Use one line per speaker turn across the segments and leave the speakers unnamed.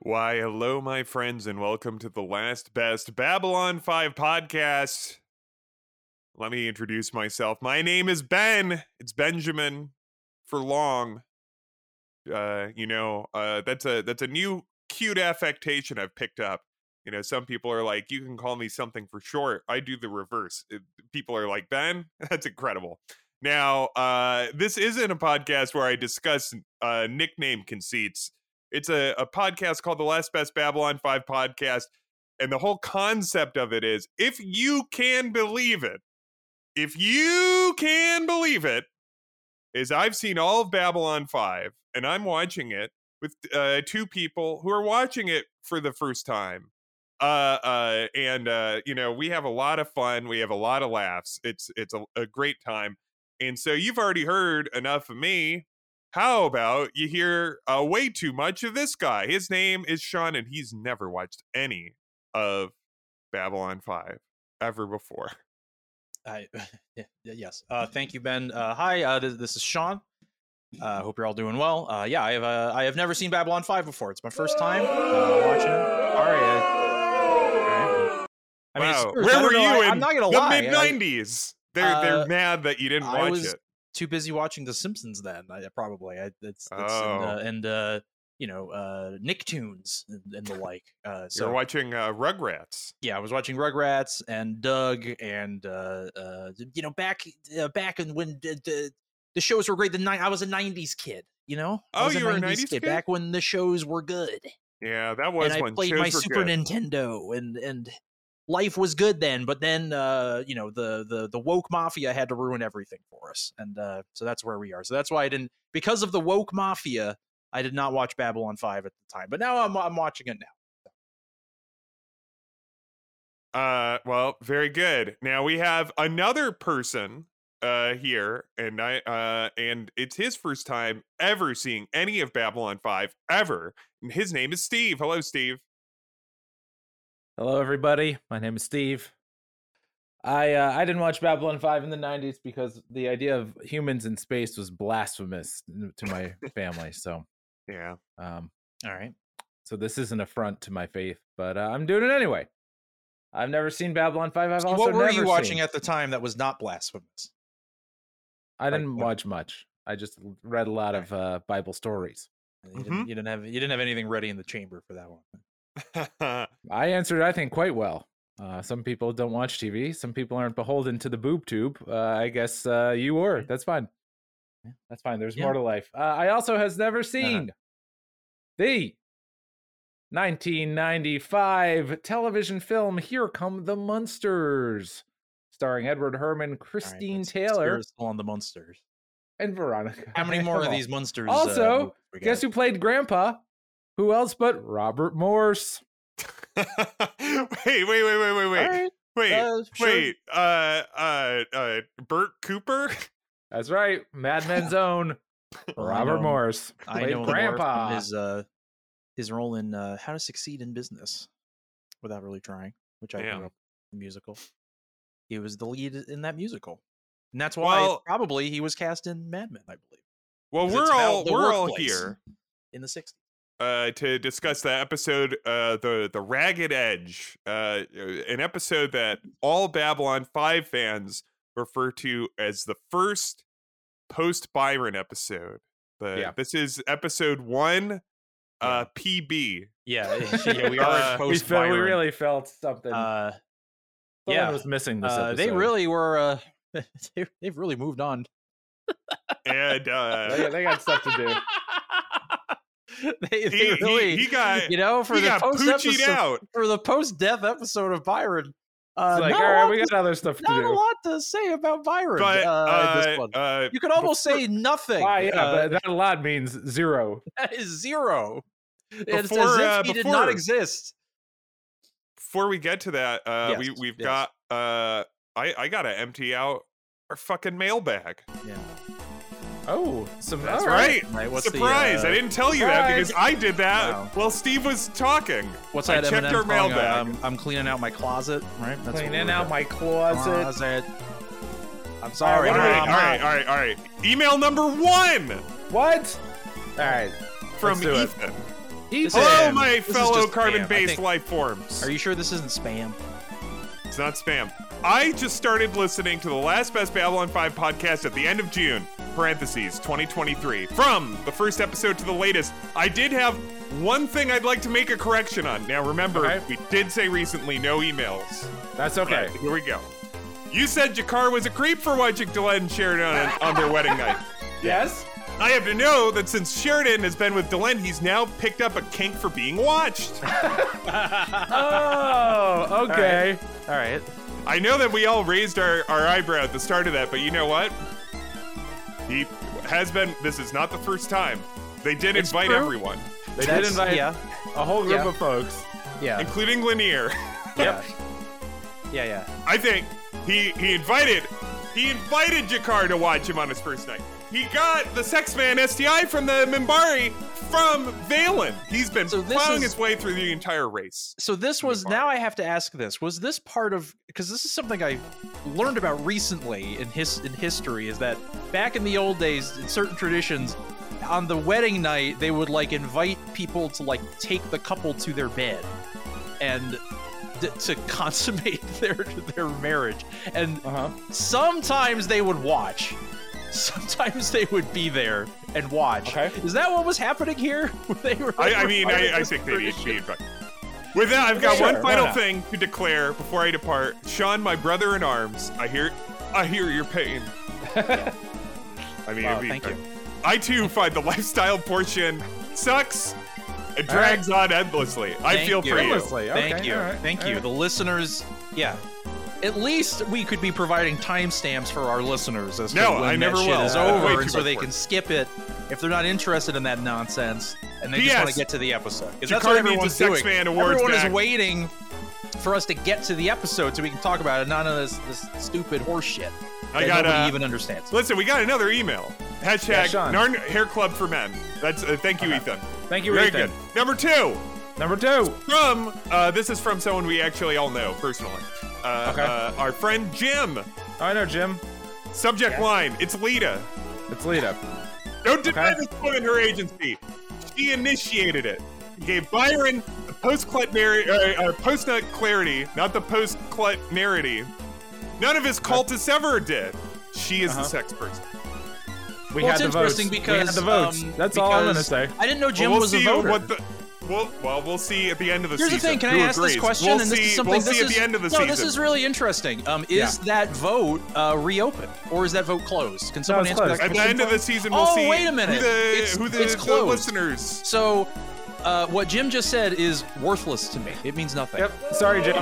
Why, hello, my friends, and welcome to the last best Babylon 5 podcast. Let me introduce myself. My name is Ben. It's Benjamin for long. Uh, you know, uh, that's a that's a new cute affectation I've picked up. You know, some people are like, you can call me something for short. I do the reverse. It- people are like, Ben, that's incredible. Now, uh, this isn't a podcast where I discuss uh, nickname conceits. It's a, a podcast called the Last Best Babylon 5 podcast. And the whole concept of it is if you can believe it, if you can believe it, is I've seen all of Babylon 5 and I'm watching it with uh, two people who are watching it for the first time. Uh, uh, and uh, you know, we have a lot of fun. We have a lot of laughs. It's it's a, a great time. And so you've already heard enough of me. How about you hear uh, way too much of this guy? His name is Sean, and he's never watched any of Babylon Five ever before.
I yeah, yeah, yes. Uh, thank you, Ben. Uh, hi, uh, this, this is Sean. Uh, hope you're all doing well. Uh, yeah, I have uh, I have never seen Babylon Five before. It's my first time uh, watching. it. All right. I, all right. I mean, it's
Wow. Where
yours. I don't
were
know,
you
I,
in
I'm not gonna
the
lie.
mid
I,
'90s. They're they're
Uh,
mad that you didn't
I
watch
was-
it.
too busy watching The Simpsons then. I, probably. I, that's, that's
Oh.
and, uh, and uh, you know uh, Nicktoons and, and the like. Uh, so
You're watching uh, Rugrats.
yeah, I was watching Rugrats and Doug and uh, uh, you know back uh, back in when the, the the shows were great. The nine I was a '90s kid, you know. I
Oh,
was
you were a 90s kid?
back when the shows were good,
Yeah, that was
and I
when
played
shows
my
were
Super
good.
Nintendo, and and life was good then. But then uh, you know the the the woke mafia had to ruin everything for us, and uh, so that's where we are. So that's why I didn't because of the woke mafia. I did not watch Babylon Five at the time, but now I'm I'm watching it now.
Uh, well, very good. Now we have another person uh here, and I uh, and it's his first time ever seeing any of Babylon Five ever. And his name is Steve. Hello, Steve.
Hello, everybody. My name is Steve. I uh, I didn't watch Babylon Five in the '90s because the idea of humans in space was blasphemous n- to my family. So,
Yeah.
um,
All right.
so this is an affront to my faith, but uh, I'm doing it anyway. I've never seen Babylon Five. I've
So
also
what were
never
you watching
seen-
at the time that was not blasphemous?
I didn't
what-
watch much. I just l- read a lot of uh, Bible stories.
You,
Mm-hmm.
didn't, you didn't have you didn't have anything ready in the chamber for that one.
I answered, I think, quite well. Uh, some people don't watch TV. Some people aren't beholden to the boob tube. Uh, I guess uh, you were. That's fine.
Yeah.
That's fine. There's
Yeah. Uh-huh.
more to life. Uh, I also has never seen the 1995 television film "Here Come the Munsters," starring Edward Herman,
All right,
Christine
that's-
Taylor,
Spirit's still on the monsters.
and Veronica.
How many
Hey,
more
come
of
on.
these monsters?
Also,
movies we
Guess
got?
who played Grandpa? Who else but Robert Morse?
wait, wait, wait, wait, wait, wait,
All right,
wait,
uh, sure.
wait. Uh, uh, uh, Bert Cooper.
That's right, Mad Men's own
Well, I know
Robert
him-
Morse.
I know
played
him more from
Grandpa.
his uh, his role in uh, How to Succeed in Business without really trying, which I
Damn.
grew up in the musical. He was the lead in that musical, and that's why
Well-
probably he was cast in Mad Men, I believe,
Well,
'Cause
we're
it's
all
about the
we're all
workplace.
here
in the '60s.
uh, to discuss the episode, uh, the the Ragged Edge, uh, an episode that all Babylon Five fans refer to as the first post Byron episode. The,
Yeah.
This is episode one, uh, PB.
Yeah,
yeah,
we are in
we, felt, we really felt something.
Uh,
Someone
yeah.
was missing this
uh, they
episode.
really were. Uh, they, they've really moved on.
And
they,
uh,
they got stuff to do.
they, they
he, he-
really,
he got
you know, for
he
the
got
post
poochied
episode,
out.
for the post death episode of Byron. Uh,
It's like,
not
all
a
right,
lot
we
to-
got other stuff to
not a
do.
lot to say about Byron.
But
uh, in this
uh,
one.
uh,
you could almost say nothing.
Ah, yeah,
uh,
but not a lot means zero.
that is zero. it's as
Before,
if
uh,
he did not
before-
exist.
before we get to that, uh, we
Yes,
we've
yes.
got uh, I I gotta empty out our fucking mailbag.
Yeah,
Oh, some
That's
all
right.
right. What's
surprise!
The, uh,
I didn't tell you that because I did that
Wow.
while Steve was talking.
What's
I
that?
checked
M&M
our
calling, uh,
mailbag.
I'm, I'm cleaning out my closet. Right. That's what we
Cleaning
were
out
doing.
my closet.
Closet. I'm sorry.
all
what
Mom,
are we-
right, all right,
Mom.
all right, all right. Email number one
What? All right.
from
E
do it.
Ethan.
This is
Hello,
spam.
my
This is
fellow
just spam, I
carbon-based
think.
life forms.
Are you sure this isn't spam?
It's not spam. I just started listening to the last Best Babylon 5 podcast at the end of June, parentheses, 2023. From the first episode to the latest, I did have one thing I'd like to make a correction on. Now, remember,
Okay.
we did say recently no emails.
That's
All
okay.
right, here we go. You said Jakar was a creep for watching Delenn Sheridan on, on their wedding night.
Yes.
I have to know that since Sheridan has been with Delenn, he's now picked up a kink for being watched.
Oh, okay.
All right.
I know that we all raised our, our eyebrow at the start of that, but you know what? He has been. This is not the first time. They did
It's
invite
true.
everyone,
They did
That's-
invite
Yeah,
a whole group
Yeah.
of folks.
yeah,
including Lanier.
Yep.
yeah, yeah.
I think he he invited he invited Jakar to watch him on his first night. He got the sex man STI from the Mimbari from Valen. He's been
So this
plowing
is-
his way through the entire race.
So this was
Pretty far.
now. I have to ask this: Was this part of? Because this is something I learned about recently in his in history. Is that back in the old days, in certain traditions, on the wedding night, they would like invite people to like take the couple to their bed, and d- to consummate their their marriage. And
Uh huh.
sometimes they would watch. Sometimes they would be there and watch.
Okay.
Is that what was happening here? they were,
I, I mean,
providing
I, I
this
think they need to be
tradition?
invited. With that, I've got
Sure,
one
why
final
not?
thing to declare before I depart. Sean, my brother in arms, I hear, I hear your pain. I mean,
Wow,
it'd be-
thank you.
I too find the lifestyle portion sucks. It drags on endlessly. I
Thank
feel
you.
for you.
Endlessly. Okay,
Thank you.
all right,
Thank
all
you.
right.
The listeners, yeah. At least we could be providing timestamps for our listeners as
No,
to when
I never
that
will.
shit is
Uh, way
over,
too
and so
much
they
work.
can skip it if they're not interested in that nonsense, and they just
P.S.
want to get to the episode. 'Cause that's
Jakar
what
needs a
everyone's
Sex
doing.
Man Awards
Everyone
back.
is waiting for us to get to the episode so we can talk about it. None of this this stupid horse shit
I
that
got
nobody
uh,
even understands.
Listen, we got another email.
Yeah,
Hashtag
Sean.
Narn Hair Club for Men. That's uh, thank you,
Okay.
Ethan.
Thank you,
Very
Ethan.
good. Number two.
Number two.
from uh, this is from someone we actually all know personally. Uh,
Okay.
uh, our friend Jim.
I know, Jim.
Subject
Yeah.
line: It's Lita.
It's Lita.
Don't deny
Okay.
this woman her agency. She initiated it. Gave Byron the post-clut narr- uh, uh, post-nut clarity, not the post-clut narity. None of his cultists ever did. She is
Uh-huh.
the sex person.
We
Well,
had
it's
the votes.
interesting
we had
because,
the votes.
um,
That's all I'm gonna
because
say.
I didn't know Jim
well, we'll
was
see
a voter.
what the. Well, well, we'll see at the end of the
Here's the
season.
thing. Can
who
I ask this
agrees.
question?
We'll
and this
see-
is something.
We'll
this
see
is,
at the end of the
no,
season.
this is really interesting. Um, is that vote uh, reopened or is that vote closed? Can someone
it's
answer
closed.
that
At the
question?
end of
for
the
us?
season, we'll
Oh,
see
wait a minute.
who the,
It's-
who the,
it's
the
closed.
listeners.
So, uh, what Jim just said is worthless to me. It means nothing.
Yep. Sorry, Jim.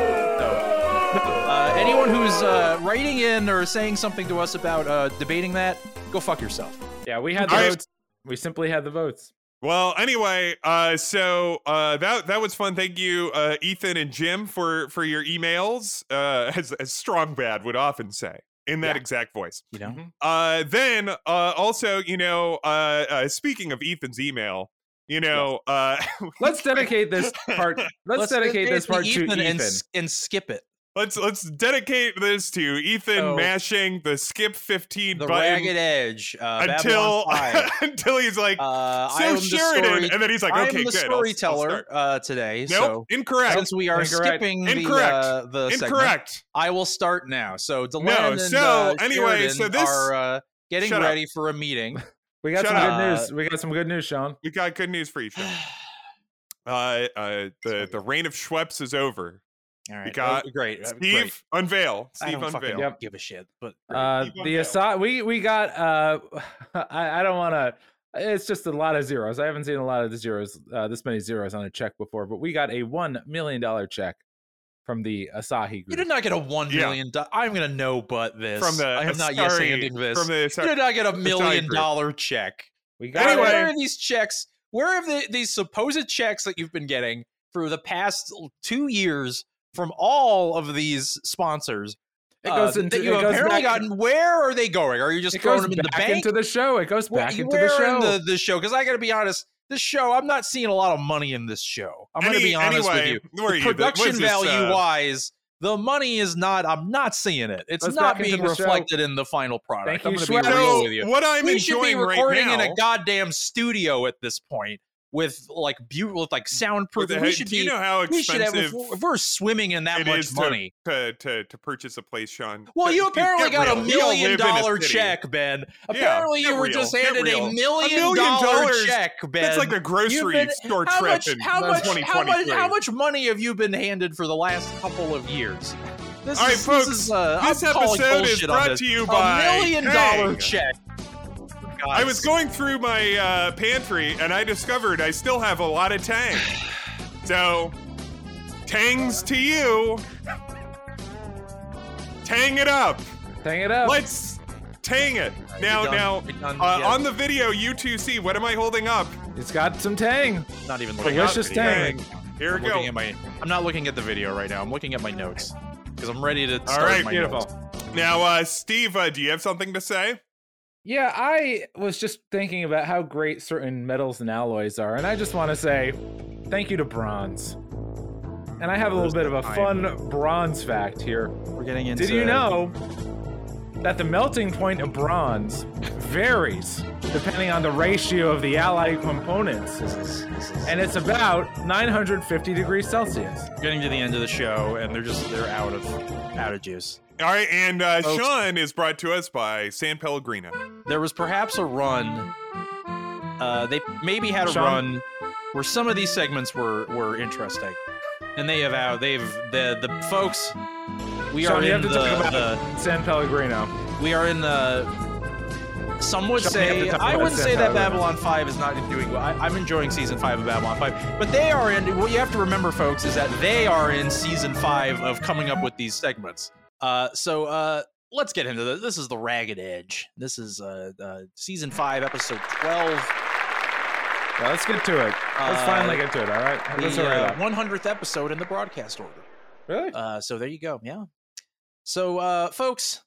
No.
Uh, anyone who's uh, writing in or saying something to us about uh, debating that, go fuck yourself.
Yeah, we had the
All right.
votes. We simply had the votes.
Well, anyway, uh, so uh, that that was fun. Thank you, uh, Ethan and Jim, for for your emails, uh, as as Strong Bad would often say in that
Yeah.
exact voice.
You know.
Uh, then uh, also, you know, uh, uh, speaking of Ethan's email, you know, uh,
Let's dedicate this part. Let's, dedicate this
to
part to
Ethan
Ethan.
and, s- and skip it.
let's let's dedicate this to Ethan
So-
mashing the skip fifteen
The
button
ragged edge. Uh,
until
Babylon five.
until he's like,
Uh, I am
so
the
Sheridan,
story-
and then he's like,
I'm
okay,
the
good, I'll- I'll
storyteller
start."
uh, today, so
Nope, incorrect,
since we are
Incorrect.
skipping the
Incorrect.
uh, the segment,
incorrect.
I will start now. So Delenn
No,
and
so,
uh,
anyway, so
Sheridan
this-
are uh, getting
Shut up.
ready for a meeting.
We got
Shut
some
up.
good news. We got some good news, Sean.
We got good news for you. Sean. Uh, uh, the the reign of Schweppes is over.
All right,
got
oh, great. uh,
Steve
great.
unveil.
I
Steve
don't fucking
unveil.
Yep.
give a shit, but
Uh,
Keep on
the
going.
Assad. We we got. Uh, I, I don't want to. It's just a lot of zeros. I haven't seen a lot of the zeros, uh, this many zeros on a check before. But we got a one million dollar check from the Asahi
you
Group.
did not get a one
Yeah.
million. Do- I'm gonna no but this
From the
I am not yes
Asari-
handing this.
From the
you did not get a million
group.
dollar check.
we got
Anyway.
Anyway,
it.
where are these checks? Where are the, these supposed checks that you've been getting for the past two years from all of these sponsors?
It
uh,
goes
that
into.
you
it goes
apparently
back,
gotten. Where are they going? Are you just
it
throwing
goes
them in the
back
bank?
into the show. It goes
Where-
back into the
where
show.
in the, the show? Because I got to be honest, this show I'm not seeing a lot of money in this show. I'm going to
Any-
be honest
anyway,
with
where are you?
you.
The- what
Production
is this,
value
uh,
wise. The money is not. I'm not seeing it. It's
Let's
not
back into
being
the show.
reflected in the final product.
Thank
I'm
you,
gonna be
Schweppes.
real
so
with you
what I'm
we should be
enjoying right
recording
now.
in a goddamn studio at this point with like beautiful, with like
With
soundproof.
the
we
head-
should
do you
be.
know how
we should have. If
expensive
we're, if we're swimming in that
it
much
is to-
money.
to, to to purchase a place, Sean?
well, you
Dude,
apparently
get
got a
real. You don't
million
live in a
dollar
city.
check, Ben. Apparently,
get
you were
real,
just
get
handed
real.
a
A
million
million
dollar
dollars,
check, Ben.
That's like a grocery
been-
store
how
trip.
much,
in uh,
how much, how much,
2023.
how much money have you been handed for the last couple of years? This
All right,
is,
folks,
This, is, uh,
This
I'm calling
episode is
bullshit on
brought
this.
to you
a
by
million dollar
Kang.
check.
I was going through my uh, pantry and I discovered I still have a lot of Tang. So, Tangs to you. Tang it up.
Hang it
Oh.
up.
Let's Tang it. Now, now, uh, on the video, you two see what am I holding up?
It's got some tang.
not even looking.
Delicious
at the video
tang.
right now.
Here
I'm
we
looking
go.
at my. I'm not looking at the video right now. I'm looking at my notes because I'm ready to.
All
Start
right,
my
beautiful.
notes.
Now, uh, Steve, uh, do you have something to say?
Yeah, I was just thinking about how great certain metals and alloys are, and I just want to say thank you to bronze. And I have a little bit of a fun bronze fact here.
We're getting into.
Did you know that the melting point of bronze varies depending on the ratio of the alloy components?
This is, this is,
And it's about 950 degrees Celsius.
getting to the end of the show, and they're just they're out of out of juice.
All right, and uh,
Folks.
Sean is brought to us by San Pellegrino.
There was perhaps a run. Uh, they maybe had a
Sean?
run where some of these segments were were interesting, and they have out they've the the folks. We
Sean,
are
you
in
have to
the,
talk about
the
San Pellegrino.
We are in the. Some would
Shall we have
say
to talk
I
about
wouldn't say that
satire?
Babylon Five is not doing well. I, I'm enjoying season five of Babylon Five, but they are in. What you have to remember, folks, is that they are in season five of coming up with these segments. Uh, so uh, let's get into this. This is the Ragged Edge. This is uh, uh, season five, episode twelve.
Yeah, let's get to it. Let's
Uh,
finally get to it, all right? Let's hurry
The uh,
up.
one hundredth episode in the broadcast order.
Really?
Uh, so there you go. Yeah. So, uh, folks,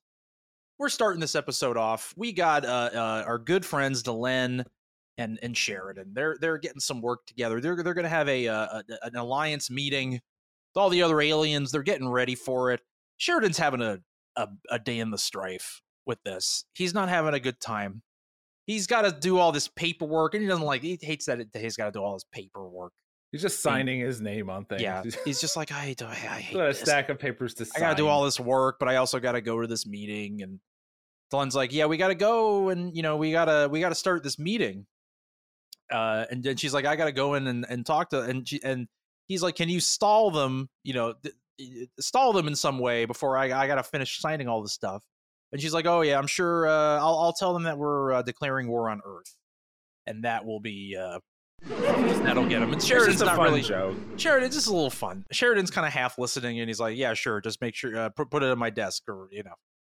we're starting this episode off. We got uh, uh, our good friends Delenn and and Sheridan. They're they're getting some work together. They're they're gonna have a, uh, a an alliance meeting with all the other aliens. They're getting ready for it. Sheridan's having a a, a day in the strife with this. He's not having a good time. He's got to do all this paperwork, and he doesn't like. He hates that it- he's got to do all this paperwork.
He's just signing his name on things.
Yeah,
He's just
he's just like I, I, I hate
got a
this.
stack of papers to sign.
I gotta do all this work, but I also gotta go to this meeting. And Dylan's like, yeah, we gotta go, and you know, we gotta we gotta start this meeting. Uh, and then she's like, I gotta go in and, and talk to, and she, and he's like, can you stall them? You know, th- y- stall them in some way before I I gotta finish signing all this stuff. And she's like, oh yeah, I'm sure uh, I'll I'll tell them that we're uh, declaring war on Earth, and that will be. Uh, That'll get him. And
It's
Sheridan's
just a
not
fun
really
joke.
Sheridan, just a little fun. Sheridan's kind of half listening, and he's like, "Yeah, sure, just make sure uh, put put it on my desk, or you know,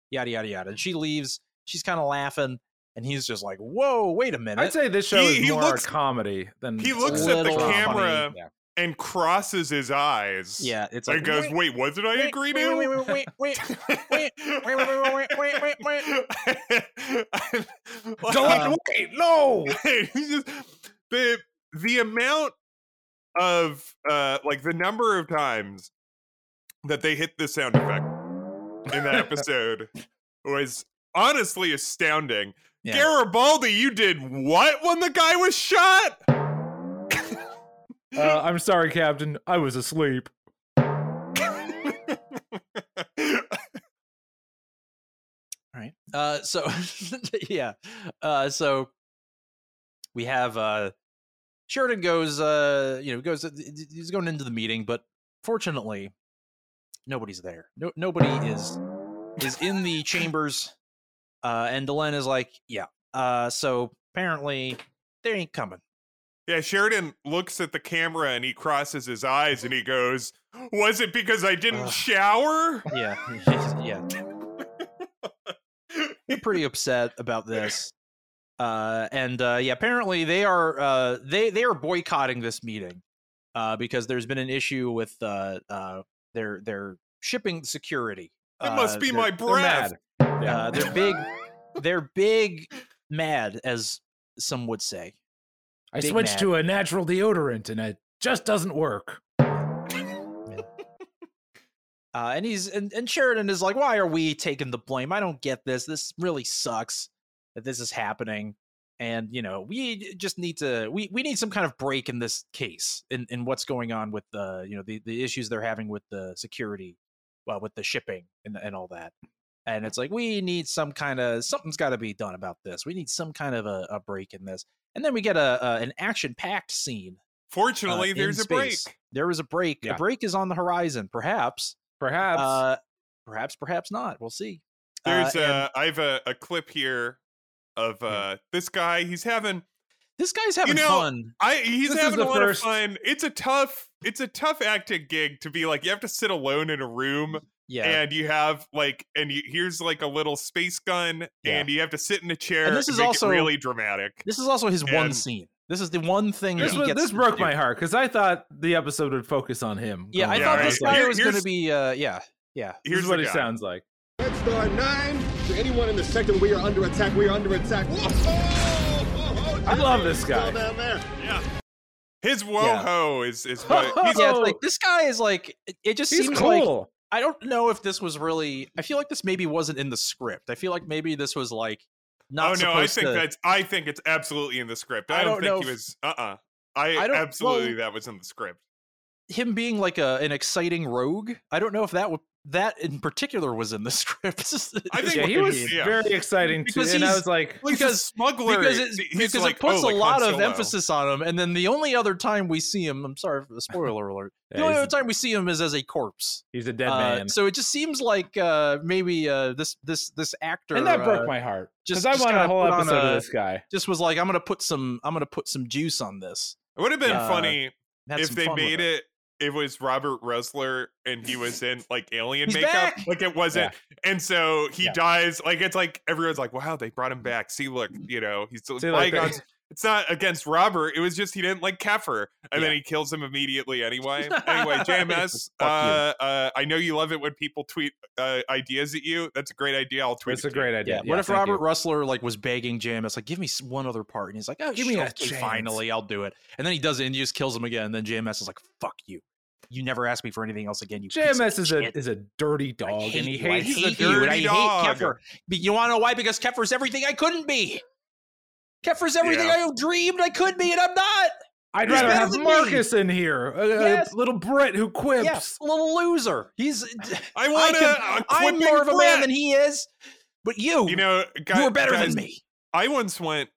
yada yada yada." And she leaves. She's kind of laughing, and he's just like, "Whoa, wait a minute."
I'd say this show
He-
is
he
more
looks-
a comedy than
he
a
looks at the
Little funny.
camera
Yeah.
and crosses his eyes.
yeah, it's
And
like
goes, wait, what did I
"Wait,
agree
wait,
to?
wait, wait, wait, wait, wait, wait, wait, wait, wait, wait, wait,
Like,
Um,
wait, no.
it's just- the the amount of uh like the number of times that they hit this sound effect in that episode was honestly astounding.
Yeah.
Garibaldi, you did what when the guy was shot?
Uh, I'm sorry, Captain. I was asleep.
All right. Uh, so yeah. Uh, so we have uh, Sheridan goes. Uh, you know, goes. He's going into the meeting, but fortunately, nobody's there. No, nobody is is in the chambers. Uh, and Delenn is like, yeah. Uh, so apparently, they ain't coming.
Yeah, Sheridan looks at the camera and he crosses his eyes and he goes, "Was it because I didn't
Ugh.
shower?"
Yeah. yeah. They're pretty upset about this. Uh, and uh, yeah, apparently they are uh, they they are boycotting this meeting uh, because there's been an issue with uh, uh, their their shipping security.
That
Uh,
must be
they're-
my
They're
breath.
mad.
Uh, they're big. They're big mad, as some would say.
I
big
switched
mad.
to a natural deodorant, and it just doesn't work.
Uh, and he's and, and Sheridan is like, why are we taking the blame? I don't get this. This really sucks that this is happening. and you know we just need to we, we need some kind of break in this case in, in what's going on with the you know the, the issues they're having with the security well with the shipping and, and all that and it's like we need some kind of something's got to be done about this we need some kind of a, a break in this and then we get a, a an action packed scene uh,
Fortunately,
in
there's a break.
space. there is a break
Yeah.
a break is on the horizon perhaps
Perhaps.
uh, perhaps perhaps not we'll see Uh,
There's
and-
uh, I have a, a clip here of uh this guy. He's having
this guy's having
know,
fun
I he's
This is
having a
the
lot
first-
of fun. It's a tough it's a tough acting gig to be like you have to sit alone in a room
yeah
and you have like and you, here's like a little space gun
Yeah.
and you have to sit in a chair.
this is
make it
also-
really dramatic.
This is also his one
And-
scene. This is the one thing
this
that he
was,
gets.
this
to
broke
do.
my heart because I thought the episode would focus on him.
Yeah, I
going
Yeah,
thought
on.
right.
this
It's like,
guy
Here-
was going to
here's-
be. Uh, yeah, yeah.
Here's,
Here's
what
the
he
guy.
sounds like.
Red Star 9, to anyone in the sector, we are under attack. We are under attack. Whoa! Oh, oh,
I love this
It's
guy.
all down there.
His whoa
Yeah.
ho is is what he's
Yeah, it's
So-
like this guy is like. it- It just
He's
seems like
cool.
I don't know if this was really. I feel like this maybe wasn't in the script. I feel like maybe this was like not.
oh no, I
supposed
think
to-
that's I think it's absolutely in the script. I,
I
don't,
don't know
think he
if-
was uh uh I,
I don't-
absolutely
well-
that was in the script.
him being like a an exciting rogue. I don't know if that w- that in particular was in the script.
I think
Yeah, he was
yeah.
very exciting too,
Because
and I
he's-
was like,
Well, he's a
Because-
smuggler
because it,
he's
because
like,
it puts
oh, like Han
a lot of
Solo.
emphasis on him, and then the only other time we see him, I'm sorry for the spoiler alert.
Yeah,
the only
he's-
other time we see him is as a corpse.
he's a dead
Uh,
man,
So it just seems like uh, maybe uh, this this this actor
and that
uh,
broke my heart because
just-
I
just
wanted a
kinda
whole
put on
episode
a-
of this guy.
just was like, I'm gonna put some I'm gonna put some juice on this.
It would have been
Yeah.
funny
and had
if
some
they
fun with
made it. it. was Robert Ressler and he was in like alien
He's
makeup.
back!
Like it wasn't. And so he
Yeah.
dies. Like it's like everyone's like, wow, they brought
Mm.
him back. See, look, you know, he's still
See, like,
bygones. It's not against Robert. It was just he didn't like Keffer. And then
Yeah.
he kills him immediately anyway. anyway, JMS, uh, uh, I know you love it when people tweet uh, ideas at you. That's a great idea. I'll tweet
It's
it
a
to you.
great idea.
Yeah. What if Robert Russler like was begging Jam? It's like, give me s- one other part, and he's like, oh,
Give me
sure,
a
okay,
chance.
finally, I'll do it. And then he does it, and he just kills him again. And then JMS is like, fuck you, you never ask me for anything else again. You piece of
JMS is a
shit.
is a dirty
I
dog,
hate
and he
you, I
hates the
hate you, and I
dirty
hate
dog."
Keffer. But you want to know why? Because Keffer's everything I couldn't be. Keffer's everything I dreamed I could be, and I'm not.
I'd
He's
rather
better
have
than me.
Marcus in here, a, a
Yes.
little Brit who quips.
Yes, a little loser. He's.
I uh,
I
want
can-
to.
I'm more of a man than he is. But you,
You know, guy-
you are better
guys,
than me.
I once went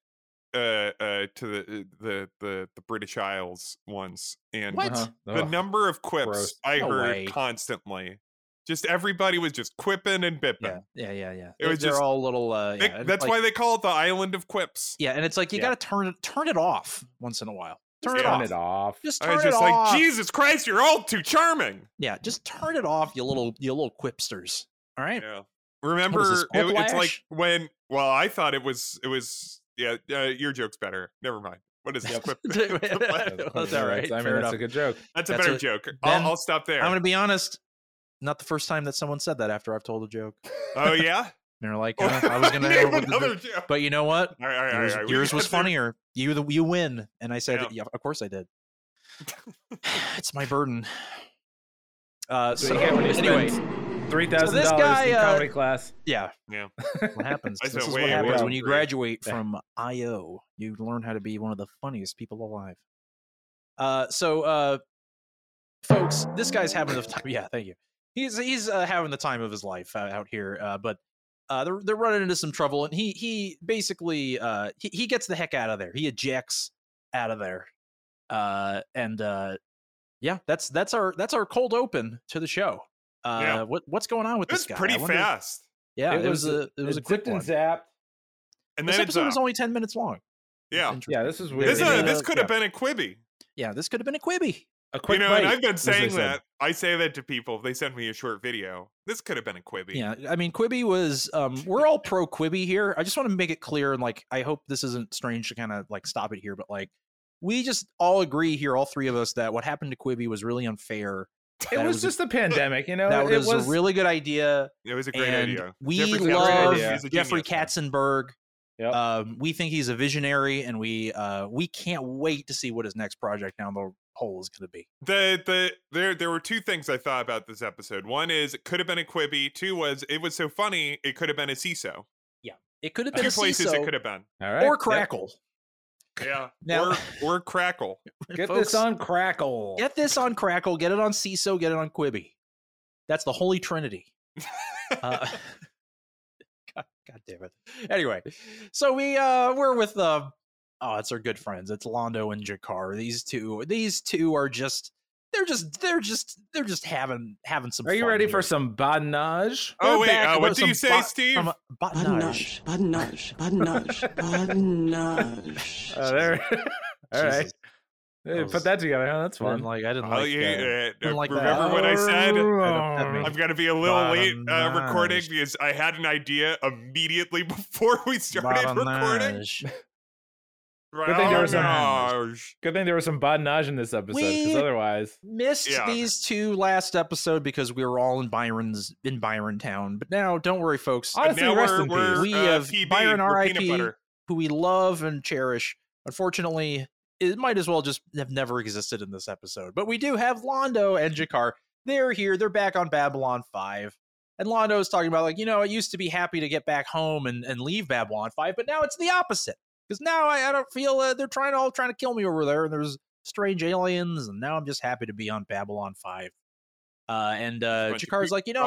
uh uh to the the the, the British Isles once and
What?
Uh-huh.
the number of quips
gross.
I
No
heard
way.
constantly. Just everybody was just quipping and bipping.
Yeah, yeah, yeah, yeah.
It was
They're
just-
all little. Uh,
They-
yeah, and
that's
like-
why they call it the island of quips.
Yeah, and it's like you
Yeah.
got to turn it turn it off once in a while. Turn it
Yeah.
off.
Turn it off.
Just
I
turn
was
it
just like,
off.
Jesus Christ, you're all too charming.
Yeah, just turn it off, you little you little quipsters. All right.
Yeah. Remember,
this,
it- it's like
Quiplash?
when. Well, I thought it was. It was. Yeah, uh, your joke's better. Never mind. What is this?
Yep.
Quip?
that's all right.
I
fair
mean, that's
enough.
a good joke.
That's a
That's
better
what-
joke.
Ben,
I'll, I'll stop there.
I'm going to be honest. Not the first time that someone said that after I've told a joke.
Oh yeah.
And they're like, uh, I was going to
Name
have
another joke.
But you know what?
All right, all right, all
Yours,
right, we
yours
got
was
there.
funnier. You the you win. And I said,
Yeah.
yeah. of course I did. it's my burden. Uh,
So
so
you get when you
anyway,
spend three thousand
this
dollars
guy,
in
uh,
comedy class.
yeah,
Yeah.
What happens?
I
this
said,
is
"Wait,
what happens
wait,
when you
wait."
graduate
Yeah.
from IO. You learn how to be one of the funniest people alive. Uh, so, uh, folks, this guy's having the time. Yeah, thank you. He's he's uh, having the time of his life uh, out here, uh, but uh, they're they're running into some trouble, and he he basically uh, he he gets the heck out of there. He ejects out of there, uh, and uh, yeah, that's that's our that's our cold open to the show. Uh,
Yeah.
what what's going on with
It was
this guy? I
pretty
wonder-
fast.
Yeah,
It
it, was
was-
a it was a
It's
quick
zipped and
one.
zapped.
And
This
then it's
episode was
up.
only ten minutes long.
yeah.
Yeah, this is weird.
This,
They
uh,
did
this
a-
could have been a Quibi.
yeah, this could have been a Quibi.
A
You
quick
know, and
bite,
I've been
as they
saying
said.
that. I say that to people. If they send me a short video, this could have been a Quibi.
Yeah, I mean Quibi was. Um, we're all pro Quibi here. I just want to make it clear, and like, I hope this isn't strange to kind of like stop it here, but like, we just all agree here, all three of us, that what happened to Quibi was really unfair.
It
that
was,
was a-
just the pandemic, you know.
that
it
was, a really good idea,
It was a great
and
idea.
we
Jeffrey Katzenberg
love
is a genius,
Jeffrey
man.
Katzenberg.
Yep.
Um, we think he's a visionary, and we uh, we can't wait to see what his next project down the hole is going to be.
The the there there were two things I thought about this episode. One is it could have been a Quibi. Two was it was so funny it could have been a CISO.
Yeah. It could have been
Two
a
places
CISO
it could have been.
All right.
or
Yep.
Crackle.
Yeah.
Now-
or, or Crackle.
Get
Folks,
this on Crackle.
Get this on Crackle. Get it on CISO. Get it on Quibi. That's the holy trinity. uh, God, God damn it. Anyway, so we uh we're with uh oh, it's our good friends. It's Londo and Jakar. These two, these two are just they're just they're just they're just having having some.
Are you
fun
ready
here.
for some badinage?
Oh,
We're
wait,
back
uh,
with
what do you
some
say,
bot-
Steve?
From a
Badinage,
badinage.
badinage, badinage, badinage.
Oh, there. All right.
Jesus.
Hey,
That was-
put that together, huh? That's
I didn't
fun.
like I didn't
Oh,
like uh,
you
that.
hate it.
didn't like that.
Remember what
"Oh,
I said?
me.
I've got to be a little late uh,
Bottom
recording
notch.
because I had an idea immediately before we started recording.
Badinage.
Good thing there was some-
Badinage.
Good thing there was some badinage in this episode, because
We-
otherwise,
missed
Yeah.
these two last episode because we were all in Byron's in Byron Town. But now, don't worry, folks,
But
honestly,
now
rest
we're,
in
we're,
peace.
We
uh,
have
PB,
Byron
we're peanut
RIP.
butter.
who we love and cherish. Unfortunately, it might as well just have never existed in this episode. But we do have Londo and Jakar. They're here. They're back on Babylon Five. And Londo is talking about like, you know, I used to be happy to get back home and, and leave Babylon Five, but now it's the opposite because now I, I don't feel uh, they're trying to all trying to kill me over there, and there's strange aliens, and now I'm just happy to be on Babylon Five. Uh, and uh,
Bunch of
Jakar's
creep
like, you know,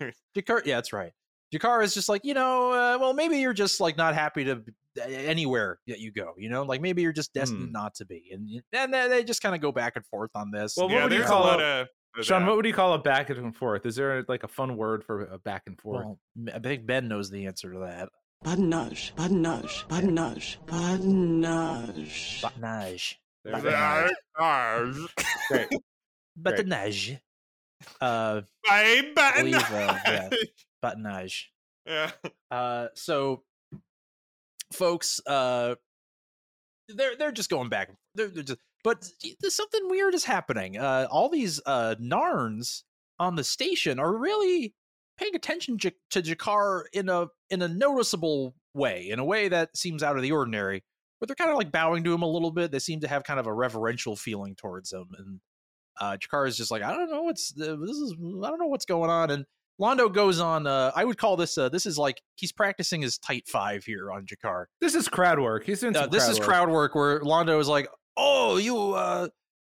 crawlers.
Jakar, yeah, that's right. Jakar is just like, you know, uh, well, maybe you're just like not happy to b- anywhere that you go, you know, like maybe you're just destined
Hmm.
not to be, and y- and they, they just kind of go back and forth on this.
Well,
and-
yeah,
would you
there's a
call
lot
it?
of. of
Sean,
that.
what would you call a back and forth? Is there like a fun word for a back and forth?
Well, m- I think Ben knows the answer to that.
Badinage, badinage, badinage, badinage.
Batinage,
There's
Back
a-
and
Badinage.
Great.
batinage, uh,
I
believe, uh, yeah.
badinage.
batinage.
Yeah.
Uh, so, folks, uh, they're they're just going back. They're, they're just, but there's something weird is happening. Uh, all these uh, Narns on the station are really paying attention J- to Jakar in a in a noticeable way, in a way that seems out of the ordinary. But they're kind of like bowing to him a little bit. They seem to have kind of a reverential feeling towards him, and uh, Jakar is just like, I don't know what's uh, this is. I don't know what's going on, and Londo goes on. Uh, I would call this. Uh, this is like he's practicing his tight five here on Jakar.
This is crowd work. He's doing
Uh,
some
this
crowd
is
work.
crowd work where Londo is like, "Oh, you. Uh,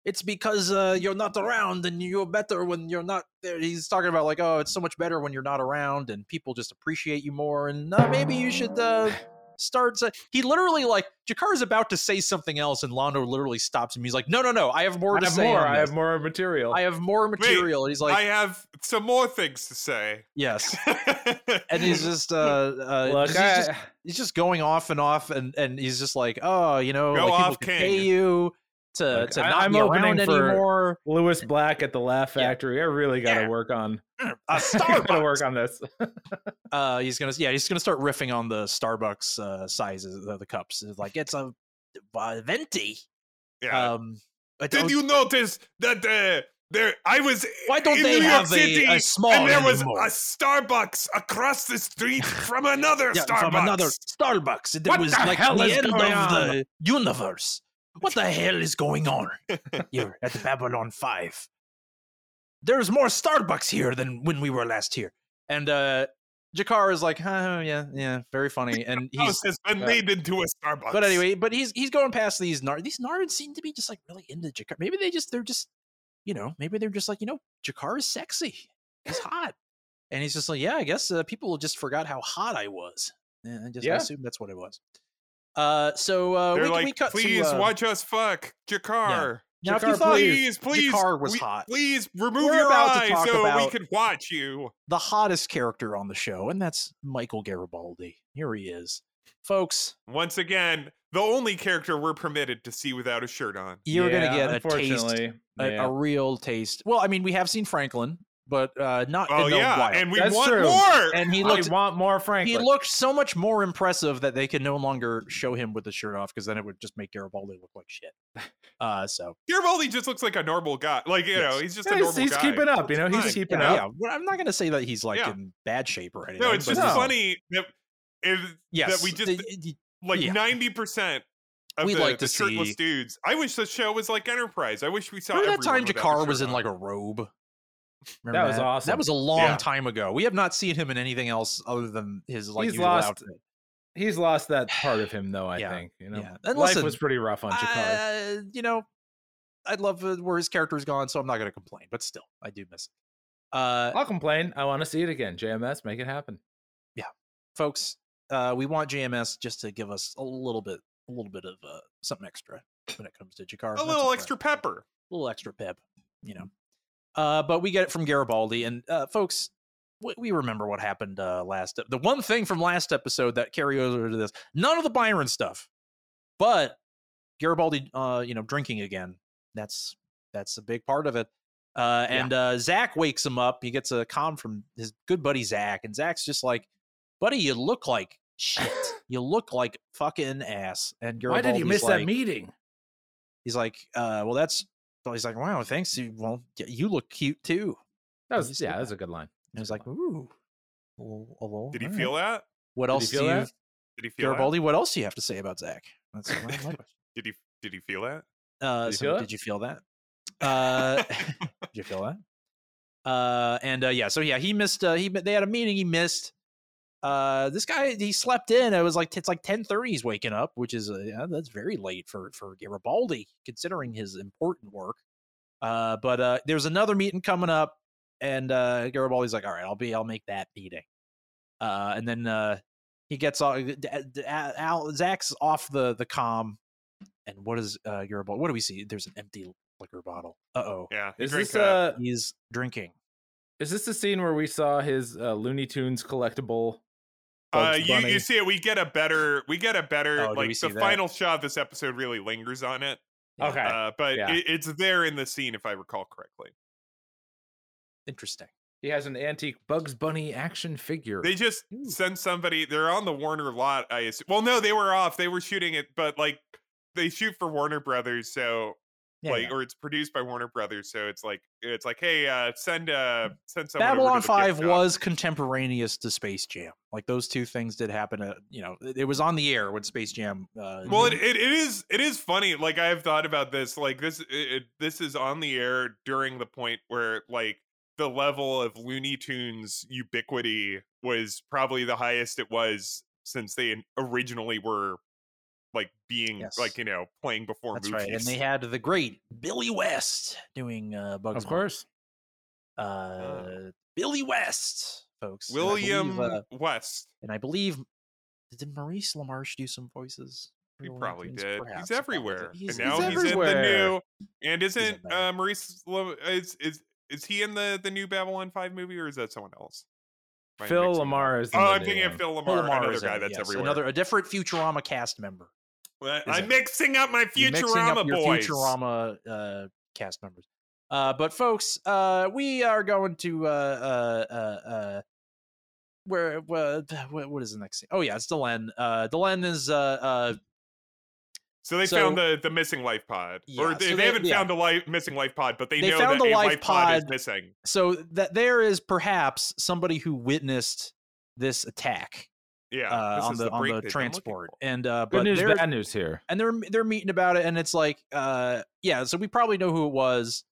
it's because uh, you're not around, and you're better when you're not there." He's talking about like, "Oh, it's so much better when you're not around, and people just appreciate you more, and uh, maybe you should." Uh, Starts. Uh, he literally like Jakar is about to say something else, and Londo literally stops him. He's like, "No, no, no! I have more
I
to
have
say.
more.
on
I
this.
have more material.
I have more material." and he's like,
I have some more things to say.
"Yes." and he's just uh, uh
Look,
he's,
I,
just, he's just going off and off and and he's just like oh you know
Go
like people
off,
could pay
King.
you to
Look,
to
I-
not
I'm
be around
opening for-
anymore
Lewis Black at the Laugh
Yeah.
Factory. I really got to
Yeah.
work on.
a
I got to
starbucks
work on this.
uh he's gonna yeah he's gonna start riffing on the starbucks uh sizes of the cups It's like it's a uh, venti
yeah.
um I
Did
don't-
you notice that uh, there? I was
why don't
in
they
New
have
York City,
a, a small
and there was
anymore?
a Starbucks across the street from another
Yeah,
Starbucks.
from another Starbucks. It
What
was
the
like
hell
the
is
end
going
of the universe. What the hell is going on here at Babylon 5? There's more Starbucks here than when we were last here. And uh Jakar is like, oh, yeah, yeah, very funny. And
house
he's
has been
uh,
made into a Starbucks.
but anyway, but he's he's going past these Nard. These Nards seem to be just like really into Jakar. Maybe they just they're just you know maybe they're just like you know Jakar is sexy. He's hot, and he's just like yeah. I guess uh, people just forgot how hot I was. Yeah, I just I
Yeah.
assume that's what it was. Uh, so uh,
they're
we,
like,
we cut
please
to, uh,
watch us fuck, Jakar.
now if you
Jakar,
thought
please, please,
Jakar was
we-
hot.
Please remove
We're
your
about to
eyes
talk
so we
about-
can watch you.
the hottest character on the show, and that's Michael Garibaldi. Here he is, folks.
Once again, the only character we're permitted to see without a shirt on.
You're
Yeah,
gonna get a taste
unfortunately.
a,
Yeah.
a real taste. Well, I mean, we have seen Franklin, but uh, not
Oh
in the
yeah,
wild.
and we
That's
want
true.
more.
And he
I
looked
want more Franklin.
he looked so much more impressive that they could no longer show him with the shirt off because then it would just make Garibaldi look like shit. Uh, so
Garibaldi just looks like a normal guy. Like you
Yes.
know, he's just
Yeah,
a
he's
normal
he's
guy.
keeping up. You know, he's
fine.
keeping
yeah,
up.
yeah. Well, I'm not gonna say that he's like
Yeah.
in bad shape or anything.
No, it's
but
just
No.
funny that if
yes,
we just-
the- the-
like
Yeah.
ninety percent of
We'd
the,
like
the
to
shirtless
see-
dudes. I wish the show was like Enterprise. I wish we saw.
remember that time
everyone without a
Jakar was
shirt
in
on.
like a robe. Remember
That was awesome.
That was a long
Yeah.
time ago. We have not seen him in anything else other than his like
He's
usual
lost
outfit.
He's lost that part of him, though. I
Yeah,
think you know
yeah. And
life
listen,
was pretty rough on Jakar.
Uh, you know, I love uh, where his character's gone, so I'm not going to complain. But still, I do miss it. Uh,
I'll complain. I want to see it again. JMS, make it happen.
folks, uh, we want JMS just to give us a little bit, a little bit of uh, something extra when it comes to Jakar.
A little extra pepper.
a little extra pep, you know. Uh, but we get it from Garibaldi, and uh, folks, we, we remember what happened uh, last. The one thing from last episode that carries over to this, none of the Byron stuff, but Garibaldi, uh, you know, drinking again. That's that's a big part of it. Uh, and uh, Zach wakes him up. He gets a comm from his good buddy Zach, and Zach's just like, "Buddy, you look like shit. you look like fucking ass." And Garibaldi's like,
meeting?
He's like, uh, "Well, that's." so He's like, "Wow, thanks. You, well, y- you look cute too."
That
Did you
was
see
yeah,
that?
that was a good line.
And he's like, "Ooh, well, oh, well,
Did he
all right."
feel that?
What
Did he
else
feel
do you,
that?
Did he feel
Garibaldi? What else do you have to say about Zach?" That's my- my question.
that? Did he did he feel that?
Uh,
Did you
so
feel it?
did you feel that? Uh, did you feel that? Uh, and uh, yeah, so yeah, he missed. Uh, he mi- they had a meeting. He missed. Uh, this guy he slept in. It was like it's like ten thirty. He's waking up, which is uh, yeah, that's very late for for Garibaldi considering his important work. Uh, but uh, there's another meeting coming up, and uh, Garibaldi's like, "All right, I'll be. I'll make that meeting." Uh, and then uh, he gets all d- d- d- Al, Zach's off the the com, and what is uh, Garibaldi? What do we see? There's an empty liquor bottle. Uh oh,
Yeah. he
Is
drank
this
that.
uh
he's drinking.
is this the scene where we saw his uh, Looney Tunes collectible?
Uh,
Bugs
you,
Bunny?
you see it. We get a better. We get a better.
Oh, do we
like
see
the
that?
final shot of this episode really lingers on it.
Okay.
Uh, but
Yeah.
it, it's there in the scene, if I recall correctly.
Interesting.
He has an antique Bugs Bunny action figure.
They just
Ooh.
send somebody. They're on the Warner lot. I assume. Well, no, they were off. They were shooting it, but like they shoot for Warner Brothers, so
Yeah,
like,
yeah.
or it's produced by Warner Brothers, so it's like it's like, hey, uh, send uh, send someone. over to
Mm. Babylon
the gift
Five
shop.
was contemporaneous to Space Jam. Like those two things did happen. At, you know, it it was on the air when Space Jam. Uh,
Well, it,
did-
it, it is it is funny. Like I have thought about this. Like this it, it- this is on the air during the point where like the level of Looney Tunes ubiquity was probably the highest it was since they in- originally were like being
Yes.
like you know playing before
that's
movies.
right. And they had the great Billy West doing uh, Bugs.
of
Bunny.
course.
uh, Billy West, folks. and I believe,
William
uh,
West.
and I believe did Maurice LaMarche do some voices? for
He
the Looney
probably
Tunes?
did.
Perhaps
He's
he probably did.
everywhere,
He's,
and now he's,
he's
in the
everywhere.
new. And isn't
everywhere.
uh, Maurice Lo- is is is he in the the new Babylon Five movie or is that someone else? Am I
Phil
mixing them up?
Lamar is. in
Oh,
the
I'm
new
thinking of
one.
Phil Lamar,
Paul Lamar
another
is in
guy
it,
that's
yes,
everywhere.
Another a different Futurama cast member.
Well,
is
I'm
it?
mixing up my
You're mixing up
Futurama
your
boys.
Futurama uh, cast members. Uh, but folks, uh, we are going to uh, uh, uh, uh, where, where what what is the next scene? Oh yeah, it's Delenn. Uh, Delenn is uh, uh,
So they
So-
found the the missing life pod, or
Yeah,
they,
so
they,
they-
haven't
yeah.
found a life missing life pod, but they,
They
know
found
that
the
a
life
life pod is
pod.
missing.
so that there is perhaps somebody who witnessed this attack
Yeah,
uh,
this
on
is
the,
break
on
they've
the
been looking
transport,
for.
and uh,
Good
but
news,
they're-
bad news here.
and they're they're meeting about it and it's like uh yeah so we probably know who it was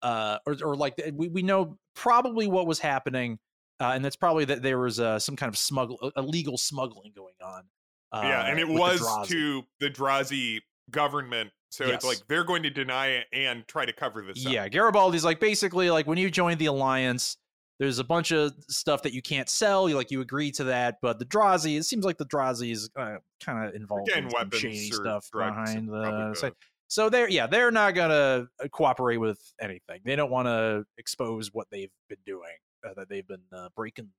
uh or, or like we, we know probably what was happening uh and that's probably that there was uh some kind of smuggle illegal smuggling going on uh,
yeah, and it
with the
was
Drazi.
to the Drazi government, so
Yes.
it's like they're going to deny it and try to cover this. up.
yeah garibaldi's like basically like when you joined the alliance there's a bunch of stuff that you can't sell you like you agree to that but the drazi it seems like the drazi is uh, kind of involved
again,
in some
weapons
shady
or
stuff
drugs,
behind
probably
the uh, so-
both.
So they're yeah, they're not gonna uh, cooperate with anything. They don't want to expose what they've been doing, uh, that they've been uh, breaking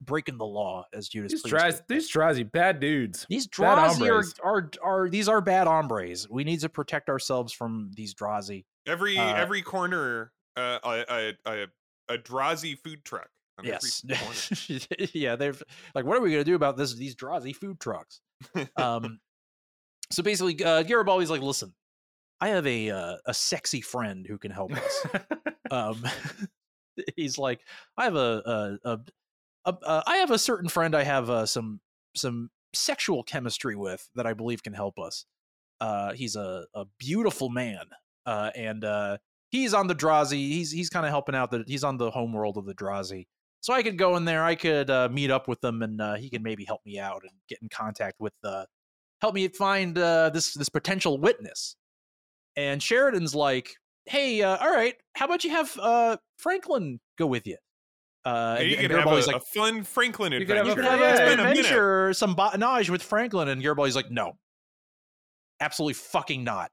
breaking the law, as Judas.
These
Priest
tries,
would say.
these Drazi, bad dudes.
these
bad
Drazi are,
hombres.
are are these are bad hombres. We need to protect ourselves from these Drazi.
every
uh,
every corner, uh, a a a, a Drazi food truck. on every
Yes,
corner.
yeah, they're like, what are we gonna do about this? These Drazi food trucks. um, so basically, uh, Garibaldi's like, listen, I have a uh, a sexy friend who can help us. um he's like i have a a, a, a, a uh, i have a certain friend i have uh, some some sexual chemistry with that i believe can help us uh he's a a beautiful man uh and uh he's on the Drazi. He's he's kind of helping out. The he's on the home world of the Drazi. So I could go in there. I could uh, meet up with them, and uh, he can maybe help me out and get in contact with uh, help me find uh, this this potential witness. And Sheridan's like, "Hey, uh, all right, how about you have uh, Franklin go with you?" Uh,
Hey,
and-
you
and
could have a,
Garibaldi's
a fun Franklin
You could have
adventure.
a
you could
fun
have
Yeah,
an
it's been a
adventure, or some botanage with Franklin, and Garibaldi's like, no, absolutely fucking not.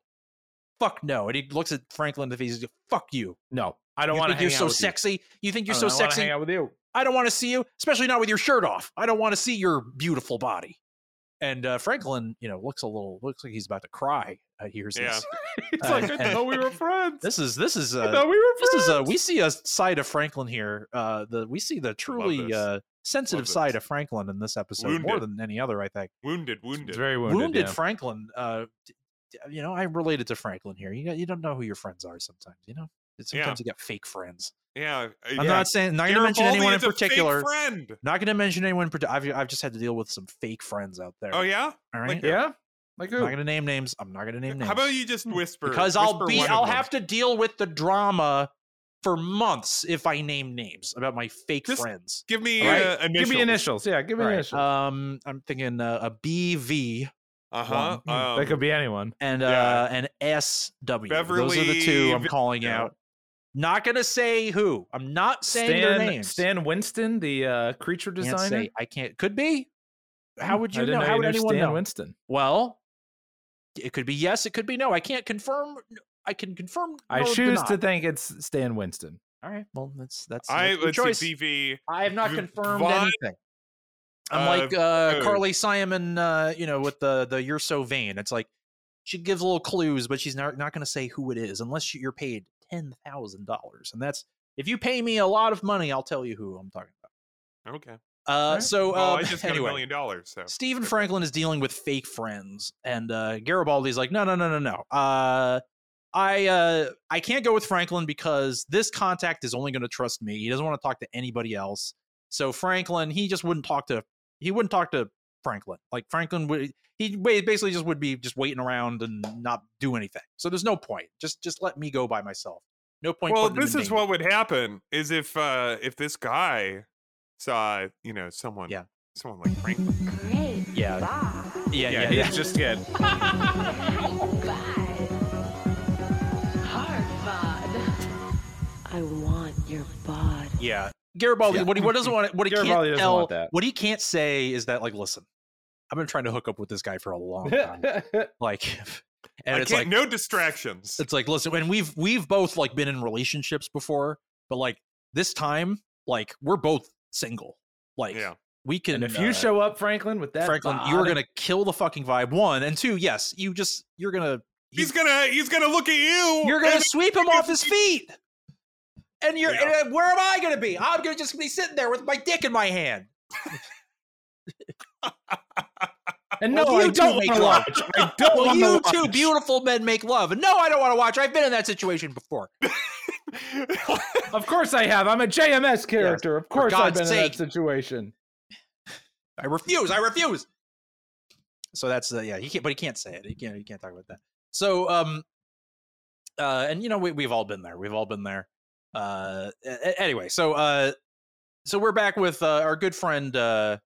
Fuck no. And he looks at Franklin if he's like, fuck you.
No, I don't
you
want to
think
hang
you're
out
so
with you. Oh,
sexy? You, think you're
I
so
don't wanna
sexy?
Hang out with you.
I don't want to see you, especially not with your shirt off. I don't want to see your beautiful body. And uh, Franklin, you know, looks a little looks like he's about to cry. Uh, hears
Yeah.
this.
It's
Uh,
like I thought we were friends.
This is this is
I
uh,
thought we were friends.
this is uh, we see a side of Franklin here. Uh, the we see the truly
this.
uh, sensitive
Love this.
side of Franklin in this episode more
Wounded.
than any other, I think.
Wounded,
It's
wounded.
very wounded.
Wounded,
yeah.
Franklin. Uh, d- d- you know, I related to Franklin here. You got, you don't know who your friends are sometimes. You know, sometimes
Yeah.
you get fake friends.
yeah,
I'm not saying not going to mention anyone in particular.
Friend.
Not going to mention anyone. in parti- I've I've just had to deal with some fake friends out there.
Oh yeah.
All right.
like
Yeah, like
I'm
who?
not going to name names. I'm not going to name names.
How about you just whisper?
Mm. because I'll
whisper
be
one of
I'll
them.
have to deal with the drama for months if I name names about my fake
Just
friends.
give me
All right.
uh, initials.
Give me initials. Yeah, give me
Right,
initials.
Um, I'm thinking uh, a BV
Uh huh.
One.
Mm.
that could be anyone.
and
Yeah.
uh an SW. Those are the two
Beverly
I'm
Vi-
calling
Yeah.
out. Not gonna say who. I'm not saying
Stan,
their names.
Stan Winston, the uh, creature
Can't
designer. Hmm,
say- I can't. Could be. How would
I
you
didn't
know? How
you
would
knew
anyone
Stan
know?
Winston.
Well, it could be yes. It could be no. I can't confirm. I can confirm.
I
nor
choose to
deny.
think it's Stan Winston.
All right. Well, that's that's
I
your
let's
choice.
see. BV.
I have not
V-
confirmed
Vaughn,
anything. I'm
uh,
like uh,
Vogue.
Carly Simon, uh, you know, with the the "You're so vain." It's like she gives little clues, but she's not not going to say who it is unless you- you're paid ten thousand dollars, and that's if you pay me a lot of money, I'll tell you who I'm talking
Okay.
about. Uh,
Alright.
So, uh,
well, Oh, I just got
anyway,
a million dollars. So
Stephen Franklin is dealing with fake friends, and uh, Garibaldi's like, no, no, no, no, no. Uh, I uh, I can't go with Franklin because this contact is only going to trust me. He doesn't want to talk to anybody else. So Franklin, he just wouldn't talk to he wouldn't talk to Franklin. Like Franklin would he ba- basically just would be just waiting around and not do anything. So there's no point. Just just let me go by myself. No point.
well,
putting him
this
in
is
danger.
what would happen: is if uh if this guy saw you know someone,
Yeah.
someone like Franklin.
Great.
Yeah.
Bye.
yeah yeah
Yeah,
yeah.
he's just good.
Bye. Hard bod.
I want your bod.
Yeah. Garibaldi,
Yeah.
what he what doesn't want, what he
Garibaldi
can't
doesn't
tell,
want that.
what he can't say is that like, listen, I've been trying to hook up with this guy for a long time, like, and
I
it's
can't.
like,
no distractions.
it's like, listen, and we've we've both like been in relationships before, but like this time, like we're both single, like
Yeah.
we can.
and if you
uh,
show up, Franklin, with that,
Franklin,
bod,
you're gonna kill the fucking vibe. One and two, yes, you just you're gonna
He's gonna. He's gonna look at you.
You're gonna
and-
sweep him off his feet. And you're
Yeah.
and uh, where am I gonna be? I'm gonna just be sitting there with my dick in my hand.
And no,
Well,
I
you two
don't
make
want to
love.
watch. I don't
Well,
want
you
to
two beautiful men make love. And no, I don't want to watch. I've been in that situation before.
Of course I have. I'm a JMS character. Of course I've
God's
been in
sake.
that situation.
I refuse. I refuse. So that's uh, yeah. He can't, but he can't say it. He can't. He can't talk about that. So um, uh, and you know we we've all been there. We've all been there. Uh, a- a- anyway, so uh, so we're back with uh, our good friend uh,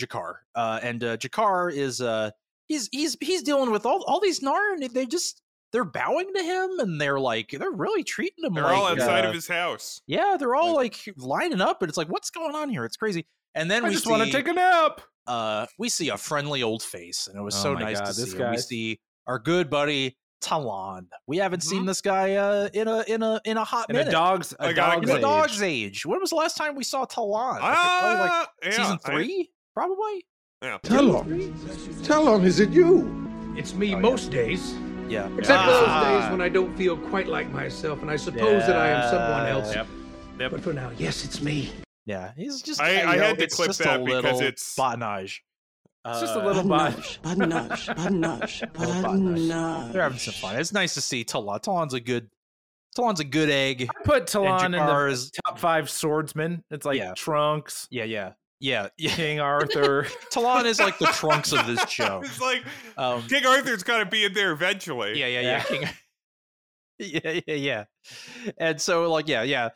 Jakar, uh, and uh, Jakar is uh, he's he's he's dealing with all all these Nar, and they just they're bowing to him, and they're like they're really treating him.
They're
like,
all outside
uh,
of his house.
Yeah, they're all like lining up, and it's like, what's going on here? It's crazy. And then
I
we
just
see,
want to take a nap.
uh, we see a friendly old face, and it was
Oh
so
my
nice to
God,
see.
this
him. We
guy.
see our good buddy Talon. We haven't seen this guy uh, in a in a in a hot
And
minute.
a dog's a
Like, I
dog's
in a
age.
dog's age. When was the last time we saw Talon? Like, probably, oh, like,
Ah, yeah,
season
I-
three, probably.
yeah.
Tell on. Tell on, is it you?
It's me most days,
Yeah,
except for those
Ah.
days when I don't feel quite like myself, and I suppose that I am someone else.
Yep. Yep.
But for now, yes, it's me.
yeah. He's just.
I-
you
I
know,
had to
it's
clip
just
that
a
because
little
it's-
botanage.
It's just a
Uh,
little bot.
Badnage, badnage, badnage,
Little
badnage.
Uh, They're having some fun. It's nice to see Talon. Talon's a good. Talon's a good egg.
I put Talon
and
in the
Jakar is
top five swordsmen. It's like
Yeah.
Trunks,
Yeah, yeah, yeah, yeah.
King Arthur.
Talon is like the trunks of this show.
it's like
Um,
King Arthur's got to be in there eventually.
yeah, yeah, yeah.
Yeah.
King, yeah, yeah, yeah. And so, like, yeah, yeah.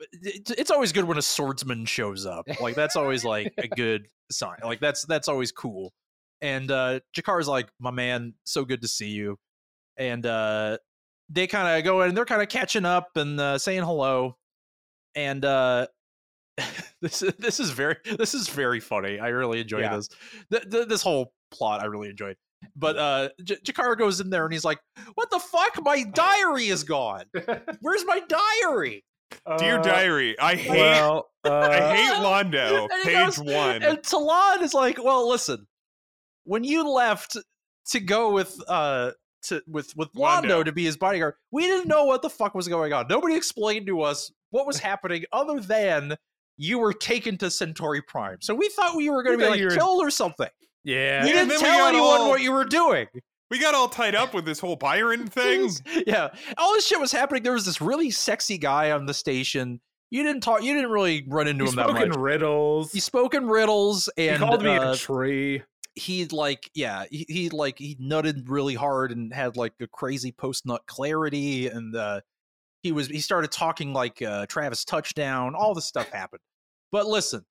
But it- It's always good when a swordsman shows up. Like, that's always like a good sign. Like, that's that's always cool. And uh Jakar's like, my man, so good to see you. And uh they kind of go in and they're kind of catching up and uh, saying hello. And uh this is this is very this is very funny. I really enjoy
Yeah.
this. Th- th- this whole plot I really enjoyed. But uh J- Jakar goes in there and he's like, "What the fuck? My diary is gone. Where's my diary?"
Dear
Uh,
diary, I hate
Well,
I
uh,
hate Londo.
And he
Page
goes-
one.
And Talon is like, "Well, listen. When you left to go with uh to with with Londo,
Londo.
to be his bodyguard, we didn't know what the fuck was going on. Nobody explained to us what was happening other than you were taken to Centauri Prime. So we thought we were going
We
to be
thought
like
you were-
killed or something. You
yeah.
Yeah, and
didn't
then we
tell
got
anyone
all-
what you were doing."
we got all tied up with this whole Byron thing.
yeah all this shit was happening there was this really sexy guy on the station you didn't talk you didn't really run into
He's
him that
spoken
much
riddles.
he spoke in riddles
he
and
called me
uh,
a tree.
he like yeah he, he like he nutted really hard and had like a crazy post nut clarity and uh he was he started talking like uh travis touchdown all this stuff happened but listen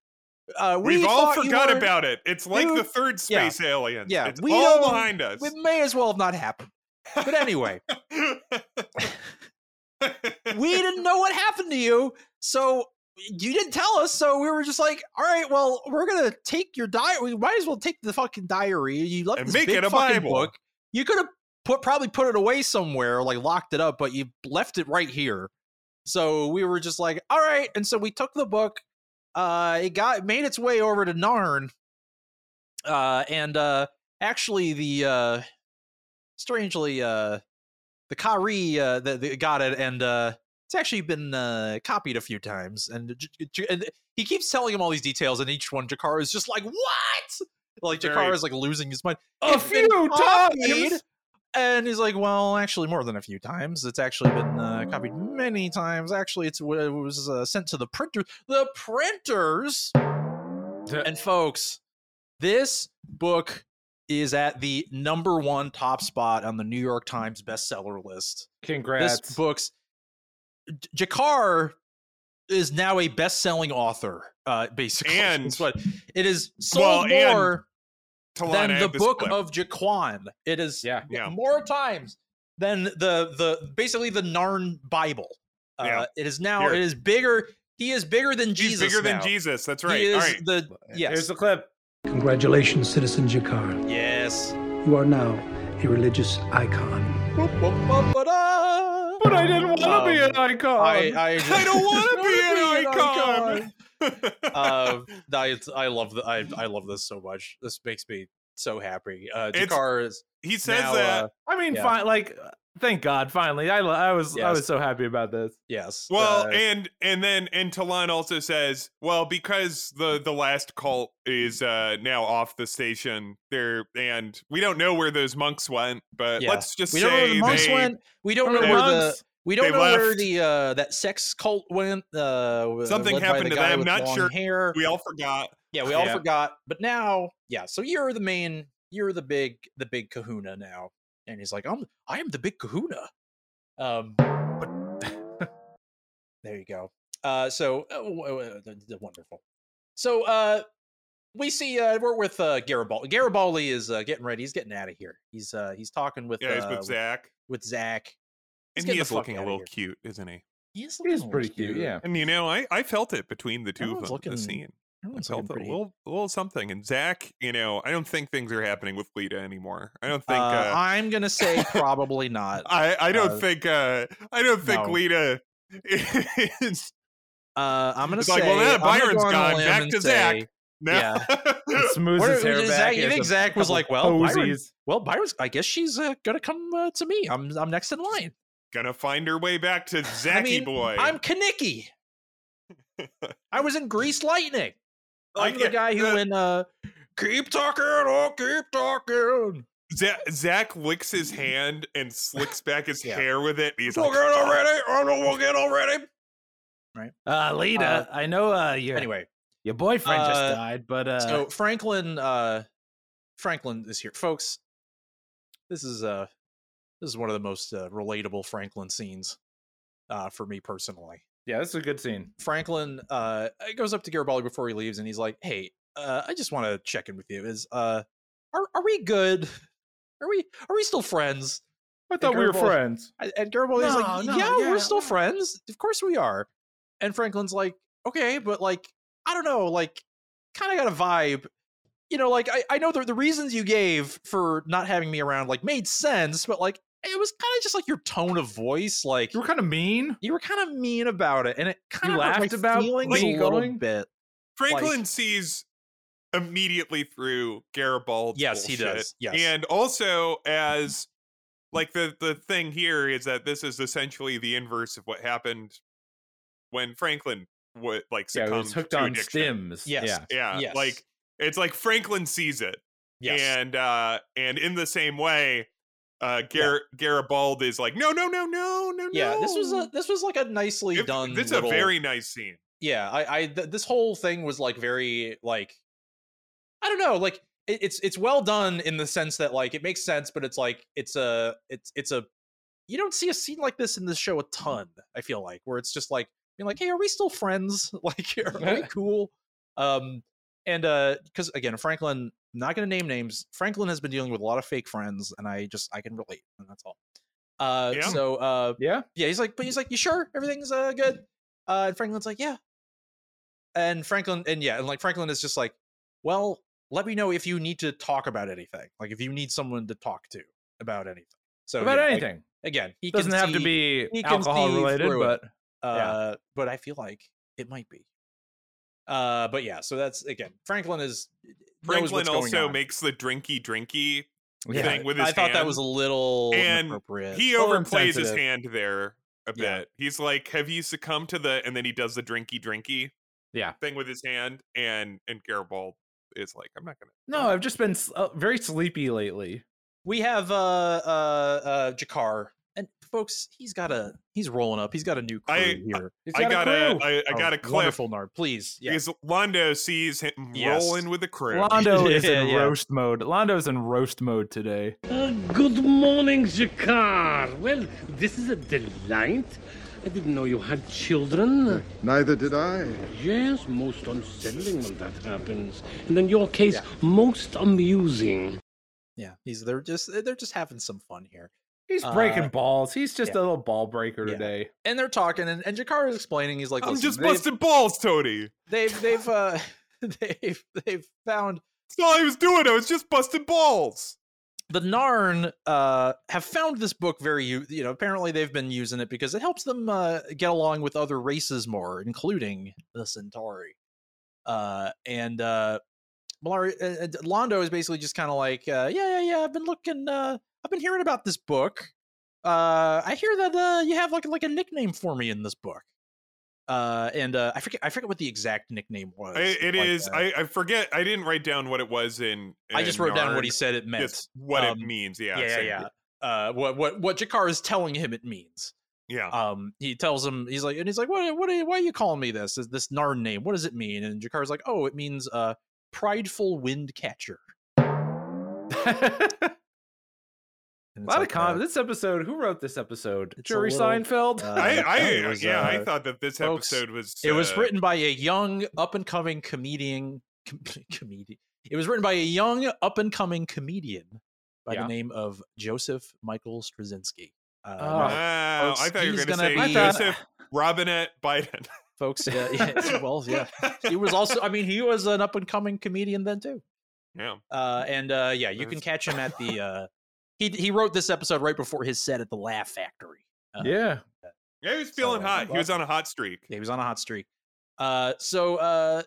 uh we
We've all
thought you
forgot
were-
about it. It's like the
Dude,
third
yeah.
space alien.
Yeah,
it's
we
all
don't-
behind us.
it may as well have not happened but anyway we didn't know what happened to you. So you didn't tell us. So we were just like, all right, well, we're going to take your diary. We might as well take the fucking diary. You left
And
this
make
big
it a
fucking
Bible.
book. You could have put probably put it away somewhere, like locked it up, but you left it right here. So we were just like, all right. And so we took the book. Uh, it got made its way over to Narn. Uh, and uh, actually, the uh, strangely, uh, the Kari uh, the, the, got it, and uh, it's actually been uh, copied a few times. And, J- J- and he keeps telling him all these details, and each one, Jakar is just like, "What?" Like
Very-
Jakar is like losing his mind.
A
"It's been
few
copied!"
times!
And he's like, "Well, actually, more than a few times. It's actually been uh, copied many times. Actually, it's, it was uh, sent to the printer. The printers." And folks, this book is at the number one top spot on the New York Times bestseller list.
Congrats.
This book's J- Jakar is now a best-selling author, uh, basically.
And-
That's what it is
Well,
sold
and
more
Talon, I
than the
have this
book
clip.
of Jaquan. It is
yeah.
Yeah.
more times than the the basically the Narn Bible. Uh,
Yeah.
It is now.
Here.
It is bigger. He is bigger than
He's
Jesus.
bigger than
now.
Jesus. That's
He
right.
is
all right.
the
Here's
yes,
the clip.
Congratulations, Citizen Jakar.
yes.
You are now a religious icon.
Ba-ba-da.
But I didn't want to be an icon.
Um, I, I,
I don't want to
wanna
be an icon.
icon. uh, I, I love the, I, I love this so much. This makes me so happy. Uh,
It's-
Jakar is
he says
now,
that.
uh,
I mean,
Yeah.
fine. Like, thank God, finally. I, lo- I was I
Yes.
was so happy about this.
yes.
well,
uh,
and and then and Talon also says, well, because the the last cult is uh now off the station there, and we don't know where those monks went, but
Yeah.
let's just
we
say
don't know where the monks
they,
went. We don't know
they-
where the we don't
they
know where
left.
the uh, that sex cult went. Uh,
Something
led by
happened
the
to
guy
them,
with
not
long
sure.
Hair.
We all forgot.
yeah, we all
Yeah.
forgot. But now, yeah. So you're the main. You're the big. The big Kahuna now. And he's like, I'm. I am the big Kahuna. Um. But there you go. Uh. So uh, w- w- w- uh, wonderful. So uh. We see uh, we're with uh, Garibaldi. Garibaldi is uh, getting ready. He's getting out of here. He's uh, he's talking with
Yeah, he's
uh,
with Zach,
with Zach. He's
and
getting
he
the
is
fuck
looking a
outta
little
here.
cute, isn't he?
He is
He's
looking a little
pretty cute. Yeah.
And you know, I I felt it between the two of
Everyone's
them. in The
looking-
scene. I
Everyone's looking
felt a
pretty.
little, a little something. And Zach, you know, I don't think things are happening with Lita anymore. I don't
Uh,
think. uh,
I'm gonna say probably not.
I, I don't
Uh,
think uh I don't think
no.
Lita is
Uh, I'm gonna
It's
say
like, well, now that
I'm gonna
Byron's
go on a
gone,
limb
back
and
to Zach.
say-
no.
Yeah.
It smooths
What-
his hair
is
back.
Zach,
he
you
has
think
a
Zach was
couple
like, well, Byron,
posies.
well, Byron's. I guess she's uh, gonna come uh, to me. I'm I'm next in line.
Gonna find her way back to Zachy
mean,
boy.
I'm Kanicki. I was in Grease Lightning.
Like,
I'm the
yeah,
guy who
uh,
in uh, keep talking, oh, keep talking.
Za- Zach licks his hand and slicks back his
Yeah.
hair with it. He's
We'll
like,
get already. I don't we'll get already.
Uh, Lita,
Uh,
I know uh, your
Anyway,
your boyfriend
uh,
just died, but uh,
so franklin uh franklin is here folks this is uh This is one of the most uh, relatable Franklin scenes uh, for me personally.
Yeah, this is a good scene.
Franklin uh, goes up to Garibaldi before he leaves, and he's like, "Hey, uh, I just want to check in with you. Is uh, are are we good? Are we are we still friends?"
I thought we were
Garibaldi-
friends.
And- And Garibaldi's
No,
like,
no,
yeah,
yeah,
we're still
no."
friends. Of course we are. And Franklin's like, okay, but like, I don't know, like, kind of got a vibe. You know, like, I, I know the, the reasons you gave for not having me around, like, made sense, but like, it was kind of just like your tone of voice. Like,
You were kind of mean.
you were kind of mean about it. And it kind of
laughed about
feelings
me
a little
going?
bit.
Franklin sees immediately through Garibaldi.
Yes, he does. Yes.
And also as like the the thing here is that this is essentially the inverse of what happened when Franklin would like
Yeah,
succumbed
he was hooked
to
on
addiction.
stims.
Yes.
Yeah.
Yeah,
Yes.
like it's like Franklin sees it.
Yes.
And uh and in the same way, uh Gar- Garibaldi is like, no, no, no, no, no,
yeah, this was
Mm.
no."
a this was like a nicely
If-
done.
This is
little-
a very nice scene.
yeah i i th- this whole thing was like very like i don't know like it, it's it's well done in the sense that like it makes sense but it's like it's a it's it's a you don't see a scene like this in this show a ton i feel like where it's just like being like hey are we still friends like are, are we cool um and uh because again franklin not gonna name names franklin has been dealing with a lot of fake friends and i just i can relate and that's all uh
Yeah.
so uh
Yeah.
yeah, he's like, but he's like, you sure everything's uh, good? Uh, and Franklin's like, yeah. And Franklin, and yeah, and like Franklin is just like, well, let me know if you need to talk about anything. Like if you need someone to talk to about anything. So
About
yeah, like,
anything.
again, he
Doesn't
can
have to
see, he
be
can
alcohol
see
related,
through it.
but
Uh, but I feel like it might be. Uh, but yeah, so that's again, Franklin is knows
Franklin
what's going
also
on.
makes the drinky drinky.
yeah.
thing with
I
his
thought that
hand.
was a little
And
inappropriate.
He
little
overplays his
insensitive.
hand there a bit.
Yeah.
He's like, "Have you succumbed to the?" And then he does the drinky drinky
Yeah.
thing with his hand, and and Garibaldi is like, "I'm not gonna."
No, I've just been s- uh, very sleepy lately.
we have uh uh uh Jakar and folks he's got a he's rolling up he's got a new crew
I-
here
He's
I got a,
crew.
I, I
Oh,
got a clip
wonderful nard please yeah
because Londo sees him
Yes.
rolling with the crew.
Londo is in
Yeah.
roast mode. Londo's in roast mode today.
Uh, good morning, Jakar. Well, this is a delight. I didn't know you had children.
Neither did I.
Yes, most unsettling when that happens. And in your case, most amusing.
yeah he's they're just they're just having some fun here
He's
Uh,
breaking balls. He's just
yeah.
a little ball breaker
Yeah.
today.
and they're talking and, and Jakar is explaining he's like
I'm
"Listen,
just
they've,
busting balls, Tony.
they've they've uh they've they've found
That's all I was doing. I was just busting balls.
the Narn uh, have found this book very, u- you know, apparently they've been using it because it helps them uh, get along with other races more, including the Centauri. Uh, and uh, Malari, uh, uh, Londo is basically just kind of like, uh, yeah, yeah, yeah, I've been looking, uh, I've been hearing about this book. Uh, I hear that uh, you have like like a nickname for me in this book. Uh, and uh, I forget, I forget what the exact nickname was.
I, it
like,
is.
uh,
I, I forget. I didn't write down what it was in.
I just
in
wrote down what he
Narn,
said it meant.
Just what
Um,
it means. Yeah.
yeah,
same.
yeah, yeah. Uh, what what what Jakar is telling him it means.
Yeah.
Um, he tells him he's like, and he's like, what what are you, why are you calling me this? Is this Narn name? What does it mean? And Jakar's like, oh, it means uh, prideful wind catcher.
a
And it's
lot of
like, uh,
com. this episode, who wrote this episode?
It's a
Jerry
little,
Seinfeld.
uh,
I, I
it was,
yeah, I
uh,
thought that this
folks,
episode was.
It was
uh,
written by a young up and coming comedian. Com- comedian. It was written by a young up and coming comedian by
Yeah.
the name of Joseph Michael Straczynski. Uh,
Oh.
Ah.
now,
Wow,
folks,
I thought you were
he's
going to
gonna
say
be-
I thought-
Joseph Robinette Biden.
folks. Uh, yeah, well, yeah, he was also. I mean, he was an up and coming comedian then too.
yeah.
uh, and uh, yeah, you can catch him at the. Uh, he he wrote this episode right before his set at the Laugh Factory. Uh,
yeah.
Yeah, he was feeling
So,
hot. He was on a hot streak.
He was on a hot streak. Uh, so uh,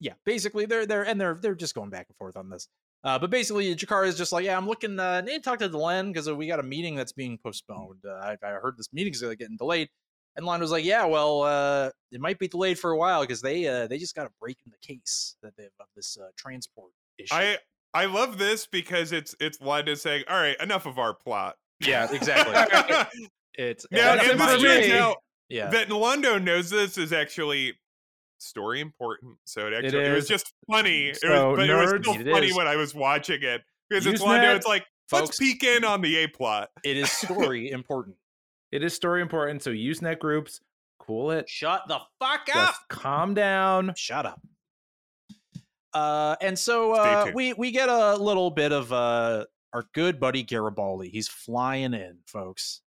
yeah, basically they're they're and they're they're just going back and forth on this. Uh, but basically, Jakar is just like, yeah, I'm looking. Uh, need to talk to Delenn because we got a meeting that's being postponed. Uh, I, I heard this meeting's uh, getting delayed. And Lon was like, yeah, well, uh, it might be delayed for a while because they uh, they just got a break in the case that they have of this uh, transport issue.
I I love this because it's it's Linda saying, "All right, enough of our plot."
yeah, exactly.
now,
it's
enough
and
of my
this means
day.
now
yeah.
that Londo knows this is actually story important. So it actually it, was
is.
just funny. it
So,
was, but it was
nerds-
still
It
funny
is.
when I was watching it because it's
Usenet.
Londo. It's like Let's
Folks,
peek in on the A plot.
it is story important.
It is story important, so Usenet groups, cool it.
Shut the fuck up.
Just calm down.
Shut up. Uh, and so
Stay
uh,
tuned.
we we get a little bit of uh, our good buddy Garibaldi. He's flying in, folks.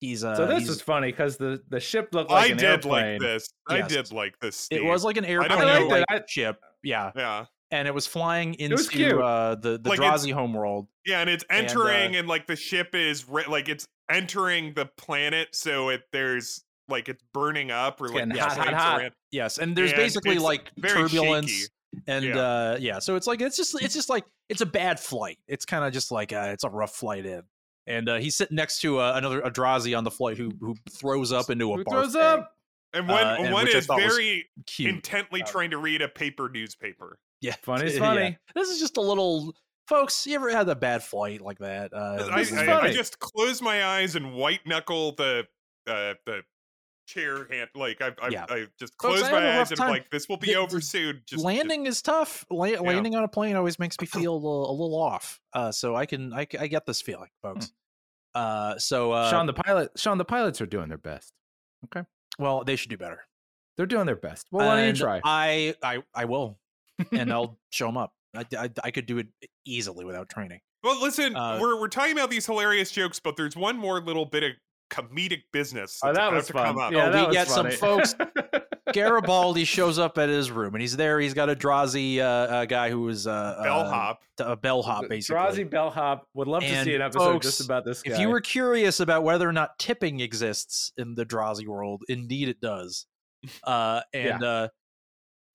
He's uh,
so this
he's-
was funny because the, the ship looked like
I
an
did
airplane.
like this. I
Yes.
did like this.
it
Steve.
was like an
don't
airplane
know.
like,
I-
ship, yeah,
yeah,
and it was flying into
was cute.
uh, the the
Like, it's-
Drazi homeworld.
yeah, and it's
And, uh,
entering, and, like the ship is re- like it's entering the planet, so it there's like it's burning up or
It's
like
getting
the
hot, hot,
flames
hot.
are in-
Yes, and there's
and
basically
it's
like
very
turbulence
shaky.
and
Yeah.
uh, yeah, so it's like it's just it's just like it's a bad flight. It's kind of just like uh, it's a rough flight in. And uh, he's sitting next to uh, another a Drazi on the flight who who throws up into a
Who
barf
throws
bag.
up?
And one
Uh, and
one
which I
is
thought was Uh,
very
Cute.
intently trying to read a paper newspaper.
yeah,
Funny's
yeah.
funny.
This is just a little, folks. You ever had a bad flight like that? Uh,
I,
this is
I, I
funny.
just close my eyes and white knuckle the uh, the chair hand. Like I I,
Yeah.
I just
Folks,
close
I have a
my
rough
eyes and I'm
time.
like this will be
The-
over
the
soon. Just just-
landing is tough. La- Landing on a plane always makes me feel a little, a little off. Uh, so I can, I, c- I get this feeling, folks. Uh, so uh,
Hmm. Sean the pilot. Sean the pilots are doing their best.
well, they should do better.
They're doing their best. Well, why don't you
And
try?
I, I, I will, and I'll show them up. I, I, I could do it e, easily without training.
Well, listen,
Uh,
we're we're talking about these hilarious jokes, but there's one more little bit of comedic business.
Oh,
that's
that
about
was
to
fun.
come up.
Yeah,
Oh,
that
we
was
get some
funny.
folks-
uh,
Garibaldi shows up at his room, and he's there. He's got a Drazi uh, uh, guy who is uh, uh,
Bellhop.
t- a bellhop, basically.
Drazi Bellhop would love to
And
see an episode just
folks,
about this guy.
If you were curious about whether or not tipping exists in the Drazi world, indeed it does. Uh, and uh,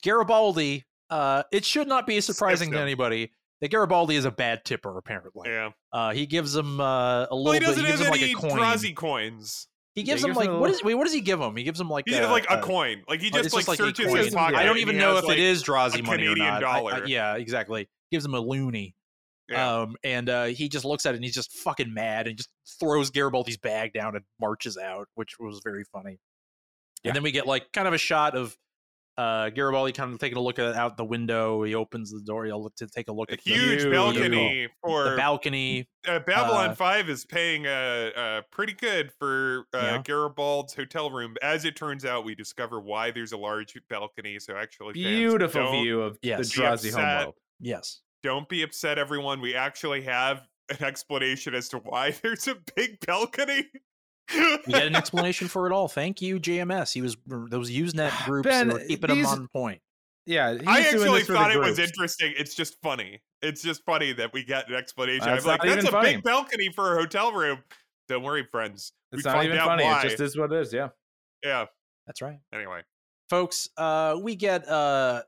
Garibaldi, uh, it should not be surprising to
System.
anybody that Garibaldi is a bad tipper. Apparently,
yeah.
uh, he gives him uh, a little
Well, he
bit. He
doesn't
gives
have
him like
any
a coin.
Drazi coins.
He
Yeah,
gives
he
him
gives him
like
a
what is? Wait, what does he give him? He gives him like
He
a,
has like a
a-
coin. Like he
Oh,
just
it's
like
a
searches
coin.
his
Yeah.
pocket.
I don't
and
even
he
know
has,
if
like-
it is Drazi
a
money
Canadian
or not. I- I-
dollar.
yeah, exactly. Gives him a loony.
Yeah.
Um, and uh, he just looks at it and he's just fucking mad and just throws Garibaldi's bag down and marches out, which was very funny.
Yeah.
And then we get like kind of a shot of uh, Garibaldi kind of taking a look at, out the window. He opens the door. He'll look to take a look
A
at
huge
the,
balcony
the,
for
balcony.
uh, Babylon
uh,
Five is paying uh, uh pretty good for uh,
Yeah.
Garibald's hotel room. As it turns out, we discover why there's a large balcony. So actually, fans,
beautiful
don't-
view of
Yes.
the
Be
Drazi
upset.
homeworld.
Yes.
Don't be upset, everyone. We actually have an explanation as to why there's a big balcony.
We get an explanation for it all. Thank you, JMS. He was those Usenet groups
Ben,
that were keeping him
these-
on point.
Yeah, he's
I
doing this
actually
for the
thought it was
groups.
interesting. It's just funny. It's just funny that we get an explanation.
Uh, it's
I'm like,
not
that's
even
a
funny.
big balcony for a hotel room. Don't worry, friends.
It's
we
not
find
even
out
funny.
why.
It just is what it is. Yeah.
Yeah.
That's right.
Anyway,
folks uh we get uh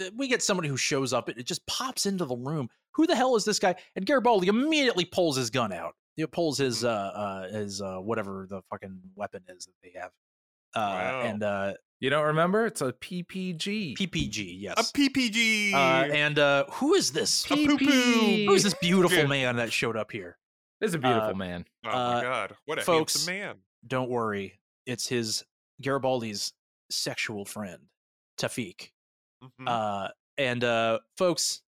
th- we get somebody who shows up and it just pops into the room who the hell is this guy and garibaldi immediately pulls his gun out he pulls
Mm-hmm.
his uh uh his uh whatever the fucking weapon is that they have uh
Wow.
and uh
You don't remember? It's a PPG.
ppg yes
a PPG.
uh, and uh who is this
a poo poo.
who is this beautiful
Dude.
man that showed up here
It's a beautiful man.
Oh
uh,
my god! What a
folks,
handsome man.
don't worry it's his garibaldi's sexual friend tafik
Mhm.
Uh, and uh, folks,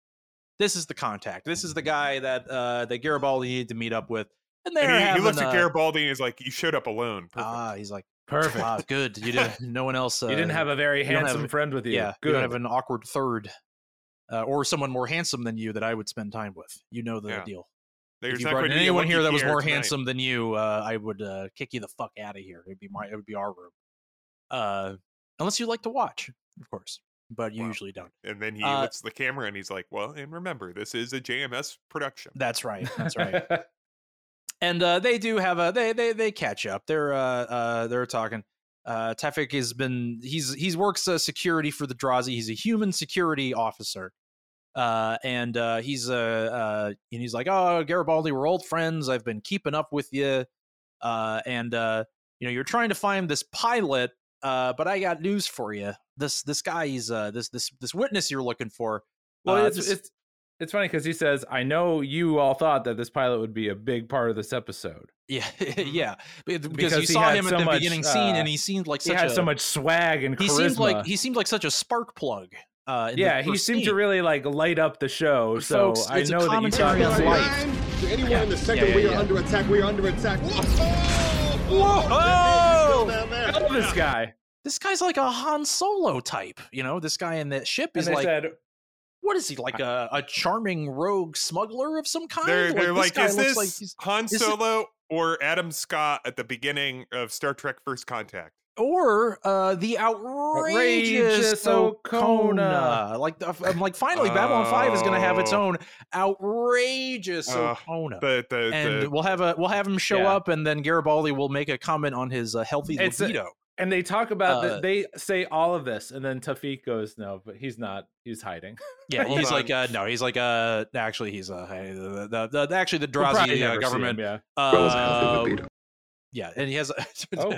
this is the contact. This is the guy that uh, that Garibaldi needed to meet up with. And they're
and he, he
having,
looks at
uh,
Garibaldi and he's like, "You showed up alone." Perfect.
Ah, he's like,
Perfect.
ah, good. You didn't. No one else. Uh,
you didn't have a very
you don't have
handsome
a-
friend with you.
yeah. You
Good.
don't have an awkward third, uh, or someone more handsome than you that I would spend time with. You know the
Yeah.
deal.
There's
if you
not
brought
going
in
to be a
anyone here
lucky
that was more
tonight.
handsome than you, uh, I would uh, kick you the fuck out of here. It'd be my. It would be our room. Uh, unless you like to watch, of course, but you
Wow.
usually don't.
And then he
Uh,
looks at the camera and he's like, "Well, and remember, this is a JMS production."
That's right. That's right. and uh, they do have a they they they catch up. They're uh, uh they're talking. Uh, Tefik has been he's he's works uh, security for the Drazi. He's a human security officer, uh, and uh, he's uh, uh and he's like, oh Garibaldi, we're old friends. I've been keeping up with you, uh, and uh, you know you're trying to find this pilot, uh, but I got news for you. This this guy he's uh this this this witness you're looking for.
well,
uh,
it's,
this-
it's it's funny because he says, "I know you all thought that this pilot would be a big part of this episode.
yeah yeah because,
Mm-hmm. Because
you
he
saw
had
him
so
at the
much,
beginning scene
uh,
and he seemed like
He
such
had
a,
so much swag and charisma.
he seemed like he seemed like such a spark plug. Uh, in the
yeah, he
first
seemed to
scene.
really like light up the show.
But
So
folks,
I
it's a
know that you thought
commentary on
this
life.
was-
Time To anyone in the sector,
yeah,
we are
yeah.
under attack. We are under attack. Whoa!
Whoa!
That man is still down there.
Love this guy.
This guy's like a Han Solo type, you know. This guy in that ship
And
is
they
like,
said,
what is he like a, a charming rogue smuggler of some kind?
They're, they're like,
guy
is
looks
this
like he's-
Han
is it-
Solo or Adam Scott at the beginning of Star Trek First Contact?
or uh, the outrageous
Outrageous
Okona. Like the- I'm like finally Babylon 5 is going to have its
Oh.
own outrageous
Uh,
Okona.
The the,
and
the
we'll have a we'll have him show
Yeah.
up and then Garibaldi will make a comment on his uh, healthy
It's a-
libido.
and they talk about
Uh,
that. They say all of this, and then Tafik goes, "No, but he's not. He's hiding."
yeah,
hold
he's like
on.
uh, no, he's like uh actually he's uh hey, the, the, the, the- actually the
We'll
Drazi uh,
probably never see
government
him, yeah.
Girls have
uh,
the libido.
yeah, and he has a,
Oh.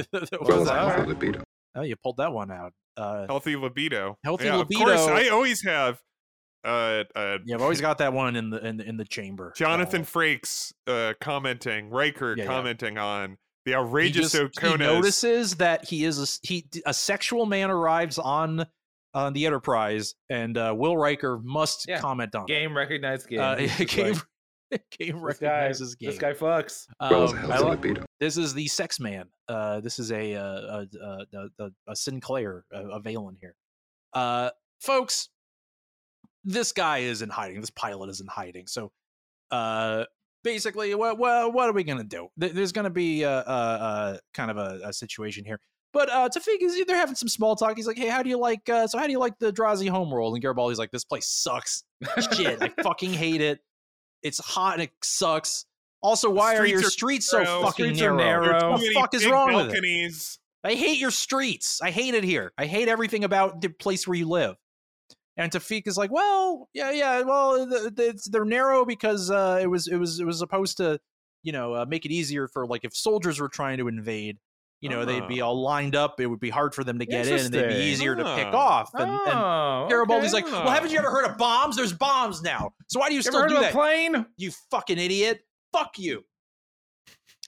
Girls
that?
have the libido.
oh, you pulled that one out. Uh,
healthy libido.
Healthy
yeah, Of course,
libido.
I always have. Uh, uh,
yeah, I've always got that one in the in the, in the chamber.
Jonathan
Uh,
Frakes uh, commenting, Riker
Yeah, yeah.
commenting on the
he
outrageous
just- he
Okonas.
notices that he is a, s- he d- a sexual man arrives on on the Enterprise, and uh, Will Riker must
Yeah.
comment on it.
Game recognized game.
Uh,
He's just
game
like,
game
this guy,
recognizes game.
This guy fucks.
Girls
Um,
have
I
the
lo-
libido.
this is the sex man. Uh, this is a uh, a, a, a, a, a Sinclair, a, a Valen here, uh, folks. This guy is in hiding. This pilot is in hiding. So, uh, basically, what what what are we gonna do? Th- There's gonna be a, a, a kind of a, a situation here. But uh, Tafik is they're having some small talk. He's like, "Hey, how do you like? Uh, so, how do you like the Drazi homeworld?" And Garibaldi's like, "This place sucks. Shit, I fucking hate it. It's hot and it sucks. Also, why are
streets
your
are
streets so
narrow.
fucking
Streets are
narrow?
There are
narrow.
too
What the
many
fuck is
big
wrong with it?
balconies.
I hate your streets. I hate it here. I hate everything about the place where you live." And Tafik is like, "Well, yeah, yeah. Well, th- th- it's- they're narrow because uh, it was it was it was supposed to, you know, uh, make it easier for like if soldiers were trying to invade." You know, they'd be
Oh.
all lined up. It would be hard for them to get in, and they'd be
Uh-huh. Interesting.
easier to pick
Oh.
off. And, and
oh,
Garibaldi's like, well,
Yeah.
haven't you ever heard of bombs? There's bombs now. So why do you,
you
still
ever heard
do
of a
that?
plane?
you fucking idiot. Fuck you.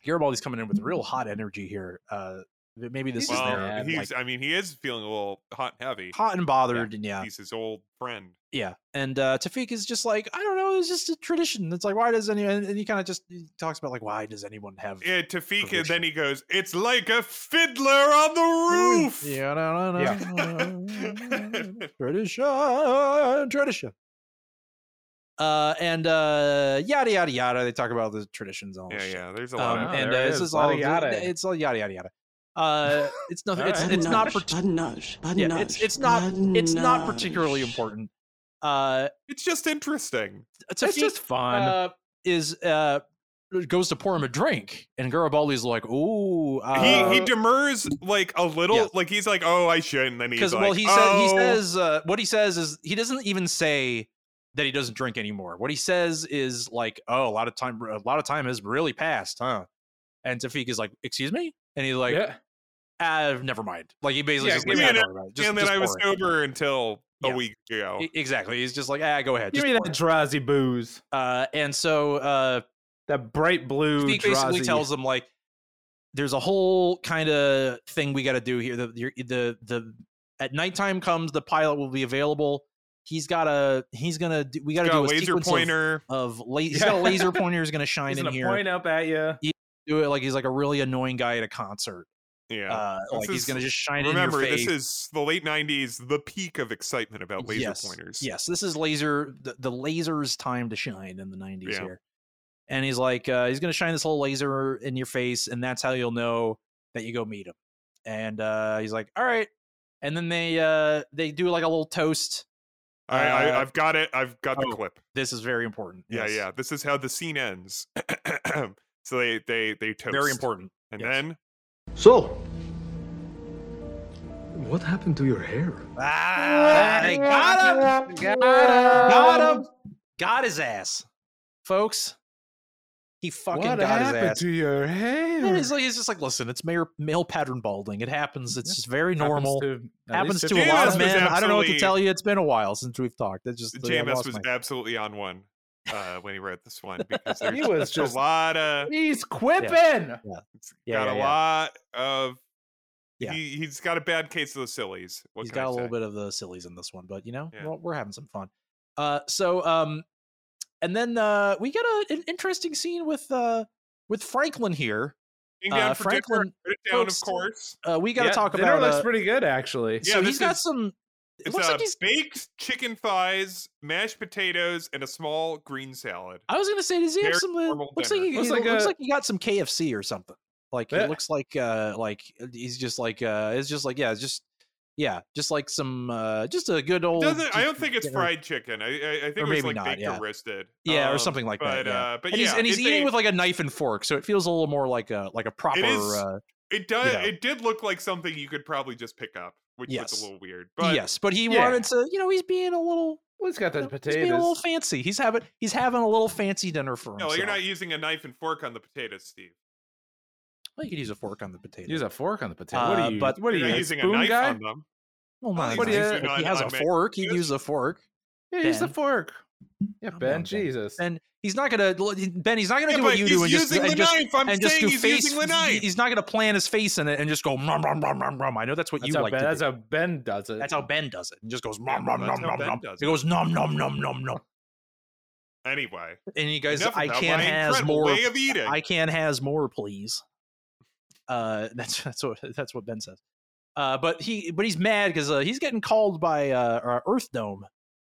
Garibaldi's coming in with real hot energy here. Uh, but maybe this is
Well,
their uh,
mad,
he's.
like,
I mean, he is feeling a little hot and heavy.
hot and bothered, and yeah,
He's his old friend.
yeah. And uh, Tafik is just like, I don't know, it's just a tradition. It's like, why does anyone? And he kind of just he talks about like, why does anyone have?
Yeah, Tafik, and
Provision.
then he goes, "It's like a fiddler on the roof."
Yeah, no, no,
Yeah.
tradition, tradition. Uh, and uh, yada yada yada. They talk about the traditions and all. this
yeah,
shit.
yeah. There's a lot
um,
of
it.
and uh,
There it
this
is.
is
Lotta
all yada.
yada.
it's all yada yada yada. Uh, it's nothing.
All
It's
right.
it's not
Badnaj,
part-
badnaj,
yeah,
badnaj,
it's it's not it's not
badnaj.
particularly important. Uh,
It's just interesting.
Tafik
it's just fun.
uh, is uh goes to pour him a drink, and Garibaldi's like, "Ooh, uh,
he he demurs like a little,
yeah.
like he's like, "Oh, I shouldn't." Then he's
because
like,
well he said
oh.
he says uh, what he says is he doesn't even say that he doesn't drink anymore what he says is like oh a lot of time a lot of time has really passed huh and Tafik is like excuse me and he's like
yeah.
ah, never mind like he basically
Yeah,
just
give
leaves
me
it
an
about it. Just,
and then
just
I was
pour it.
sober until a
Yeah.
week ago.
E- exactly he's just like ah go ahead
Give
just
me
pour
that
it."
Drazi booze.
uh, and so uh
That bright blue.
Tafik basically
Drazi.
tells him like there's a whole kind of thing we got to do here. The, your- the the at nighttime comes the pilot will be available. He's got a he's gonna do, we got to
Got
do
a
a
laser
sequence of-
pointer.
of, la- he's got a
Yeah.
laser pointer is gonna shine
He's
in
gonna
here.
point up at you.
Do it like he's like a really annoying guy at a concert.
yeah.
Uh,
This
like he's
is-
gonna just shine
Remember,
in your face.
this is the late '90s, the peak of excitement about uh, laser
yes.
pointers.
Yes, this is laser the, the laser's time to shine in the 90s
Yeah.
here. And he's like uh, he's going to shine this whole laser in your face and that's how you'll know that you go meet him. And uh, he's like, "All right." And then they uh, they do like a little toast.
I, I,
Uh,
I've got it. I've got
oh,
the clip.
This is very important.
Yeah,
Yes.
yeah. This is how the scene ends. so they they they toast.
Very important.
And
yes.
then
So, what happened to your hair?
Ah, they got him. Got him. Got his ass. Folks, he fucking got
what
his
happened
ass.
to your hair?
And It's like it's just like listen, it's male, male pattern balding. It happens. It's just very
Happens
normal.
to- at
Happens
least
to,
it
a lot
is.
of men. I don't know what to
Absolutely.
tell you. It's been a while since we've talked. It's just I
JMS
lost
was
my-
absolutely on one uh, when he wrote this one because
He
there's
was
just
just-
a lot of
He's quipping.
Yeah,
got
yeah,
a
yeah.
lot of.
Yeah.
He, he's got a bad case of the sillies. What
He's
can I
got a little
say?
bit of the sillies in this one, but you know,
Yeah.
well, we're having some fun. Uh, so um, And then uh, we get a, an interesting scene with uh, with Franklin here.
Sitting down
Uh,
for dinner,
Franklin
put it down,
folks-
of course.
Uh, we got to
Yeah,
talk
dinner
about.
looks
uh,
pretty good actually.
Yeah,
so
this
he's got
is-
some. It
It's
looks
uh,
like he's.
baked chicken thighs, mashed potatoes, and a small green salad.
I was gonna say, does he have
very
some? Uh,
normal
looks like
dinner.
he
Looks
he-
like
looks
a-
like he got some KFC or something. Like
Yeah.
it looks like uh like he's just like uh it's just like yeah it's just yeah just like some uh just a good old.
Doesn't I don't think it's
dinner.
fried chicken. I I, I think
Or
it was
maybe
like
not,
baked
yeah.
or roasted.
Yeah, or
Um,
something like
but,
that, yeah.
Uh, but
and
yeah,
he's, and he's
it's
eating
a-
with like a knife and fork, so it feels a little more like a like a proper.
is-
uh,
It does.
know.
It did look like something you could probably just pick up, which was
Yes.
a little weird. But
yes, but he
yeah.
wanted to. You know, he's being a little.
Well, he's got
you
the
know, he's being a little
potatoes.
fancy. He's having he's having a little fancy dinner for
no,
himself.
you're not using a knife and fork on the potatoes, Steve.
Well, you could use a fork on the potato.
Use a fork on the potato. what
Uh,
are you?
but-
what are
You're
you?
not
a
using a
spoon
knife
guy?
on them.
well, not
What do
exactly.
you-
if he has
on-
a
on-
fork, he'd
Yes.
use a fork.
Yeah, use the
Ben.
fork. Yeah,
Calm down,
Ben.
Ben.
Jesus.
And he's not gonna Ben. He's not gonna
Yeah,
do
but
what you
he's
do and just
using
and
the
just
knife. I'm
and just
saying
do
he's
face. e
using the knife.
He's not gonna plan his face in it and just go rum rum rum rum rum. I know that's what
That's,
you
how
like.
ben,
to
that's
do.
how Ben does it.
that's how Ben does it. And just goes
Yeah,
nom nom
that's
nom
how
nom
Ben
nom.
does
He
it.
goes nom nom nom nom nom.
Anyway,
And he goes,
enough
I
about
can't
my
has
incredible
more.
way of eating.
I can has more, please. Uh, that's that's what that's what Ben says. Uh, but he but he's mad because uh, he's getting called by uh, uh, Earth Dome,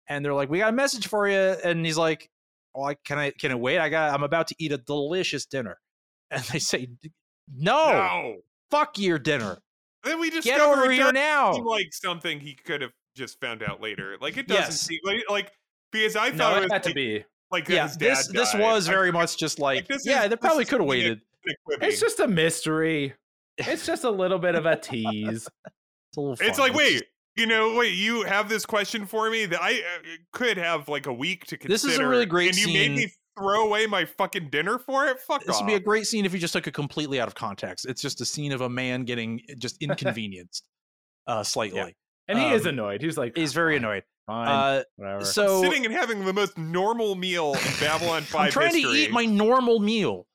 and they're like, "We got a message for you," and he's like, "Oh, I, can I can it wait? I got I'm about to eat a delicious dinner," and they say, "D- "No,
no.
fuck your dinner.
Then we just
Get over
it
here
doesn't
now."
seem like something he could have just found out later. Like it doesn't
Yes.
seem like, like because I
no,
thought
it
it was
had to
like,
be.
like
Yeah,
his dad
this this
died.
was
I-
very much just like,
this
yeah,
is-
they
this
probably
is
could have
being a-
waited.
a quibby.
It's just a mystery. It's just a little bit of a
It's,
tease.
a little
It's
fun.
like
just-
wait. You know, wait. You have this question for me that I uh, could have like a week to consider.
This is a really great
and you made
scene.
me throw away my fucking dinner for it. Fuck
this
off.
would be a great scene if you just took it completely out of context. It's just a scene of a man getting just inconvenienced uh, slightly.
And he is
Um,
annoyed. He's like, "Ah,
He's very annoyed.
Fine,
Uh,
whatever.
so
sitting and having the most normal meal in Babylon Five
I'm trying to
history.
eat my normal meal.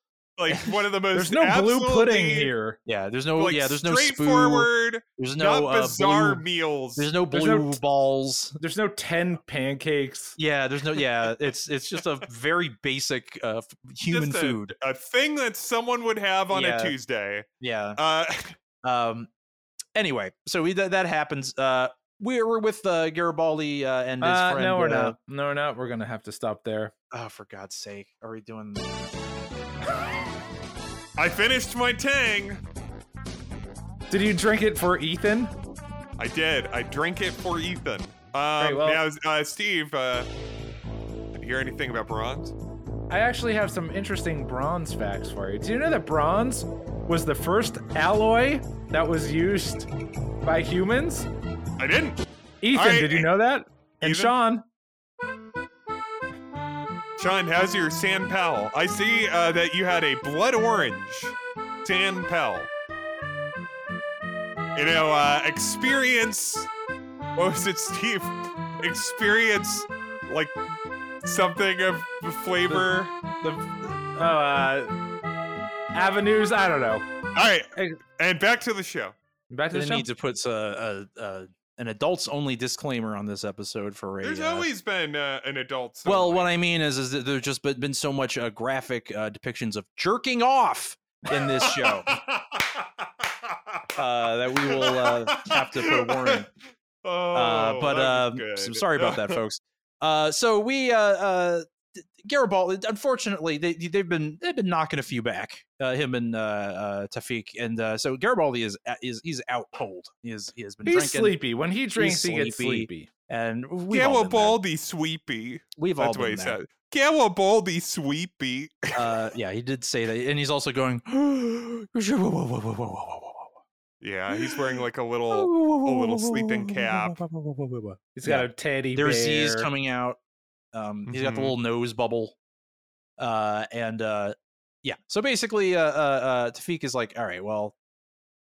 like one of the most.
There's no blue pudding
absolutely,
here.
Yeah, there's no
like,
Oh, yeah, there's no spoon.
straightforward,
There's no
not
uh,
bizarre
blue,
meals.
There's no blue
There's no t-
balls.
There's no ten
Oh.
pancakes.
Yeah, there's no yeah. It's it's just a very basic uh, f- human
Just a-
food.
a thing that someone would have on
Yeah.
a Tuesday.
Yeah.
Uh,
Um. Anyway, so we, that that happens. Uh, we're we're with uh, Garibaldi uh, and his
Uh,
friend.
no, we're
uh,
not. No, we're not. We're gonna have to stop there.
Oh, for God's sake, are we doing?
I finished my tang.
Did you drink it for Ethan?
I did. I drank it for Ethan. Um,
well-
now, uh, Steve, uh, did you hear anything about bronze?
I actually have some interesting bronze facts for you. Do you know that bronze was the first alloy that was used by humans?
I didn't.
Ethan,
right,
did you know that? And
Ethan?
Sean,
Sean, how's your San Pal? I see uh, that you had a blood orange San Pal. You know, uh, experience. What was it, Steve? Experience like something of the flavor.
the uh, avenues. I don't know.
All right,
Hey.
and back to the show.
Back to the
They
show.
need to put a, a, a uh, an adults only disclaimer on this episode for a.
There's
uh,
always been uh, an adult.
well,
somewhere.
what I mean is, is that there's just been, been so much uh, graphic uh, depictions of jerking off in this show uh, that we will uh, have to put a warning.
Oh,
uh, but
that
um,
was
so
good.
sorry about that, folks. Uh, so we uh, uh, d- Garibaldi, unfortunately, they they've been they've been knocking a few back. Uh, him and uh, uh, Tafik, and uh, so Garibaldi is is he's out cold. He is he has been
He's
drinking,
sleepy. When he drinks, he gets
sleepy.
sleepy.
and we've
yeah,
all
well,
been there.
Baldy Sweepy.
We've all
That's what
been
he
there.
said. Garibaldi Sweepy.
Uh, yeah, he did say that, and he's also going.
Yeah, he's wearing like a little. a little sleeping cap.
He's
Yeah.
got a teddy
There's
bear.
Z's coming out. Um, he's got the
Mhm.
little nose bubble, uh, and uh, yeah. So basically, uh, uh, uh, Tafik is like, all right, well,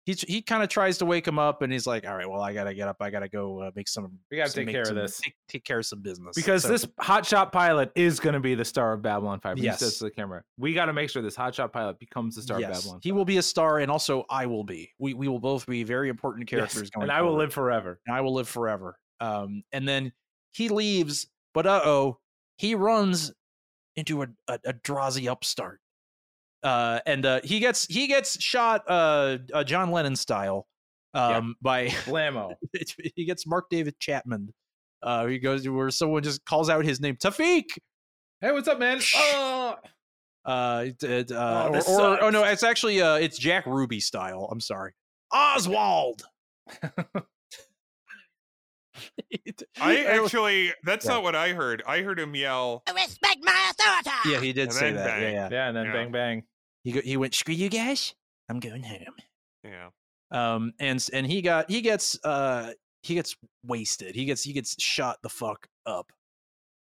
he he kind of tries to wake him up, and he's like, all right, well, I gotta get up, I gotta go uh, make some.
We gotta
some-
take
make
care of
some-
this.
Take, take care of some business
Because
So-
this hotshot pilot is going to be the star of Babylon 5.
Yes.
He says to the camera, we got to make sure this hotshot pilot becomes the star of Babylon 5.
he will be a star, and also I will be. We we will both be very important
Yes,
characters. Going
and I will
forward.
live forever.
and I will live forever. Um, and then he leaves, but uh oh, he runs into a a, a Drazi upstart. Uh, and uh, he gets he gets shot uh, uh John Lennon style um, by
Blammo.
he gets Mark David Chapman. Uh, he goes where someone just calls out his name, Tafik.
Hey, what's up, man? Oh,
Uh, it- it, uh,
Oh,
or,
this
or- oh no,
sucks.
it's actually uh, it's Jack Ruby style. I'm sorry, Oswald.
I
It was-
actually, that's
Yeah.
not what I heard. I heard him yell,
Respect my authority.
yeah, he did
and
say
then
that. Yeah,
bang.
yeah.
yeah, and then
Yeah.
bang bang.
He go, he went screw you guys. I'm going home.
yeah,
um and s- and he got he gets uh he gets wasted he gets he gets shot the fuck up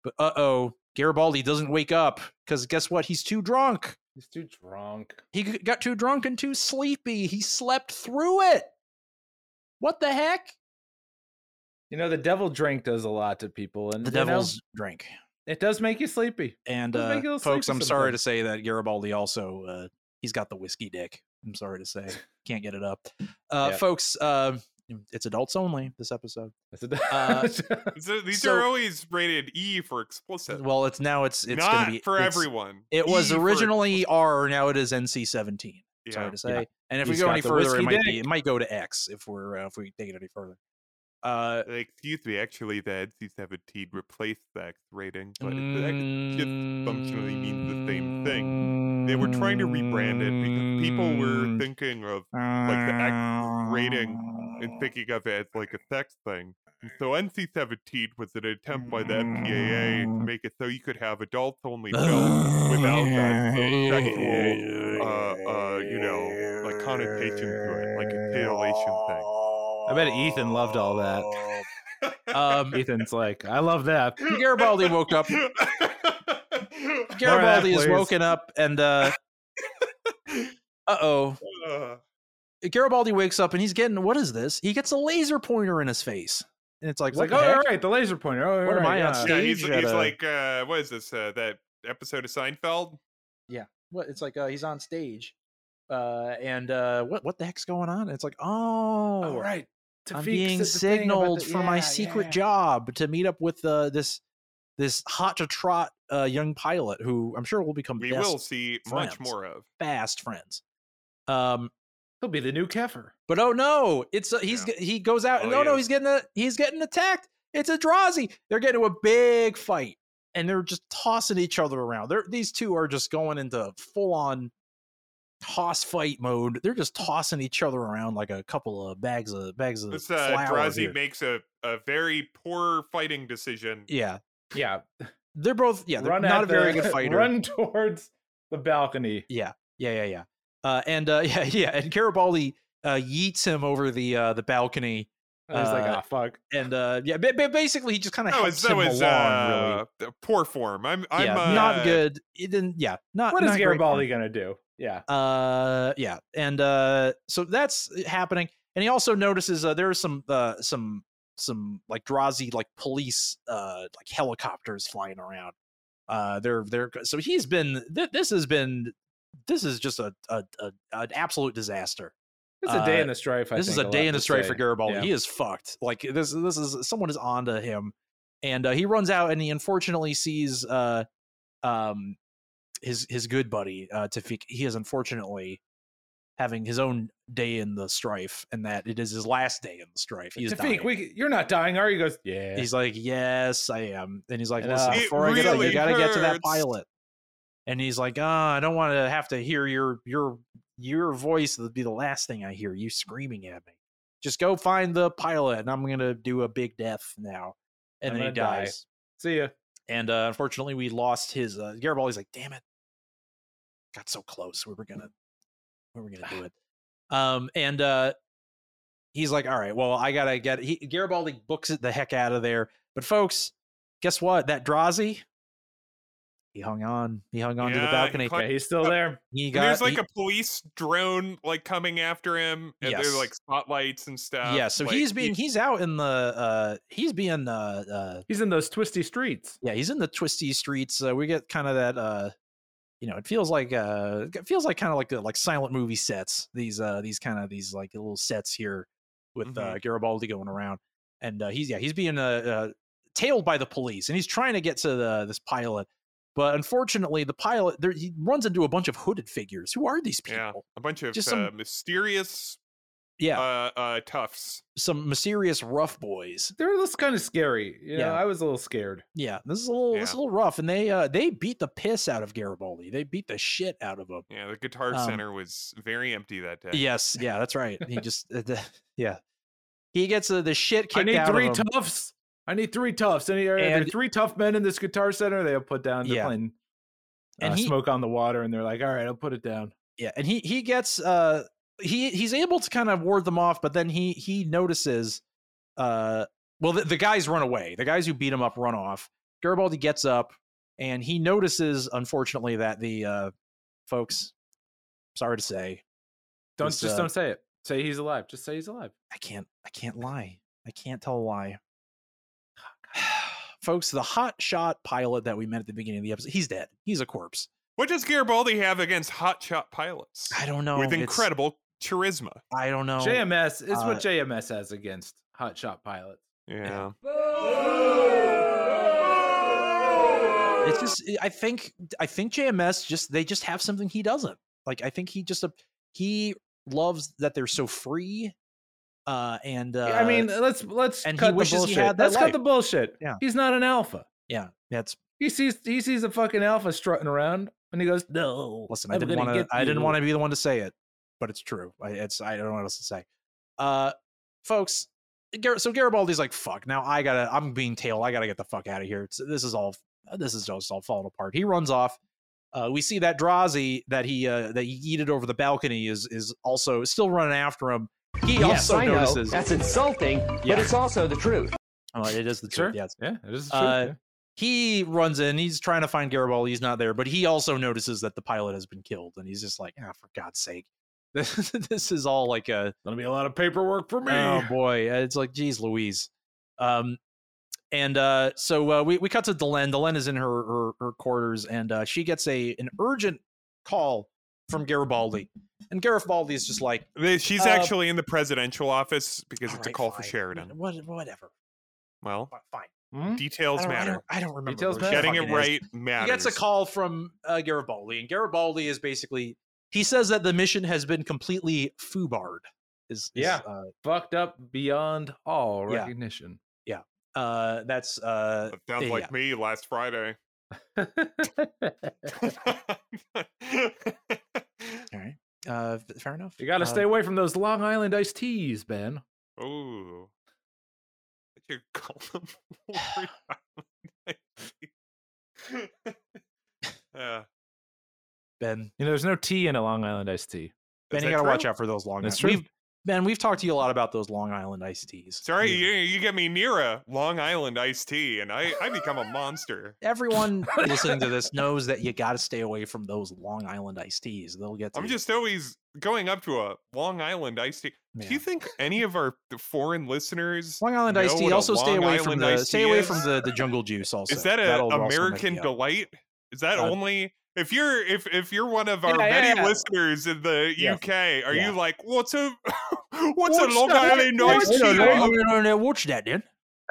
but uh-oh garibaldi doesn't wake up because guess what he's too drunk
He's too drunk.
he g- got too drunk and too sleepy he slept through it what the heck
You know, the devil drink does a lot to people, and
the
you know,
devil's drink
it does make you sleepy.
and
does
uh
make you a little
folks i'm
sleepy
sorry to say that garibaldi also uh he's got the whiskey dick i'm sorry to say can't get it up uh
Yep.
folks uh it's adults only this episode
It's a-
Uh,
So these
So-
are always rated E for explicit.
well it's now it's it's
not
gonna be
for
it's-
everyone.
It was
E for-
originally R, now it is NC-17. Sorry
Yeah.
to say. And if
He's
we go
got
any
the
further, it
whiskey
might be
dick.
it might go to X if we're uh, if we take it any further. Uh,
Uh, Excuse me, actually, the NC-17 replaced the X rating, but it's the X- just functionally means the same thing. They were trying to rebrand it because people were
Mm.
thinking of like the X rating and thinking of it as like a sex thing. And so NC-17 was an attempt by the MPAA
Mm.
to make it so you could have adults-only films without that sexual, uh, uh, you know, like connotation to it, like a titillation thing.
I bet Ethan loved all that.
Um,
Ethan's like, I love that.
Garibaldi woke up. Garibaldi is
please.
woken up, and uh, uh oh,
Uh,
Garibaldi wakes up and he's getting what is this? He gets a laser pointer in his face, and it's like
It's
what
like,
the
oh,
heck?
all right, the laser pointer. Oh,
What am
alright,
I on
yeah.
stage?
yeah, he's,
at
he's
a-
like, uh, what is this? Uh, that episode of Seinfeld?
what it's like uh, he's on stage uh and uh what what the heck's going on it's like oh
Oh, right.
i'm
Tafik's at
being
the thing about
signaled
the-
for
yeah,
my
yeah,
secret
yeah.
job to meet up with uh this this hot to trot uh young pilot who i'm sure will become
We
best
will see much
friends.
more of.
fast friends um
He'll be the new Kefir.
but oh no it's uh, he's
Yeah.
g- he goes out and
Oh,
oh
he
no
is.
he's getting a, he's getting attacked it's a drazi they're getting to a big fight and they're just tossing each other around they're, these two are just going into full on toss fight mode. They're just tossing each other around like a couple of bags of bags of
This uh,
flour
Drazi
here.
makes a, a very poor fighting decision.
yeah,
Yeah,
they're both yeah, they're
run
not
at
a very
the-
good fighter.
Run towards the balcony.
Yeah, yeah, yeah, yeah. Uh, and uh, yeah, yeah, and Garibaldi uh, yeets him over the uh, the balcony,
I was like,
Uh,
ah, fuck.
and uh, yeah, ba- ba- basically he just kind of
That was
helps
Oh, that
him
was
along.
uh, the poor form. I'm I'm
really, yeah,
uh,
not good. It didn't, yeah, not
What is
not great for him.
Garibaldi gonna do? Yeah,
uh yeah and uh so that's happening and he also notices uh, there are some uh some some like drazi like police uh like helicopters flying around uh they're they're so he's been th- this has been this is just a, a, a an absolute disaster
it's a day
Uh,
in the strife. I
this is
think,
a
lot
day in
to
the straight
say.
for Garibaldi.
Yeah.
He is fucked. Like this, this is someone is onto him, and uh, he runs out and he unfortunately sees uh, um, his his good buddy uh, Tafik. He is unfortunately having his own day in the strife, and that it is his last day in the strife. He is dying.
Tafik, we, you're not dying, are you? He goes, yeah.
He's like, "Yes, I am," and he's like,
And,
"Listen,
uh, It
before I get out, you
really
gotta get to that
hurts.
pilot." And he's like, "Ah, I don't want to have to hear your your your voice. That'd be the last thing I hear you screaming at me. Just go find the pilot, and I'm gonna do a big death now." And
I'm
then he
gonna die.
dies.
See ya.
And uh, unfortunately, we lost his uh, Garibaldi's like, "Damn it, got so close. We were gonna, we were gonna do it." Um, and uh, he's like, "All right, well, I gotta get." He, Garibaldi books it the heck out of there. But folks, guess what? That Drazi, he hung on. He hung on to the
Yeah, he
balcony.
cla-
Yeah, he's still there.
He
And
got
there's like
he-
a police drone like coming after him, and
Yes.
there's like spotlights and stuff.
yeah. So
like,
he's
he-
being he's out in the uh he's being uh uh
He's in those twisty streets.
yeah he's in the twisty streets uh, we get kind of that uh you know it feels like uh it feels like kind of like the like silent movie sets these uh these kind of these like little sets here with
Mm-hmm.
uh garibaldi going around and uh he's yeah he's being uh, uh tailed by the police and he's trying to get to the this pilot But unfortunately, the pilot there he runs into a bunch of hooded figures. Who are these
Yeah,
people?
a bunch of
Just
uh,
some-
mysterious
Yeah,
uh, uh, toughs.
some mysterious rough boys.
They're just kind of scary. You know,
Yeah.
I was a little scared.
Yeah, this is a little this is a little rough, and they uh they beat the piss out of Garibaldi. They beat the shit out of him.
Yeah, the guitar
Um,
center was very empty that day.
Yes, yeah, that's right. He just uh, the, yeah, he gets uh, the shit kicked
I need
out
three
of him.
toughs. I need three toughs. Any are there
And-
three tough men in this guitar center? They'll put down. They're
Yeah.
playing uh,
And he-
smoke on the water, and they're like, "All right, I'll put it down."
yeah, and he he gets uh he he's able to kind of ward them off, but then he he notices uh well the, the guys run away. The guys who beat him up run off. Garibaldi gets up and he notices, unfortunately, that the uh folks, sorry to say,
Don't
It's,
just
uh,
don't say it. Say he's alive. Just say he's alive.
I can't I can't lie. I can't tell a lie. Folks, the hot shot pilot that we met at the beginning of the episode, he's dead. He's a corpse.
What does Garibaldi have against hotshot pilots?
I don't know.
With
It's-
incredible charisma.
I don't know.
JMS is
uh,
what JMS has against hotshot pilots.
Yeah.
It's just eh, I think I think JMS just they just have something he doesn't. Like I think he just uh, he loves that they're so free. Uh and uh
I mean, let's let's
and he
cut the
wishes he
bullshit.
had that
let's
life.
cut the bullshit.
Yeah.
he's not an alpha.
yeah, that's
He sees he sees a fucking alpha strutting around, and he goes, "No,
Listen, I
I'm
didn't
gonna
want to.
get
I didn't
you."
want to be the one to say it, but it's true. I, it's I don't know what else to say. Uh, folks, Gar- so Garibaldi's like, "Fuck! Now I gotta. I'm being tailed. I gotta get the fuck out of here. It's, this is all. This is just all falling apart." He runs off. Uh, we see that Drazi that he uh, that he yeeted over the balcony is is also still running after him. He also notices.
insulting,
Yeah. it's
also the truth.
Oh, it is the
Sure.
truth. Yes.
Yeah, it is true.
Uh, he runs in. He's trying to find Garibaldi. He's not there, but he also notices that the pilot has been killed, and he's just like, "Ah, for God's sake, this, this is all like a
Gonna be a lot of paperwork for me.
oh boy." It's like, "Geez, Louise." Um, and uh, so uh, we we cut to Delenn. Delenn is in her her, her quarters, and uh, she gets a an urgent call from Garibaldi, and Garibaldi is just like,
They- She's
Uh,
actually in the presidential office because
"All
it's a
right,
call for
fine.
Sheridan.
What, whatever,
Well,
fi- fine. I
hmm?
details
don't, I
matter.
don't, I don't remember.
Details
who she
matter.
Getting it
fucking is.
right matters.
He gets a call from uh, Garibaldi, and Garibaldi is basically he says that the mission has been completely foobarred. Is, is,
Yeah.
uh,
Fucked up beyond all
Yeah.
recognition.
uh, that's uh,
That sounds
Yeah,
like
yeah.
me last Friday.
uh, f- fair enough.
you gotta
Uh,
stay away from those Long Island iced teas, Ben.
Ooh. What you call them? Lord Island Ice. Yeah.
Ben.
You know, there's no tea in a Long Island iced tea.
Ben,
Is
you
that
gotta watch
true?
out for those Long
That's
Island.
true.
We've, ben, we've talked to you a lot about those Long Island iced teas.
Sorry,
You've-
you, you get me near a Long Island iced tea, and I, I become a monster.
Everyone listening to this knows that you gotta stay away from those Long Island iced teas. They'll get. To
I'm
you.
just always going up to a Long Island iced tea. Do
Yeah.
you think any of our th- foreign listeners?
Long Island
know
iced tea.
what a
Also, stay
Long
away from
Island
the
iced
stay
tea
away
is?
from the the jungle juice. Also,
Is that an
That'll also mess
American
you up.
delight? Is that
Uh,
only if you're if if you're one of our
Yeah, yeah,
many
yeah.
listeners in the
Yes.
UK? Are
Yeah.
you like what's a what's,
What's
a Long
that?
Island
What's
iced
that?
tea?
Oh, no, no, no, watch that then.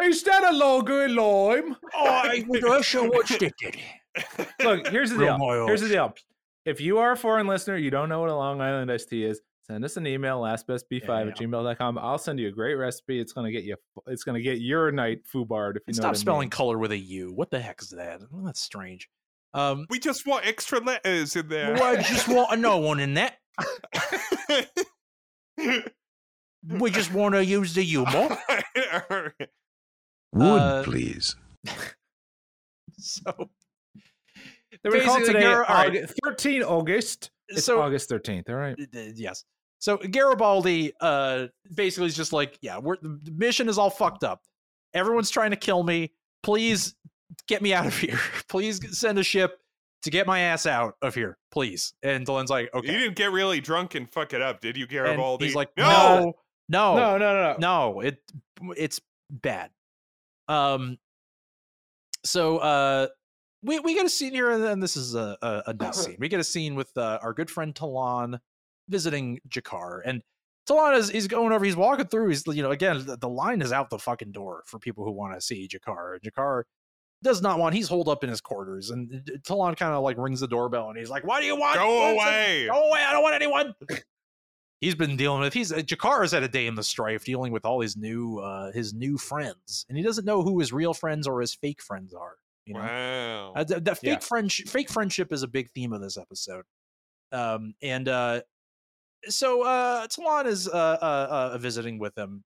Is that a lager lime?
"Oh,
I would also watch that then.
Look, here's the
Real
deal.
Moyos.
Here's the deal. If you are a foreign listener, you don't know what a Long Island iced tea is. Send us an email, lastbestb5 at gmail.com. I'll send you a great recipe. It's gonna get you. It's gonna get your night foobarred if you
And
know. what
stop
I mean.
spelling color with a U. What the heck is that? Well, that's strange. Um,
We just want extra letters in there.
well, I just want another one in that. We just want to use the U more.
Wood,
Uh,
please.
So,
They were called
Basically,
today.
Gar- all right.
August, 13 August. It's
so
August 13th. All right.
Uh, yes. So Garibaldi uh basically is just like, yeah, we're the the mission is all fucked up. Everyone's trying to kill me. Please get me out of here. Please send a ship to get my ass out of here, please. And Delenn's like,
You
okay.
didn't get really drunk and fuck it up, did you, Garibaldi?
He's like,
no.
no, no,
no, no, no, no.
no it it's bad um so uh we we get a scene here and, then this is a, a, a nice scene we get a scene with uh, our good friend talon visiting jakar and talon is, is going over he's walking through he's you know again the, the line is out the fucking door for people who want to see jakar jakar does not want. He's holed up in his quarters, and Talon kind of like rings the doorbell, and he's like, "What do you want?
Go away.
Go away! I don't want anyone." he's been dealing with. He's uh, Jakara's at a day in the strife, dealing with all his new uh, his new friends, and he doesn't know who his real friends or his fake friends are. You know,
Wow.
uh, th- that fake
Yeah.
friendship, fake friendship is a big theme of this episode. Um, and uh, so uh, Talon is uh, uh, uh, visiting with him,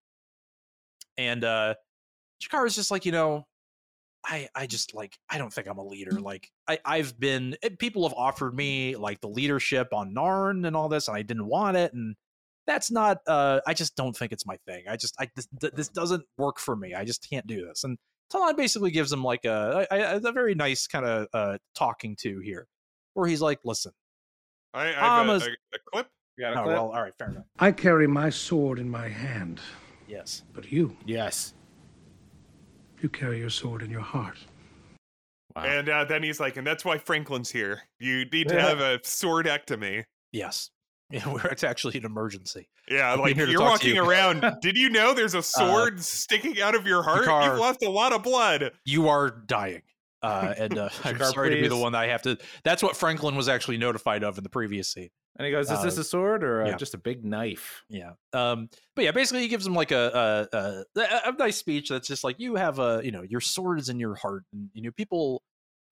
and uh, Jakar is just like, you know, I I just like I don't think I'm a leader. Like I I've been eh, people have offered me like the leadership on Narn and all this, and I didn't want it, and that's not uh I just don't think it's my thing. I just I this, th- this doesn't work for me. I just can't do this, and. Talon basically gives him like a a, a- a very nice kind of uh, talking to here, where he's like, "Listen,
I, I have a,
Thomas-
a, a clip.
You got a
oh,
clip?
well, all right, fair enough.
I carry my sword in my hand,
Yes,
but you,
Yes.
you carry your sword in your heart.
Wow.
And uh, then he's like, and that's why Franklin's here. You need to
Yeah.
have a swordectomy.
yes, yeah, we're, it's actually an emergency."
Yeah,
I'm
like
here to
you're
talk to
walking
you. Uh,
around. Did you know there's a sword sticking out of your heart?
Jakar-
You've left a lot of blood.
you are dying. Uh, and uh, I'm
Jakar,
sorry to be the
please.
one that I have to. That's what Franklin was actually notified of in the previous scene.
And he goes, "Is this
Uh,
a sword or uh,
yeah.
just a big knife?"
Yeah. Um. But yeah, basically, he gives him like a a, a a nice speech that's just like you have a you know your sword is in your heart, and you know people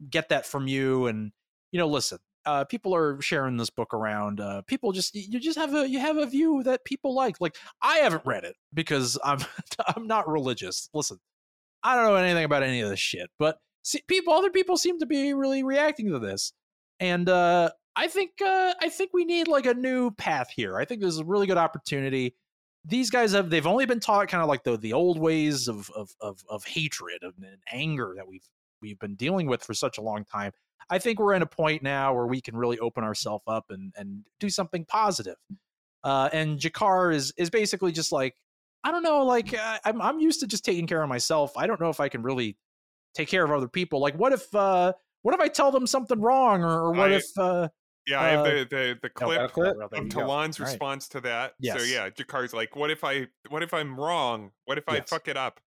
get that from you, and you know listen. Uh, people are sharing this book around. Uh, people just you just have a you have a view that people like. Like I haven't read it because I'm I'm not religious. Listen, I don't know anything about any of this shit, but see, people other people seem to be really reacting to this, and uh, I think uh, I think we need like a new path here. I think this is a really good opportunity. These guys have they've only been taught kind of like the the old ways of of of, of hatred and, and anger that we've we've been dealing with for such a long time. I think we're at a point now where we can really open ourselves up and and do something positive. Uh, and Jakar is is basically just like I don't know, like uh, I'm I'm used to just taking care of myself. I don't know if I can really take care of other people. Like what if uh what if I tell them something wrong or, or what
I-
if uh
Yeah, I have
Uh,
the the, the
Oh,
clip
got a clip?
Well, there
of
you go.
Talon's
All right.
response to that. So
Yes.
yeah, Jakar's like, what if I what if I'm wrong? What if I
Yes.
fuck it up?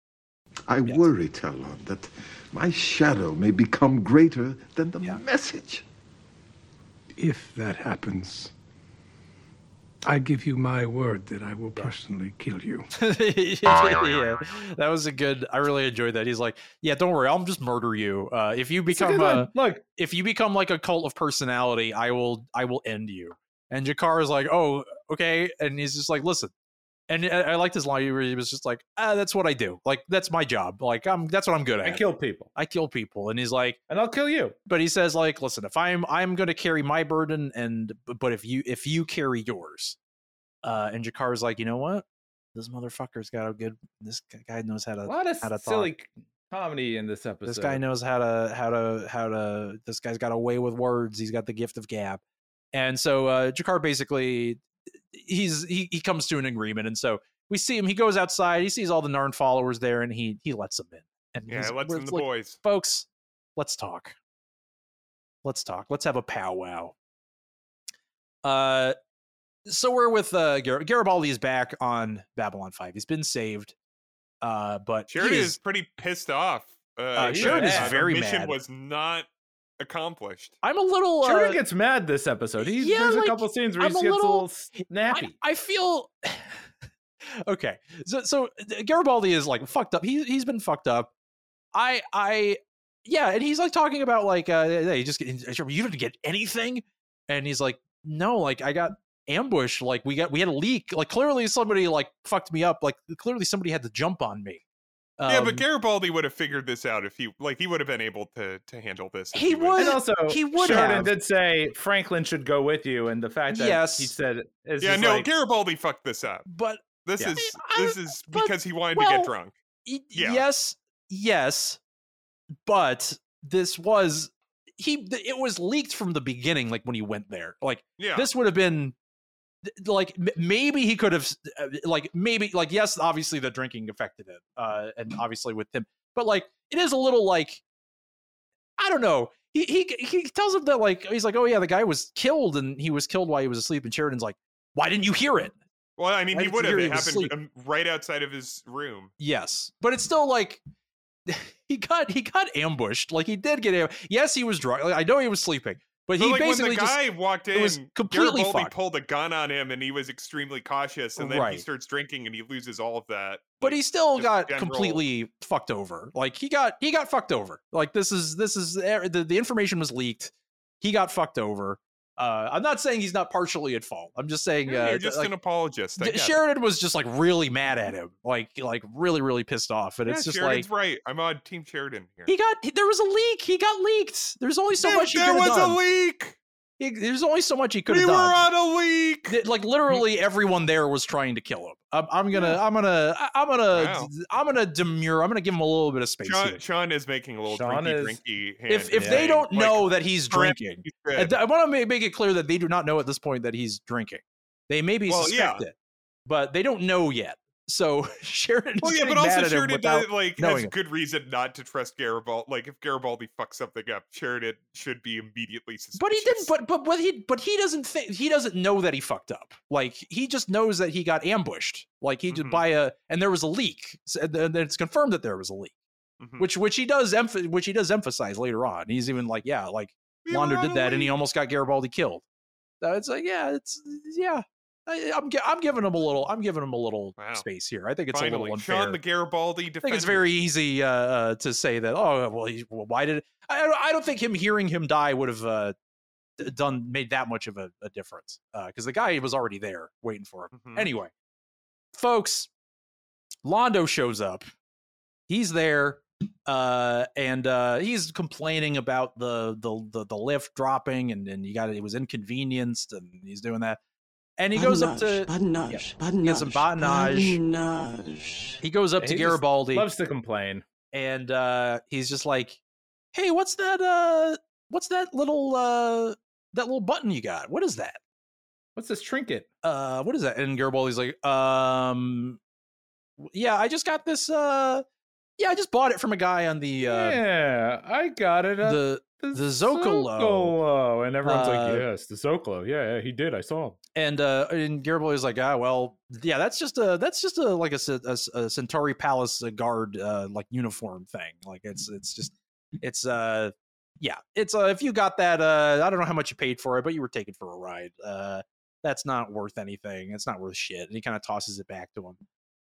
I
Yes.
worry, Talon, that my shadow may become greater than the
Yeah.
message.
If that happens, I give you my word that I will personally kill you.
yeah, that was a good. I really enjoyed that. He's like, yeah, don't worry, I'll just murder you. Uh, if you become a,
Look,
if you become like a cult of personality, I will I will end you. And Jakar is like, oh, okay, and he's just like, listen. And uh, I, I liked his line where he was just like, ah, that's what I do. Like that's my job. Like I'm that's what I'm good at.
I kill people,
I kill people. And he's like,
and I'll kill you.
but he says like listen if i'm i'm going to carry my burden and b- but if you if you carry yours uh and jakar's like you know what this motherfucker's got a good this g- guy knows how
A
to
lot of
had a thought.
silly c- comedy in this episode.
this guy knows how to how to how to this guy's got a way with words he's got the gift of gab and so uh jakar basically he's he, he comes to an agreement and so we see him he goes outside he sees all the narn followers there and he he lets them in and
Yeah,
he's-
it lets
we're-
in the
like,
boys.
folks, let's talk. Let's talk. Let's have a powwow. Uh, so we're with uh Gar- Garibaldi is back on Babylon Five. He's been saved, uh, but he
Sheridan is, pretty pissed off. Uh, that,
Sheridan is
uh, the
very
mission
mad.
was not accomplished.
I'm a little. Uh,
Jordan gets mad this episode. He,
yeah,
there's
like,
a couple scenes where
I'm
he
a
gets a
little-
little
I-
snappy.
I, feel okay. So, so uh, Garibaldi is like fucked up. He he's been fucked up. I I yeah, and he's like talking about like uh hey, you just get, you didn't get anything, and he's like no, like I got ambushed. Like we got we had a leak. Like clearly somebody like fucked me up. Like clearly somebody had to jump on me.
yeah, but
Um,
Garibaldi would have figured this out if he like he would have been able to to handle this. if
He would-
was-
and also,
he would
Sheridan
have.
did say Franklin should go with you, and the fact that
Yes.
he said, it is
Yeah,
just
no,
like,
Garibaldi fucked this up.
but
This
Yeah.
is
I-
this is
but-
because he wanted to
well,
get drunk.
Y-
Yeah.
yes yes but this was he th- it was leaked from the beginning like when he went there like
Yeah,
this would have been th- like m- maybe he could have s- uh, like maybe like yes obviously the drinking affected it uh and obviously with him but like it is a little like i don't know he he he tells him that like he's like oh yeah the guy was killed and he was killed while he was asleep and sheridan's like why didn't you hear it
well, I mean,
I
he
didn't
would have.
hear
It um,
he was
happened
asleep.
um, right outside of his room.
Yes, but it's still like he got he got ambushed. Like he did get ambushed. Yes, he was drunk. Like, I know he was sleeping,
But
but he
like when
basically
the
just
guy walked in,
it was completely
Garibaldi
fucked.
pulled a gun on him, and he was extremely cautious. And then he
Right.
starts drinking, and he loses all of that.
but
Like,
he still
just
got
general-
completely fucked over. Like he got he got fucked over. Like this is this is er- the, the information was leaked. He got fucked over. Uh, I'm not saying he's not partially at fault. I'm just saying uh,
you're
th-
just
like,
an apologist. I
D-
get it.
Sheridan was just like really mad at him, like like really really pissed off, and
Yeah,
it's just
Sheridan's
like
right. I'm on Team Sheridan here.
he got he- there was a leak. He got leaked. There's only so
Dude,
much he
there
could have
was
done.
a leak.
He- there's only so much he could
We
have
were
done.
on a leak.
Th- like literally everyone there was trying to kill him. I'm, I'm gonna I'm gonna I- I'm gonna
Wow.
I'm gonna demure. I'm gonna give him a little bit of space.
Sean,
here.
Sean is making a little
Sean
drinky
is-
drinky hand.
If if
Yeah.
they
thing,
don't
like,
know that he's
correct.
drinking,
he
I,
said,
want to make it clear that they do not know at this point that he's drinking. They maybe
Well, yeah.
suspect it, but they don't know yet. So Sheridan.
Well, yeah, but also Sheridan does, like has
knowing it.
good reason not to trust Garibaldi. Like if Garibaldi fucks something up, Sheridan should be immediately suspicious.
But he didn't. But but but he but he doesn't think he doesn't know that he fucked up. Like he just knows that he got ambushed. Like he did
Mhm.
by a and there was a leak, S- and then it's confirmed that there was a leak,
Mhm.
which which he does emph- which he does emphasize later on. He's even like, yeah, like
We were
Launder
on
did
a
that, and he
leak.
almost got Garibaldi killed. So it's like, yeah, it's yeah. I, I'm gi- I'm giving him a little. I'm giving him a little
Wow.
space here. I think it's a
Finally,
little unfair.
Sean the Garibaldi.
I think it's very easy uh, uh, to say that. Oh well, he, well why did I? I don't- I don't think him hearing him die would have uh, d- done made that much of a, a difference because the guy was already there waiting for him.
Mm-hmm.
Mm-hmm.
Anyway, folks, Londo shows up. He's there, uh, and uh, he's complaining about the the the, the lift dropping, and and he got it was inconvenienced, and he's doing that. And he goes up to
Badnage, badnage,
Gives him badinage.
badinage.
he goes up
He
to
just
Garibaldi.
Loves to complain.
and uh he's just like hey what's that uh what's that little uh that little button you got what is that
What's this trinket?
uh what is that and garibaldi's like um w- yeah i just got this uh yeah i just bought it from a guy on the uh
yeah, I got it. At
the
the,
the Zocalo.
Zocalo. And everyone's
Uh,
like, yes, the Zocalo. Yeah, yeah, he did. I saw him.
and uh and garibaldi's like ah well yeah that's just a that's just a like a, ce- a ce- a centauri palace uh, guard uh like uniform thing like it's it's just it's uh yeah it's uh if you got that uh i don't know how much you paid for it but you were taken for a ride uh that's not worth anything it's not worth shit and he kind of tosses it back to him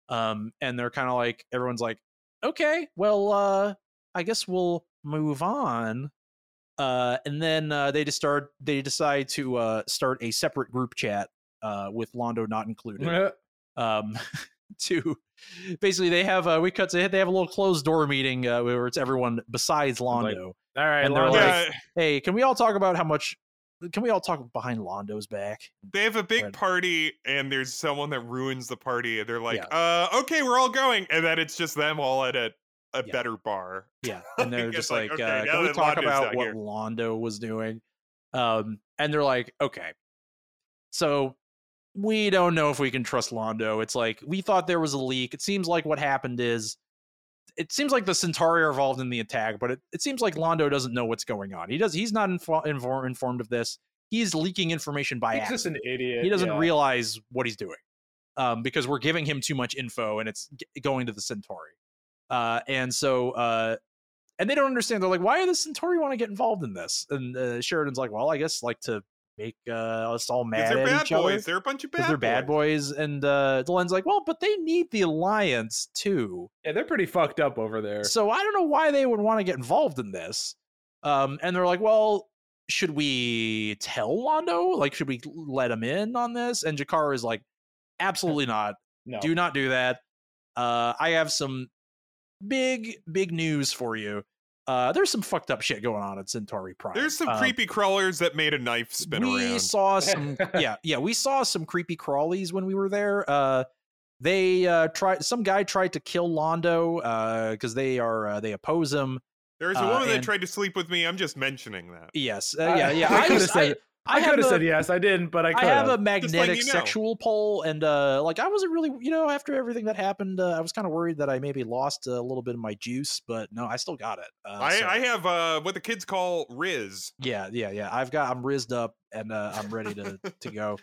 um and they're kind of like everyone's like okay well uh i guess we'll move on uh and then uh they just start they decide to uh start a separate group chat uh with londo not included um to basically they have uh we cut to they have a little closed door meeting uh where it's everyone besides
Like-
londo
All right,
And they're
Lonzo,
like-
Yeah,
hey can we all talk about how much can we all talk behind londo's back
they have a big
Right.
party, and there's someone that ruins the party, and they're like,
Yeah.
"Uh, okay, we're all going," and then it's just them all at a a
Yeah.
better bar.
Yeah, and they're
It's
just
like,
like,
okay,
uh,
now
can we
that
talk
Londo's
about
not
what
here.
Londo was doing? Um, and they're like, okay, so we don't know if we can trust Londo. It's like we thought there was a leak. It seems like what happened is, it seems like the Centauri are involved in the attack, but it, it seems like Londo doesn't know what's going on. He does. He's not info- inform- informed of this. He's leaking information by
he's
accident
just an idiot.
he doesn't
yeah.
realize what he's doing um, because we're giving him too much info and it's g- going to the centauri uh, and so uh, and they don't understand they're like why are the centauri want to get involved in this and uh, sheridan's like well i guess like to make uh, us all
'Cause
mad
they're
at
bad
each
boys.
other
They're a bunch of bad.
because they're bad boys and uh, delen's like well but they need the alliance too
Yeah, they're pretty fucked up over there.
so I don't know why they would want to get involved in this. Um, and they're like, well, should we tell Londo? Like, should we let him in on this? And Jakar is like, absolutely not.
no,
Do not do that. Uh, I have some big, big news for you. Uh, there's some fucked up shit going on at Centauri Prime.
There's some
Um,
creepy crawlers that made a knife spin
we
around.
saw some uh, yeah yeah we saw some creepy crawlies when we were there uh they uh tried some guy tried to kill londo uh because they are uh, they oppose him
There's a
uh,
woman that
and-
tried to sleep with me. I'm just mentioning that.
yes uh,
I-
yeah yeah
I
i,
could've
just-
said- I,
have
could have
a-
said yes, I didn't, but I could
I have a
have.
you
magnetic
know.
sexual pull, and uh, like I wasn't really, you know, after everything that happened, uh, I was kind of worried that I maybe lost a little bit of my juice, but no, I still got it. Uh,
I,
so-
I have uh, what the kids call Riz.
yeah, yeah, yeah. I've got, I'm rizzed up, and uh, I'm ready to to go.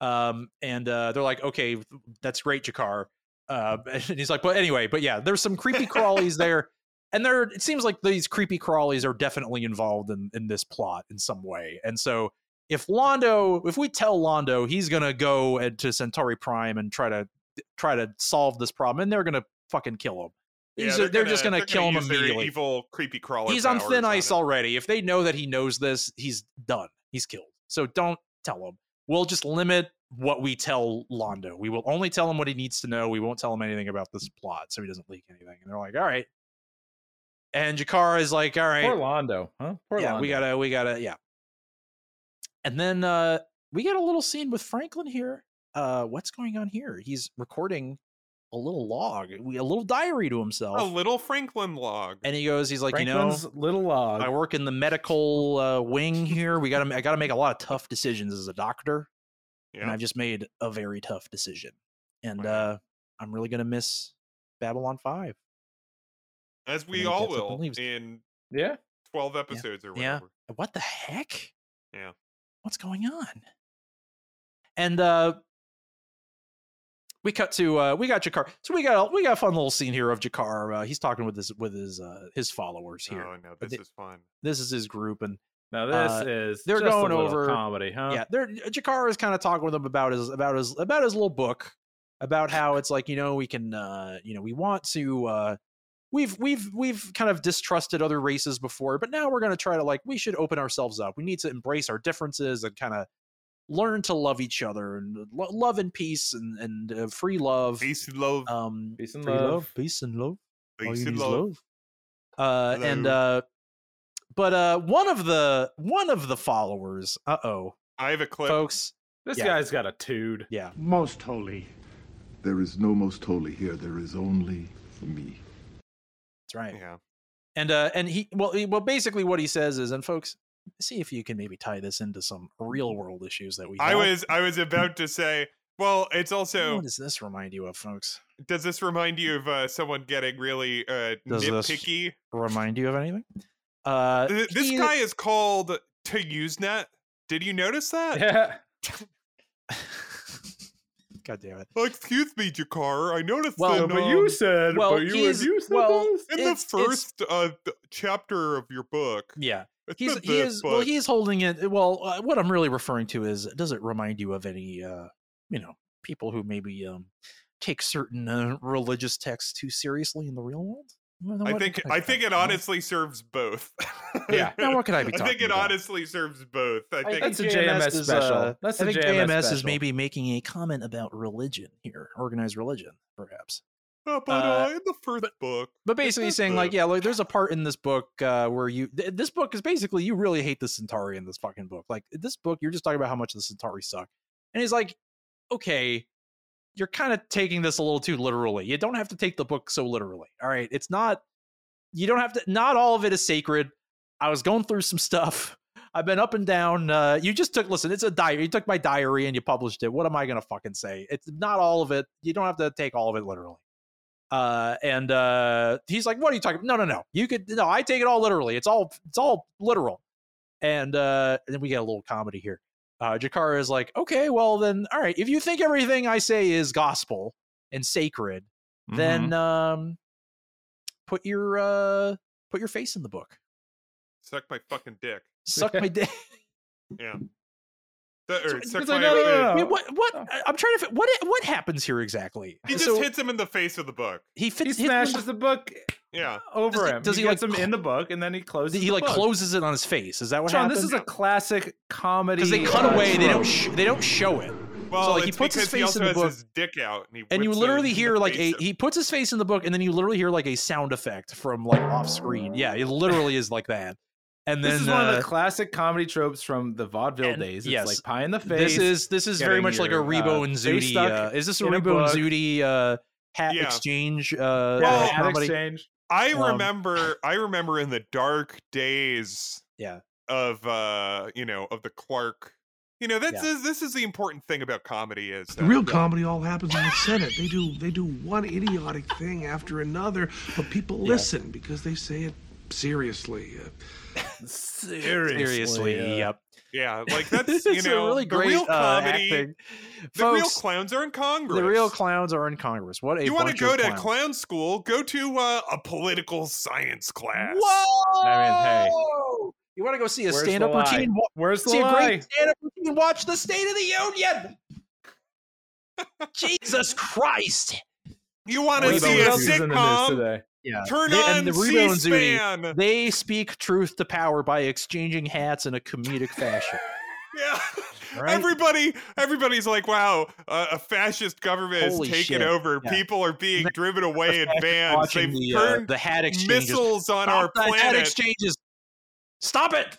Um, and uh, they're like, okay, that's great, Jakar. Uh, and he's like, but anyway, but yeah, there's some creepy crawlies there. and there it seems like these creepy crawlies are definitely involved in in this plot in some way and so if londo if we tell londo he's gonna go and to centauri prime and try to try to solve this problem and they're gonna fucking kill him
Yeah,
He's- they're, just gonna
they're
kill him
use their
immediately
Evil creepy crawler.
he's on
powers
thin ice
it.
already. If they know that he knows this, he's done. He's killed. So don't tell him. We'll just limit what we tell Londo. We will only tell him what he needs to know. We won't tell him anything about this plot, so he doesn't leak anything. And they're like, "All right." And Jakar is like, "All right,
Poor Londo, huh? Poor
yeah,
Londo.
we gotta, we gotta, yeah." And then uh, we get a little scene with Franklin here. Uh, what's going on here? He's recording a little log, a little diary to himself,
A little Franklin log.
and he goes, "He's like, you know,
Franklin's little log.
I work in the medical uh, wing here. We got to I got to make a lot of tough decisions as a doctor, and
yeah.
I've just made a very tough decision. And
Wow.
uh, I'm really gonna miss Babylon Five.
As
then
we
he
all
gets up and
will
leaves.
in
yeah,
12 episodes or
Yeah.
whatever.
What the heck?
Yeah.
What's going on? And uh, we cut to uh, we got Jakar. So we got a- we got a fun little scene here of Jakar. Uh, he's talking with his with his uh, his followers here.
Oh, no,
But
this
they-
is fun.
This is his group, and
now this
Uh,
is
they're
just a
going
little
over-
comedy, huh?
yeah, they're Jakar is kind of talking with him about his about his about his little book about how it's like you know we can uh you know we want to uh we've we've we've kind of distrusted other races before but now we're going to try to like we should open ourselves up we need to embrace our differences and kind of learn to love each other and lo- love and peace and and uh, free love
Peace and love.
um
Peace and
free
love.
peace and love all
Peace
you
and
need is
love.
love. Uh, and uh, but uh, one of the one of the followers. Uh oh,
I have a clip.
folks.
This
Yeah.
guy's got a tood.
Yeah,
Most holy.
There is no most holy here. There is only me.
that's right.
Yeah.
And uh, and he well, he, well, basically what he says is, and folks, see if you can maybe tie this into some real world issues that we.
I
have.
was I was about to say, well, it's also
What does this remind you of, folks?
does this remind you of uh, someone getting really uh,
Does this-
nitpicky?
Remind you of anything? Uh,
Th- This
he-
guy is called to usenet. Did you notice
Uh,
that?
Yeah.
God damn it.
Oh, excuse me, Jakar. I noticed
Well,
that
but
um,
said,
well, he's- well,
in
it's- it's-
the first uh, th- chapter of your book.
Yeah.
it
he's
said
he
this,
is well
but-
he's holding it well uh, what i'm really referring to is does it remind you of any uh you know people who maybe um take certain uh, religious texts too seriously in the real world Well, then
I
what
think
could
I
be
think it
talking about?
honestly serves both.
Yeah.
now what could i be talking
I think it
about?
honestly serves both. I think
That's a JMS
is,
special.
uh,
That's
I
a
think
JMS
JMS is
special.
maybe making a comment about religion here, organized religion, perhaps.
Uh, but
uh,
uh, in the first book,
But basically, he's saying like,
the-
yeah, like there's a part in this book uh, where you th- this book is basically you really hate the Centauri in this fucking book. Like this book, you're just talking about how much the Centauri suck, and he's like, okay, you're kind of taking this a little too literally. You don't have to take the book so literally. All right, it's not you don't have to. Not all of it is sacred. I was going through some stuff. I've been up and down. Uh, you just took listen. It's a diary. You took my diary and you published it. What am I gonna fucking say? It's not all of it. You don't have to take all of it literally uh and uh he's like what are you talking no no no you could no i take it all literally it's all it's all literal and uh and then we get a little comedy here uh jakara is like okay well then all right if you think everything i say is gospel and sacred
Mm-hmm.
then um put your uh put your face in the book
suck my fucking dick.
suck my dick
Th- or
So-
suck
it's like,
my-
no, no, no,
uh,
no.
I mean, what what
Oh.
i'm trying to fi- what what happens here exactly
He just
So
hits him in the face with the book.
he fits
he
hits him in the-
smashes the book
Yeah,
over
Does he-
him.
does
he,
he, like,
gets him in the book, and then he closes.
he
the
like
book.
closes it on his face is that what
Sean,
happens
this is a classic comedy.
because they cut
uh,
away they don't
trope.
sh- they don't show it
well,
like, he
it's
puts his
because he
face in
also
the
has his dick out, and he
and you
whips it
literally
in
hear
the
like a
face of-
he puts his face in the book and then you literally hear like a sound effect from like off screen yeah it literally is like that and then
This is one of
uh,
the classic comedy tropes from the vaudeville
and-
days. It's
yes.
like pie in the face.
this is this is very
getting
much like a
your,
rebo
uh,
and
face
zudi
stuck
uh, is this a
in a
rebo
book.
and zudi uh hat
Yeah.
exchange uh
Well,
hat
Ad
comedy?
exchange.
I
Um,
remember I remember in the dark days
Yeah.
of uh you know of the Clark you know that's is this is the important thing about comedy is
The
that-
real comedy all happens in the Senate. They do they do one idiotic thing after another, but people listen because they say it seriously. Uh,
Seriously.
Seriously, yep.
Yeah, like that's you
it's
know
a really
the
great
real
uh,
comedy.
acting.
The real
Folks,
clowns are in Congress.
the real clowns are in Congress. What a
you
want
want to go to clown school? Go to uh, a political science class.
Whoa!
I mean, hey.
You want to go see a
Where's the
stand-up
lie?
routine? wa-
Where's the
see a
lie?
great stand-up routine. Watch the State of the Union. Jesus Christ!
You want to
Wait,
see
what
a
else is in the news
sitcom?
today?
Yeah,
Turn
They-
on
and the Rito and Zuni,
C-SPAN.
they speak truth to power by exchanging hats in a comedic fashion.
Yeah.
Right?
Everybody, everybody's like, "Wow, uh, a fascist government
Holy
is taking
shit.
over.
Yeah.
People are being
They're
driven away in vans. They've
Watching the, uh,
turned
the hat exchanges.
missiles on
Stop
our
the hat
planet."
exchanges. Stop it!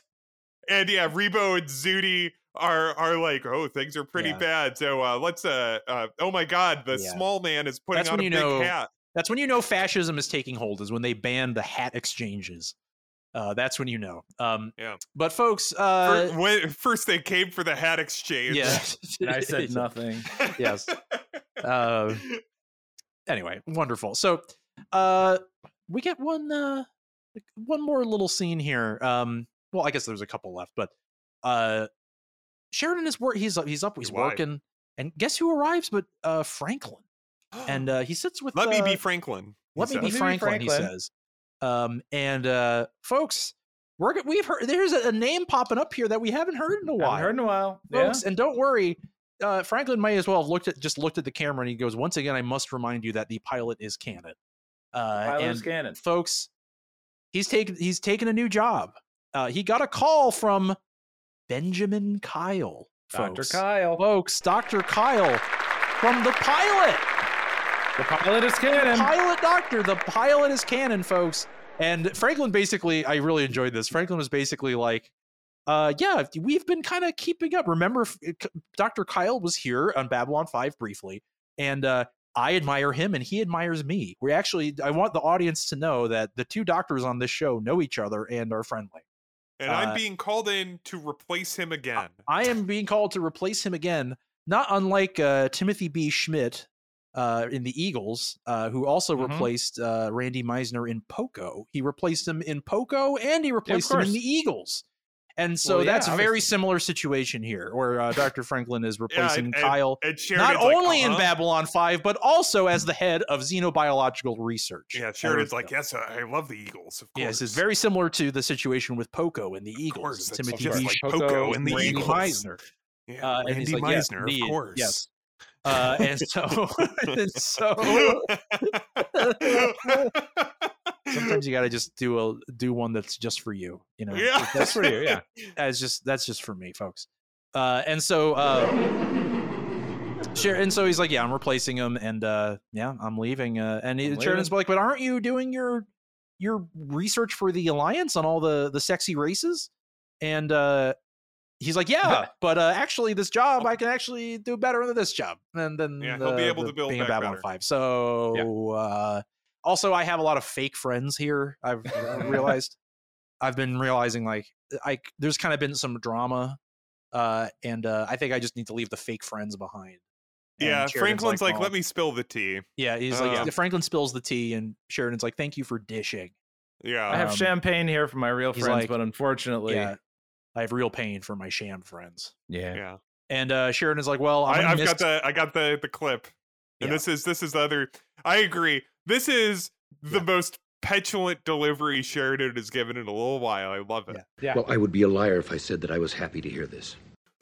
and yeah, Rebo and Zudi are are like, "Oh, things are pretty
Yeah.
bad. So uh, let's uh, uh, oh my God, the
Yeah.
small man is putting
That's
on
when
a
you
big
know-
hat."
That's when you know fascism is taking hold. Is when they ban the hat exchanges. Uh, that's when you know. Um,
Yeah.
But folks,
Fir-
uh,
when- first, they came for the hat exchange.
yeah.
And I said nothing.
yes. Uh, anyway, wonderful. So uh, we get one uh, like, one more little scene here. Um, well, I guess there's a couple left, but uh, Sheridan is work. He's up. He's up. He's
Why?
working. And guess who arrives? But uh, Franklin. And uh, he sits with.
let me
uh,
be Franklin. he
Let me be
says.
Franklin, He
Franklin.
says. Um, and uh, folks, we're g- we've heard there's a, a name popping up here that we haven't heard in a while
Haven't heard in a while. Yeah.
folks. And don't worry, uh, Franklin may as well have looked at just looked at the camera and he goes, "Once again, I must remind you that the pilot is canon." Uh,
Tyler's
and
Cannon.
folks, he's taken he's taken a new job. Uh, he got a call from Benjamin Kyle,
Dr.
folks.
Kyle.
folks, Doctor Kyle from the pilot,
The pilot is canon.
pilot doctor. The pilot is canon, folks. And Franklin basically, I really enjoyed this. Franklin was basically like, uh, yeah, we've been kind of keeping up. Remember, f- c- Dr. Kyle was here on Babylon 5 briefly, and uh, I admire him and he admires me. We actually, I want the audience to know that the two doctors on this show know each other and are friendly.
and I'm
uh,
being called in to replace him again.
I am being called to replace him again, not unlike uh, Timothy B. Schmidt uh, in the Eagles, uh, who also
Mm-hmm.
Mhm.
replaced uh, Randy Meisner in Poco. He replaced him in Poco, and he replaced him in
course.
the Eagles. And so
Well, yeah,
that's a very
obviously.
similar situation here, where uh, Dr. Franklin is replacing
and-
Kyle
And Sheridan's
not
like,
only in
"Uh-huh."
Babylon 5, but also as the head of xenobiological research.
Yeah,
at
Sheridan's
Earth
like,
Hill.
yes, uh, I I love the Eagles. Of course,
Yes, it's very similar to the situation with Poco and the
Of
Eagles,
course,
and
it's
Timothy
just
B.
like
Schmidt
Poco, and the
and Randy
Eagles.
Meisner.
Yeah,
Uh, and he's
Randy
like, yes,
Meisner,
indeed,
of course.
yes. Uh, and so, and so sometimes you gotta just do a do one that's just for you. You know,
yeah,
That's for you, yeah.
that's just that's just for me, folks. Uh, and so, uh, sure. And so he's like, yeah, I'm replacing him, and uh, yeah, I'm leaving. Uh, and
I'm
he- Sheridan's
leaving.
like, but aren't you doing your your research for the alliance on all the the sexy races? And uh, he's like, yeah, but uh, actually, this job I can actually do better than this job, and then
Oh. Yeah, he'll be
the-
able
the
to build
thing in
back
Babylon
better.
Five. So. Uh, also, I have a lot of fake friends here. I've uh, realized. I've been realizing like I there's kind of been some drama, uh, and uh, I think I just need to leave the fake friends behind. And
yeah.
Sheridan's
Franklin's like,
"Well,"
let me spill the tea.
Yeah, he's
Uh,
like Franklin spills the tea, and Sheridan's like, "Thank you for dishing."
I
Yeah,
have
Um,
champagne here for my real
he's
friends,
like-
but unfortunately,
Yeah, I have real pain for my sham friends.
yeah.
yeah.
And uh, Sheridan is like, "Well, I'm
I,
gonna
I've
miss-
got the I got the the clip, and
Yeah.
this is this is the other. I agree. This is the most petulant delivery Sheridan has given in a little while. I love it.
Well, I would be a liar if I said that I was happy to hear this.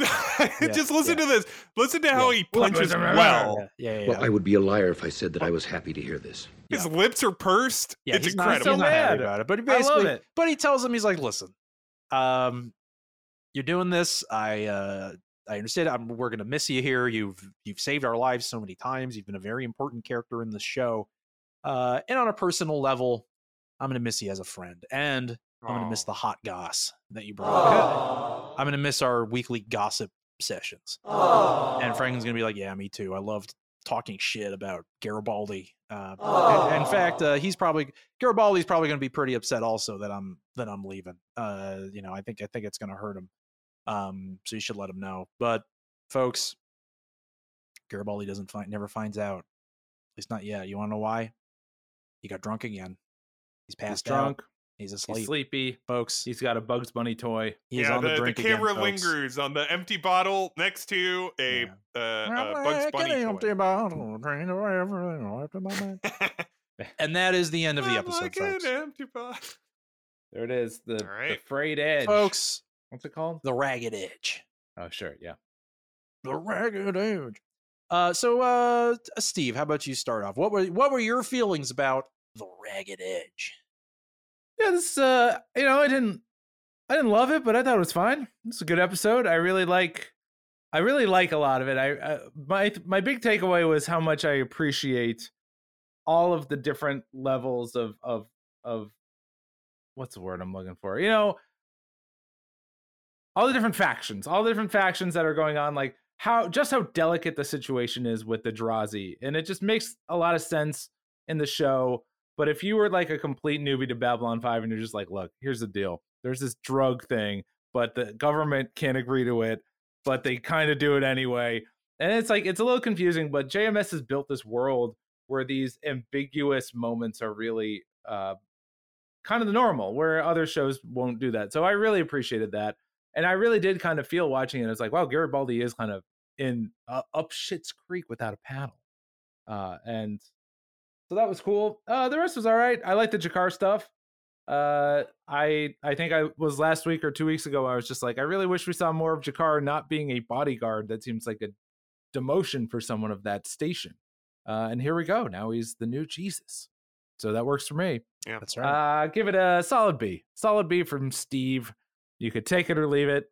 Just listen to this. Listen to how he punches
Yeah.
well.
yeah, yeah, yeah,
Well, I would be a liar if I said that I was happy to hear this.
His lips are pursed.
yeah,
it's
he's not, he's
incredible.
not happy
mad.
about it, but he
I love
basically,
it.
but he tells him, he's like, "Listen, um, you're doing this. I, uh, I understand. I'm, we're gonna miss you here. You've you've saved our lives so many times. You've been a very important character in the show, uh, and on a personal level, I'm gonna miss you as a friend, and I'm gonna miss the hot goss that you brought. up. I'm gonna miss our weekly gossip sessions. And Franklin's gonna be like, "Yeah, me too. I loved talking shit about Garibaldi. Uh, in, in fact, uh, he's probably Garibaldi's probably going to be pretty upset also that I'm that I'm leaving. Uh, you know, I think I think it's going to hurt him. Um, so you should let him know. But folks, Garibaldi doesn't find never finds out. At least not yet. You want to know why? He got drunk again. He's
He's
passed out.
drunk.
He's asleep,
He's sleepy.
folks.
He's got a Bugs Bunny toy.
He's
yeah,
on the, brink again,
camera
folks.
lingers on the empty bottle next to a
Yeah.
uh, uh, Bugs Bunny toy.
And that is the end of the
I'm
episode,
like
folks.
an empty bottle.
There it is. The,
All right.
the frayed edge.
Folks,
What's it called?
the ragged edge.
Oh, sure. Yeah.
The ragged edge. Uh, so, uh, t- Steve, how about you start off? What were what were your feelings about the ragged edge?
Yeah. This. Uh. You know, I didn't. I didn't love it, but I thought it was fine. It's a good episode. I really like. I really like a lot of it. I uh, my my big takeaway was how much I appreciate all of the different levels of of of what's the word I'm looking for. You know, all the different factions, all the different factions that are going on, like how just how delicate the situation is with the Drazi. And it just makes a lot of sense in the show. But if you were like a complete newbie to Babylon 5 and you're just like, look, here's the deal. There's this drug thing, but the government can't agree to it, but they kind of do it anyway. And it's like it's a little confusing, but JMS has built this world where these ambiguous moments are really uh kind of the normal, where other shows won't do that. So I really appreciated that and I really did kind of feel watching it. It's like, wow, Garibaldi is kind of in uh, up shit's creek without a paddle, uh, and so that was cool. Uh, the rest was all right. I like the Jakar stuff. Uh, I I think I was last week or two weeks ago. I was just like, I really wish we saw more of Jakar not being a bodyguard. That seems like a demotion for someone of that station. Uh, and here we go. Now he's the new Jesus. So that works for me.
That's
Uh, give it a solid B. Solid B from Steve. You could take it or leave it.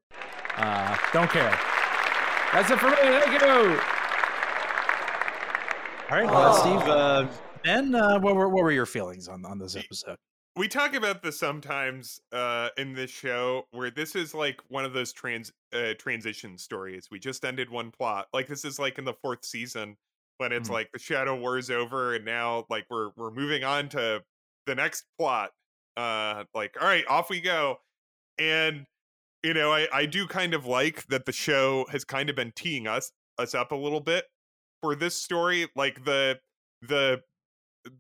Uh, don't care. That's it for me. Thank you.
All right, well, Steve. Uh, ben, uh, what were what were your feelings on on this episode?
we talk about this sometimes uh in this show where this is like one of those trans uh, transition stories we just ended one plot like this is like in the fourth season when it's
Mhm.
like the shadow war is over and now like we're we're moving on to the next plot uh like all right off we go and you know i i do kind of like that the show has kind of been teeing us us up a little bit for this story like the the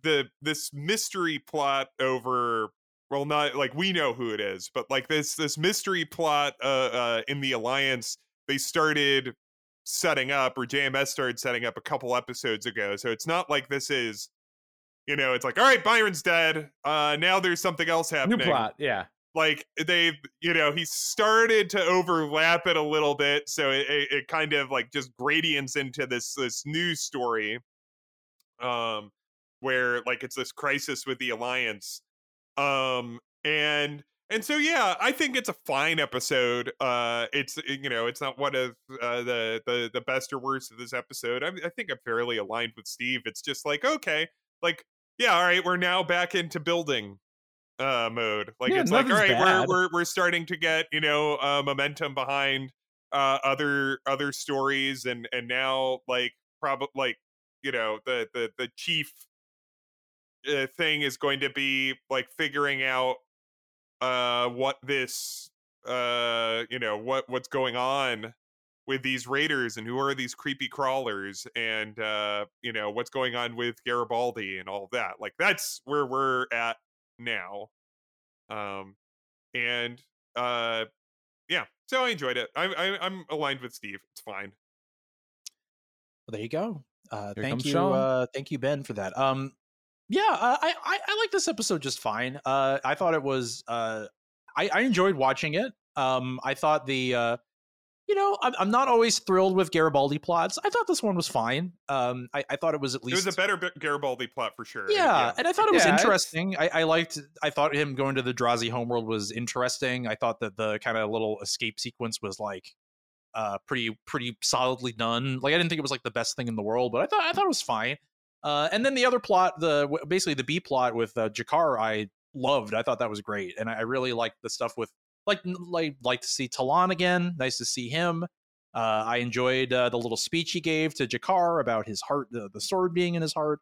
the this mystery plot over well not like we know who it is but like this this mystery plot uh, uh in the alliance they started setting up or JMS started setting up a couple episodes ago so it's not like this is you know it's like all right Byron's dead uh now there's something else
New
happening
plot. Yeah.
like they you know he started to overlap it a little bit so it, it, it kind of like just gradients into this this new story um where like it's this crisis with the alliance um and and so yeah i think it's a fine episode uh it's you know it's not one of uh, the the the best or worst of this episode I, I think i'm fairly aligned with steve it's just like okay like yeah all right we're now back into building uh mode like
Yeah,
it's like all
nothing's
right we're,
bad.
we're we're starting to get you know uh momentum behind uh other other stories and and now like probably like you know the the the chief uh, thing is going to be like figuring out uh what this uh you know what what's going on with these raiders and who are these creepy crawlers and uh you know what's going on with Garibaldi and all that like that's where we're at now um and uh yeah so I enjoyed it I, I I'm aligned with Steve it's fine
Well, there you go. Uh,
Here
thank
comes
you,
Sean.
uh, thank you, Ben, for that. Um, yeah, uh, I, I I like this episode just fine. Uh, I thought it was uh, I I enjoyed watching it. Um, I thought the uh, you know, I'm, I'm not always thrilled with Garibaldi plots. I thought this one was fine. Um, I, I thought it was at
it was
least
a better Bi- Garibaldi plot for sure
yeah, and I thought it was
Yeah, it's-
interesting. I, I liked. I thought him going to the Drazi homeworld was interesting. I thought that the kind of little escape sequence was like uh pretty pretty solidly done. Like I didn't think it was like the best thing in the world, but I thought I thought it was fine. Uh, and then the other plot, the w- basically the B plot with uh, Jakar, I loved. I thought that was great, and I, I really liked the stuff with like n- like like to see Talon again. Nice to see him. Uh, I enjoyed uh, the little speech he gave to Jakar about his heart, the, the sword being in his heart,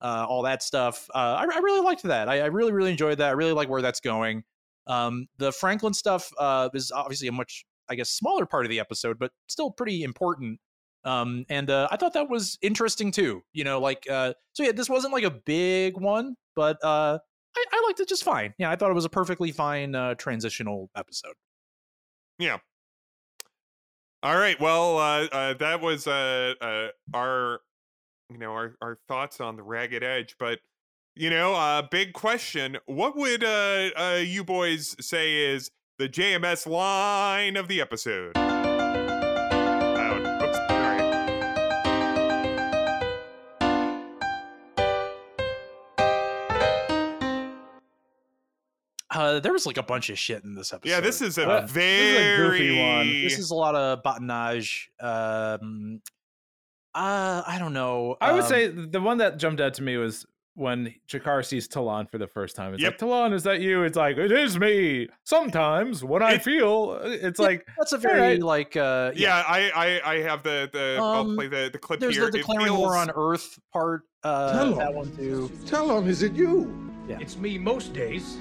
uh, all that stuff. Uh, I, I really liked that. I, I really really enjoyed that. I really like where that's going. Um, the Franklin stuff uh, is obviously a much I guess smaller part of the episode, but still pretty important. Um, and uh, I thought that was interesting too. You know, like uh, so yeah, this wasn't like a big one, but uh, I, I liked it just fine. Yeah, I thought it was a perfectly fine uh, transitional episode.
Yeah. All right. Well, uh, uh, that was uh, uh, our, you know, our our thoughts on the ragged edge. But you know, uh, big question: What would uh, uh, you boys say is the JMS line of the episode? Loud. Oops. All right.
Uh, there was like a bunch of shit in this episode.
Yeah, this is a
Uh,
very
goofy one.
this is uh, a lot of botanage. Um, uh, I don't know.
I would
um,
say the one that jumped out to me was when Jakar sees Talon for the first time. It's
Yep.
like, Talon, is that you? It's like, it is me. Sometimes when I
It-
feel, uh, it's
Yeah,
like,
that's a
all
very
right.
like uh,
yeah, I, I I have the the I'll
Um,
play the the clip
There's
here.
the
It
declaring war
feels-
on Earth part. Uh,
Tell
that
him.
one too.
Tell him, is it you?
It's me most days,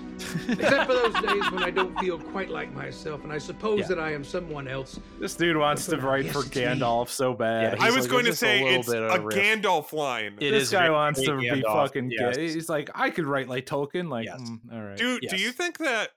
except for those days when I don't feel quite like myself, and I suppose
Yeah.
that I am someone else.
This dude wants to write
Yes,
for
it's me.
Gandalf so bad.
Yeah,
I
he's
was
like,
going to
it's just a
say
little
it's
bit
a,
of a riff.
Gandalf line.
It
this
is
guy
very
wants to be
Gandalf,
fucking
yes.
gay. He's like, I could write like Tolkien. Like,
Yes.
mm, all right.
Do do you
Yes.
think that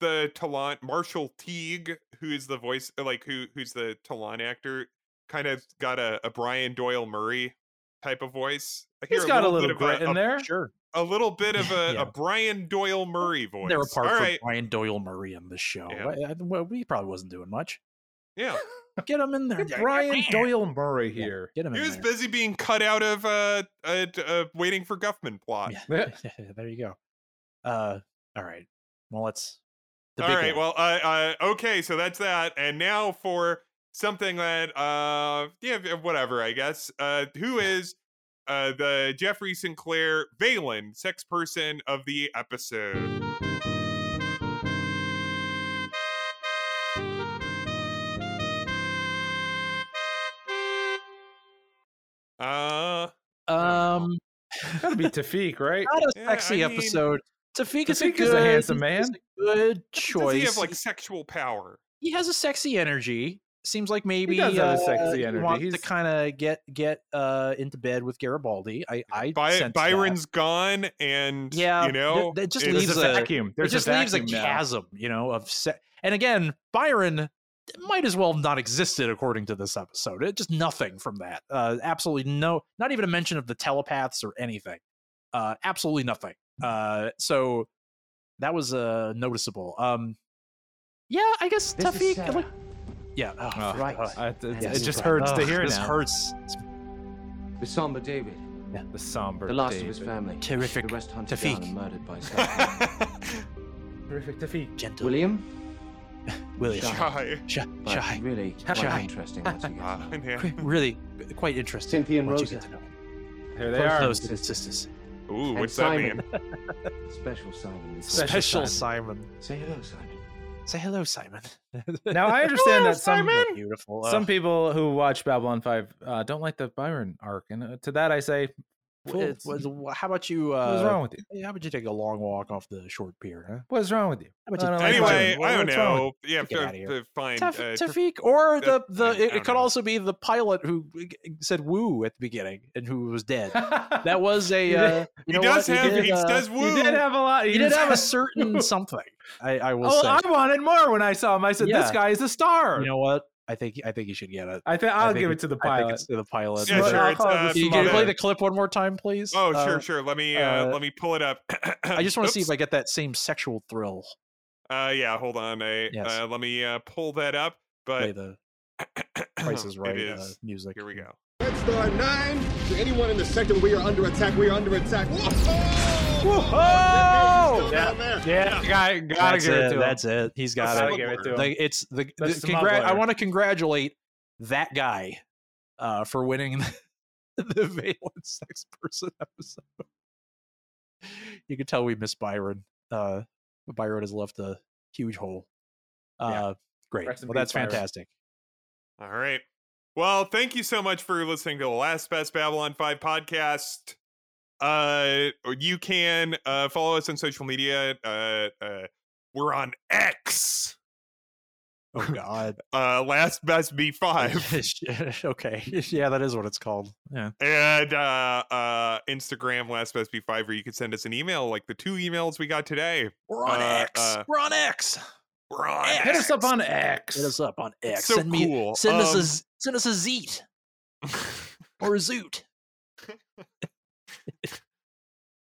the Talon Marshall Teague, who is the voice uh, like who who's the Talon actor, kind of got a, a Brian Doyle Murray type of voice? I
He's
hear
got a little,
bit of
grit
a,
in
a-
there.
Sure,
A little bit of a,
Yeah.
a Brian Doyle Murray voice.
they're apart
All
from
right.
Brian Doyle Murray on this show.
Yeah.
Well, I- Well, we probably wasn't doing much.
Yeah.
Get him in there,
Get Brian Doyle Murray
Yeah,
here.
Get him
He
in
was
there.
busy being cut out of uh, uh, d- uh waiting for Guffman plot.
Yeah. there you go. Uh, all right. Well, let's. The
All
big
right.
one.
Well, uh, uh, okay. So that's that. And now for something that, uh, yeah, v- whatever. I guess. Uh, who is uh, the Jeffrey Sinclair Valen sex person of the episode? Uh,
um,
Gotta be Tafik, right?
not a
Yeah, I
sexy
mean-
episode. Tafik is a
Tafik is a
good,
handsome
he's
man.
a good
does
choice.
he have like sexual power?
he has a sexy energy. Seems like maybe
does have a
uh,
sexy
he
energy.
wants to
He's-
kind of get get uh, into bed with Garibaldi. I I
By-
sense that.
Byron's gone, and
Yeah,
you
th-
know,
that just
it's-
leaves
There's a
a-
vacuum. There's
it just
a
leaves a
vacuum now.
chasm, you know, of se- and again, Byron might as well have not existed according to this episode. It just nothing from that. Uh, absolutely no, not even a mention of the telepaths or anything. Uh, absolutely nothing. Uh, so that was uh, noticeable. Um, yeah, I guess
This is
Tafik.
Sarah.
Like, yeah, oh,
Oh,
Right.
God.
I- it, it
Yes.
just hurts to
Ugh,
hear
This
now.
hurts. It's
The somber David,
The somber.
the last of
David.
his family.
Terrific
The rest hunted
Tafik.
down and murdered by Satan.
Terrific Tafik.
gentle,
William?
William.
Shy.
Shy.
Shy,
But
shy,
really
Shy.
quite interesting once you get to
Ah,
know.
yeah.
Qu- really quite interesting.
Cynthia and
once
Rosa.
you get to know.
Here they
Both
are.
those sisters.
Ooh,
And
what's that
Simon.
mean?
Special Simon. we call
Special
him.
Special Simon.
Say hello, Simon.
Say hello, Simon.
Now I understand that some
They're beautiful.
some
uh,
people who watch Babylon Five uh, don't like the Byron arc, and uh, to that I say,
w-
fools.
it's- was- w- how about you? Uh,
what's wrong with you?
yeah, How about you take a long walk off the short pier? Huh?
What's wrong with you?
How about
I
you?
don't
Oh,
like
take a-
anyway,
what-
I don't
what's wrong with-
know. Yeah,
Get
to,
outta here.
to find
Taf-
uh, to-
Tafik, or
Taf-
the the
I- I
it,
don't
it could
know.
also be the pilot who uh, g- g- said "woo" at the beginning and who was dead. That was a
He did-
uh, you
he
know
does
what?
have
he did, uh,
does woo.
You did have a lot.
he did have a certain something. I, I will
Oh,
say.
I wanted more when I saw him. I said, "This
Yeah.
guy is a star."
you know what? I think I think you should get it.
I think I'll
think
give
it-
it to the
I think
pilot.
it's to the pilot.
yeah,
Well,
sure.
I'll
It's,
call it
uh,
the
Can you, can you play
Smother.
the clip one more time, please?
oh,
Uh,
sure, sure. Let me uh,
uh,
let me pull it up.
I just want to see if I get that same sexual thrill.
Uh, yeah, hold on. I,
Yes.
uh, let me uh, pull that up.
Play
But
the Price is Right
It
uh,
is.
music.
Here we go.
Red Star 9, to anyone in the sector, we are under attack. We are under attack. Whoa!
Whoa!
Yeah, man.
Yeah, guy, gotta
that's
give it
it.
to him.
that's it. He's got
Gotta
it.
give it to
Like it's the. the
That's the
congra- I
mumbler.
want to congratulate that guy uh, for winning the, the Valence Sex Person episode. You can tell we miss Byron. Uh, Byron has left a huge hole. Uh,
Yeah.
Great.
Rest in
Well, that's
peace, Byron.
fantastic.
All right. Well, thank you so much for listening to the Last Best Babylon 5 podcast. Uh, you can uh, follow us on social media. Uh, uh, we're on X
Oh God.
uh, last best B five.
okay. Yeah, that is what it's called. Yeah.
And uh, uh, Instagram last best B five, where you could send us an email, like the two emails we got today.
We're on
Uh,
X.
uh,
We're on X.
we're on
Hit us up on X.
Hit us up on X.
So
send me,
cool.
Send us a
Um,
z- send us a zeet or a zoot.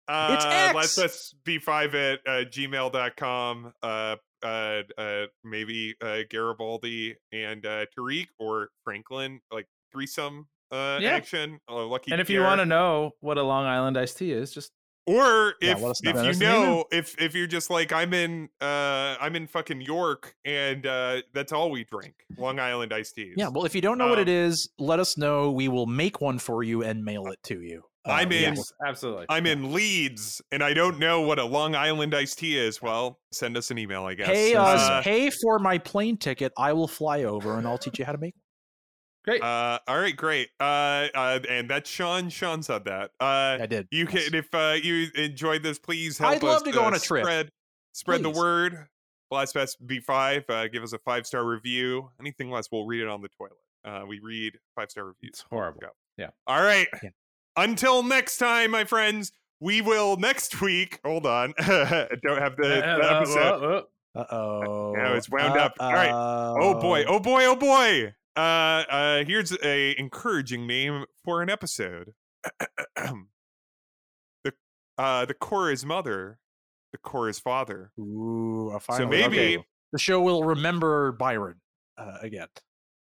Uh,
It's X.
Let's us b5 at uh, gmail.com. Uh, uh, uh, maybe uh, Garibaldi and uh, Tariq or Franklin, like threesome uh,
Yeah.
action. Uh, lucky
and if you
Pierre.
want to know what a Long Island iced tea is, just
or
Yeah,
if
let us know.
if
Let us
you
know.
know if if you're just like I'm in uh I'm in fucking York and uh that's all we drink Long Island iced teas.
Yeah. Well, if you don't know what it
Um,
is, let us know. We will make one for you and mail it to you. Uh,
I'm
we
in-
will-
absolutely.
I'm in Leeds and I don't know what a Long Island iced tea is. Well, send us an email, I guess.
Pay us.
Uh,
pay for my plane ticket. I will fly over and I'll teach you how to make.
Great.
Uh, all right, great. Uh, uh, and that's Sean. Sean said that. Uh,
I did.
you
Yes.
can if uh, you enjoyed this, please help
I'd love
us uh,
to go on a trip.
Spread, spread the
Please.
word. Last best B five. Uh, give us a five star review. Anything less, we'll read it on the toilet. Uh, we read five star
It's
reviews.
horrible.
Go.
Yeah.
All right.
Yeah.
Until next time, my friends. We will next week. Hold on. I don't have the, the
Uh, uh,
episode.
uh, uh.
Uh oh.
Yeah, it's wound up. All right. Oh
Uh,
boy, oh boy, oh boy. Uh uh here's a encouraging name for an episode. the uh the Cora's mother, the Cora's father.
Ooh, a
Oh so
final.
maybe
okay. the show will remember Byron uh, again.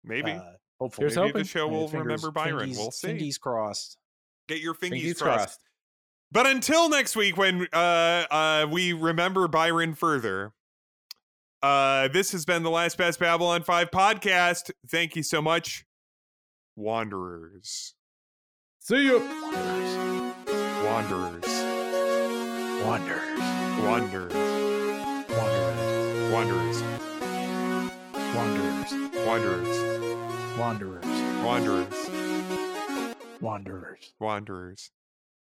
maybe
Uh, hopefully.
Here's
maybe
hoping.
the show
Uh,
will
fingers-
remember Byron.
fingies-
we'll see.
Fingies crossed.
Get your fingies,
Fingers
crossed.
crossed.
But until next week when uh uh we remember Byron further. Uh this has been the Last Best Babylon 5 podcast. Thank you so much. Wanderers.
See you.
Wanderers. Wanderers. Wanderers. Wanderers. Wanderers.
Wanderers.
Wanderers.
Wanderers.
Wanderers.
Wanderers.
Wanderers.